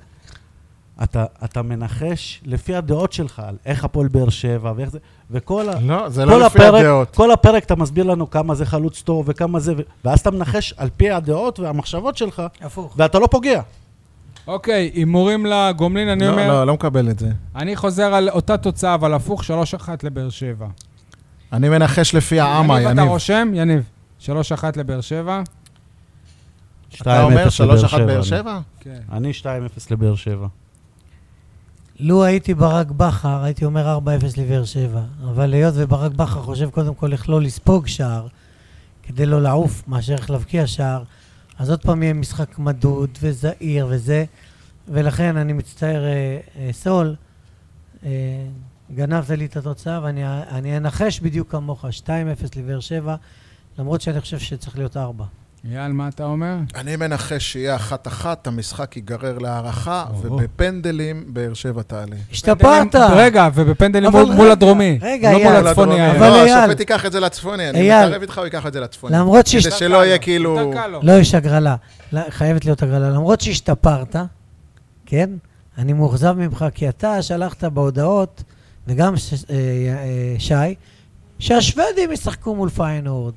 אתה, אתה מנחש לפי הדעות שלך על איך הפועל באר שבע ואיך זה, וכל ה...
לא, זה
כל הפרק, כל הפרק אתה מסביר לנו כמה זה חלוץ טוב וכמה זה, ו- ואז אתה מנחש על פי הדעות והמחשבות שלך,
הפוך.
ואתה לא פוגע.
אוקיי, הימורים לגומלין, אני
לא,
אומר,
לא, לא מקבל את זה.
אני חוזר על אותה תוצאה, אבל הפוך, 3-1 לבאר שבע.
אני מנחש לפי העמה,
יניב, אתה
יניב.
רושם? יניב. 3-1 לבאר שבע.
אתה
2-0
אומר
לבאר
3-1 באר
אני-
שבע?
כן.
אני 2-0 לבאר שבע.
לו הייתי ברק בכר, הייתי אומר 4-0 לבאר שבע. אבל היות וברק בכר חושב קודם כל איך לא לספוג שער, כדי לא לעוף, מאשר איך להבקיע שער, אז עוד פעם יהיה משחק מדוד וזהיר וזה, ולכן אני מצטער, אה, אה, סול, אה, גנבת לי את התוצאה, ואני אני אנחש בדיוק כמוך, 2-0 לבאר שבע, למרות שאני חושב שצריך להיות 4.
אייל, מה אתה אומר?
אני מנחש שיהיה אחת-אחת, המשחק ייגרר להערכה,
או.
ובפנדלים באר שבע תעלה.
השתפרת!
פנדלים- רגע, ובפנדלים
אבל
מול- מול
רגע,
הדרומי.
רגע,
לא
אייל.
מול הצפוני.
הדרומי.
אייל.
אבל
לא,
אייל.
השופט ייקח את זה לצפוני, אני
אייל.
מתערב איתך, הוא ייקח את זה לצפוני.
למרות
כדי
שיש...
שלא יהיה כאילו...
יותר קל לו.
לא, יש הגרלה. לא, חייבת להיות הגרלה. למרות שהשתפרת, כן? אני מאוכזב ממך, כי אתה שלחת בהודעות, וגם ש- אה, אה, שי, שהשוודים ישחקו מול פיינורד.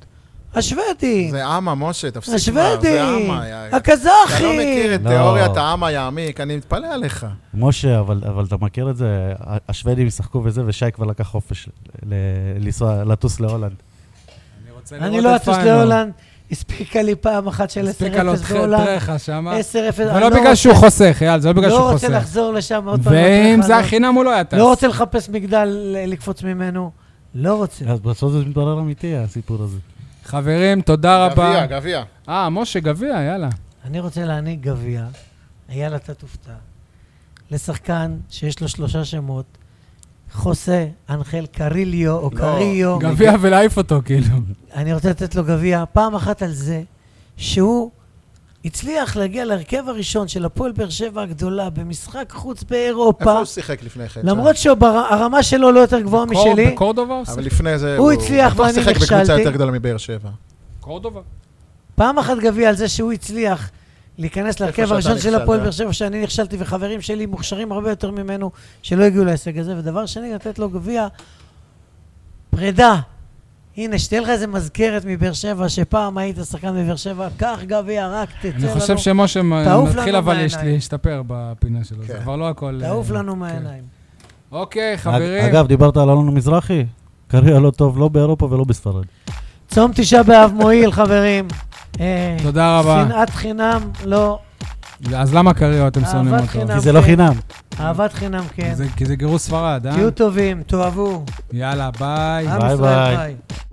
השוודים,
זה עמה, משה, תפסיק כבר, זה
השוודים,
עמה. יא- אתה לא
הקזחים.
מכיר את
לא.
תיאוריית העמה יעמיק, אני מתפלא עליך.
משה, אבל, אבל אתה מכיר את זה? ה- השוודים ישחקו וזה, ושי כבר לקח חופש ל- ל- לנסוע, לטוס להולנד.
אני רוצה
אני
לראות
לא
את
אטוס
פיינל.
להולנד, הספיקה לי פעם אחת של 10-0
הספיקה לו
בהולנד.
טרחה שמה.
10-0, אני לא
ולא לא בגלל שהוא
רוצה-
חוסך, אייל, זה לא בגלל שהוא
לא רוצה
חוסך.
לחזור לשם עוד פעם.
ואם
לטרחה,
זה
לא-
היה חינם, הוא לא היה טס.
לא רוצה לחפש מגדל ל- לקפוץ ממנו. לא רוצה.
אז בסוף זה מתברר אמיתי, הסיפור הזה.
חברים, תודה רבה.
גביע, גביע.
אה, משה, גביע, יאללה.
אני רוצה להעניק גביע, אייל אתה תופתע, לשחקן שיש לו שלושה שמות, חוסה, אנחל קריליו או
לא,
קריו.
גביע
לא,
ולהעיף אותו, כאילו.
אני רוצה לתת לו גביע, פעם אחת על זה שהוא הצליח להגיע להרכב הראשון של הפועל באר שבע הגדולה במשחק חוץ באירופה,
איפה הוא שיחק לפני כן?
למרות שהרמה שלו לא יותר גבוהה
קור-
משלי.
בקורדובה? הוא
אבל
שיחק?
לפני זה
הוא הצליח ואני
הוא שיחק בקבוצה
נכשלתי.
יותר גדולה מבאר שבע.
קורדובה?
פעם אחת גביע על זה שהוא הצליח להיכנס להרכב
שאתה
הראשון של
נכשלת.
אה?
הפועל באר שבע, שאני נכשלתי, וחברים שלי מוכשרים הרבה יותר ממנו, שלא הגיעו להישג הזה. ודבר שני, לתת לו גביע פרידה. הנה, שתהיה לך איזה מזכרת מבאר שבע, שפעם היית שחקן בבאר שבע, קח גביע, רק תצא
אני
לנו,
חושב שמשה
תעוף
מתחיל
לנו
אבל יש-
מהעיניים.
להשתפר בפינה שלו, זה
כן.
כבר לא הכל...
תעוף
אה,
לנו
כן.
מהעיניים.
אוקיי,
אג-
חברים.
אגב, דיברת על אלון מזרחי? קריירה לא טוב, לא באירופה ולא בספרד.
צום תשעה באב מועיל, חברים. אה,
תודה רבה.
שנאת חינם, לא.
אז למה קריו אתם
אהבת
שונאים אותו?
חינם.
כי זה לא
כן.
חינם.
אהבת חינם, כן.
כי זה- כי זה גירוש ספרד, אה?
תהיו טובים, תאהבו.
יאללה, ביי.
עם
ביי
ישראל
ביי.
חי.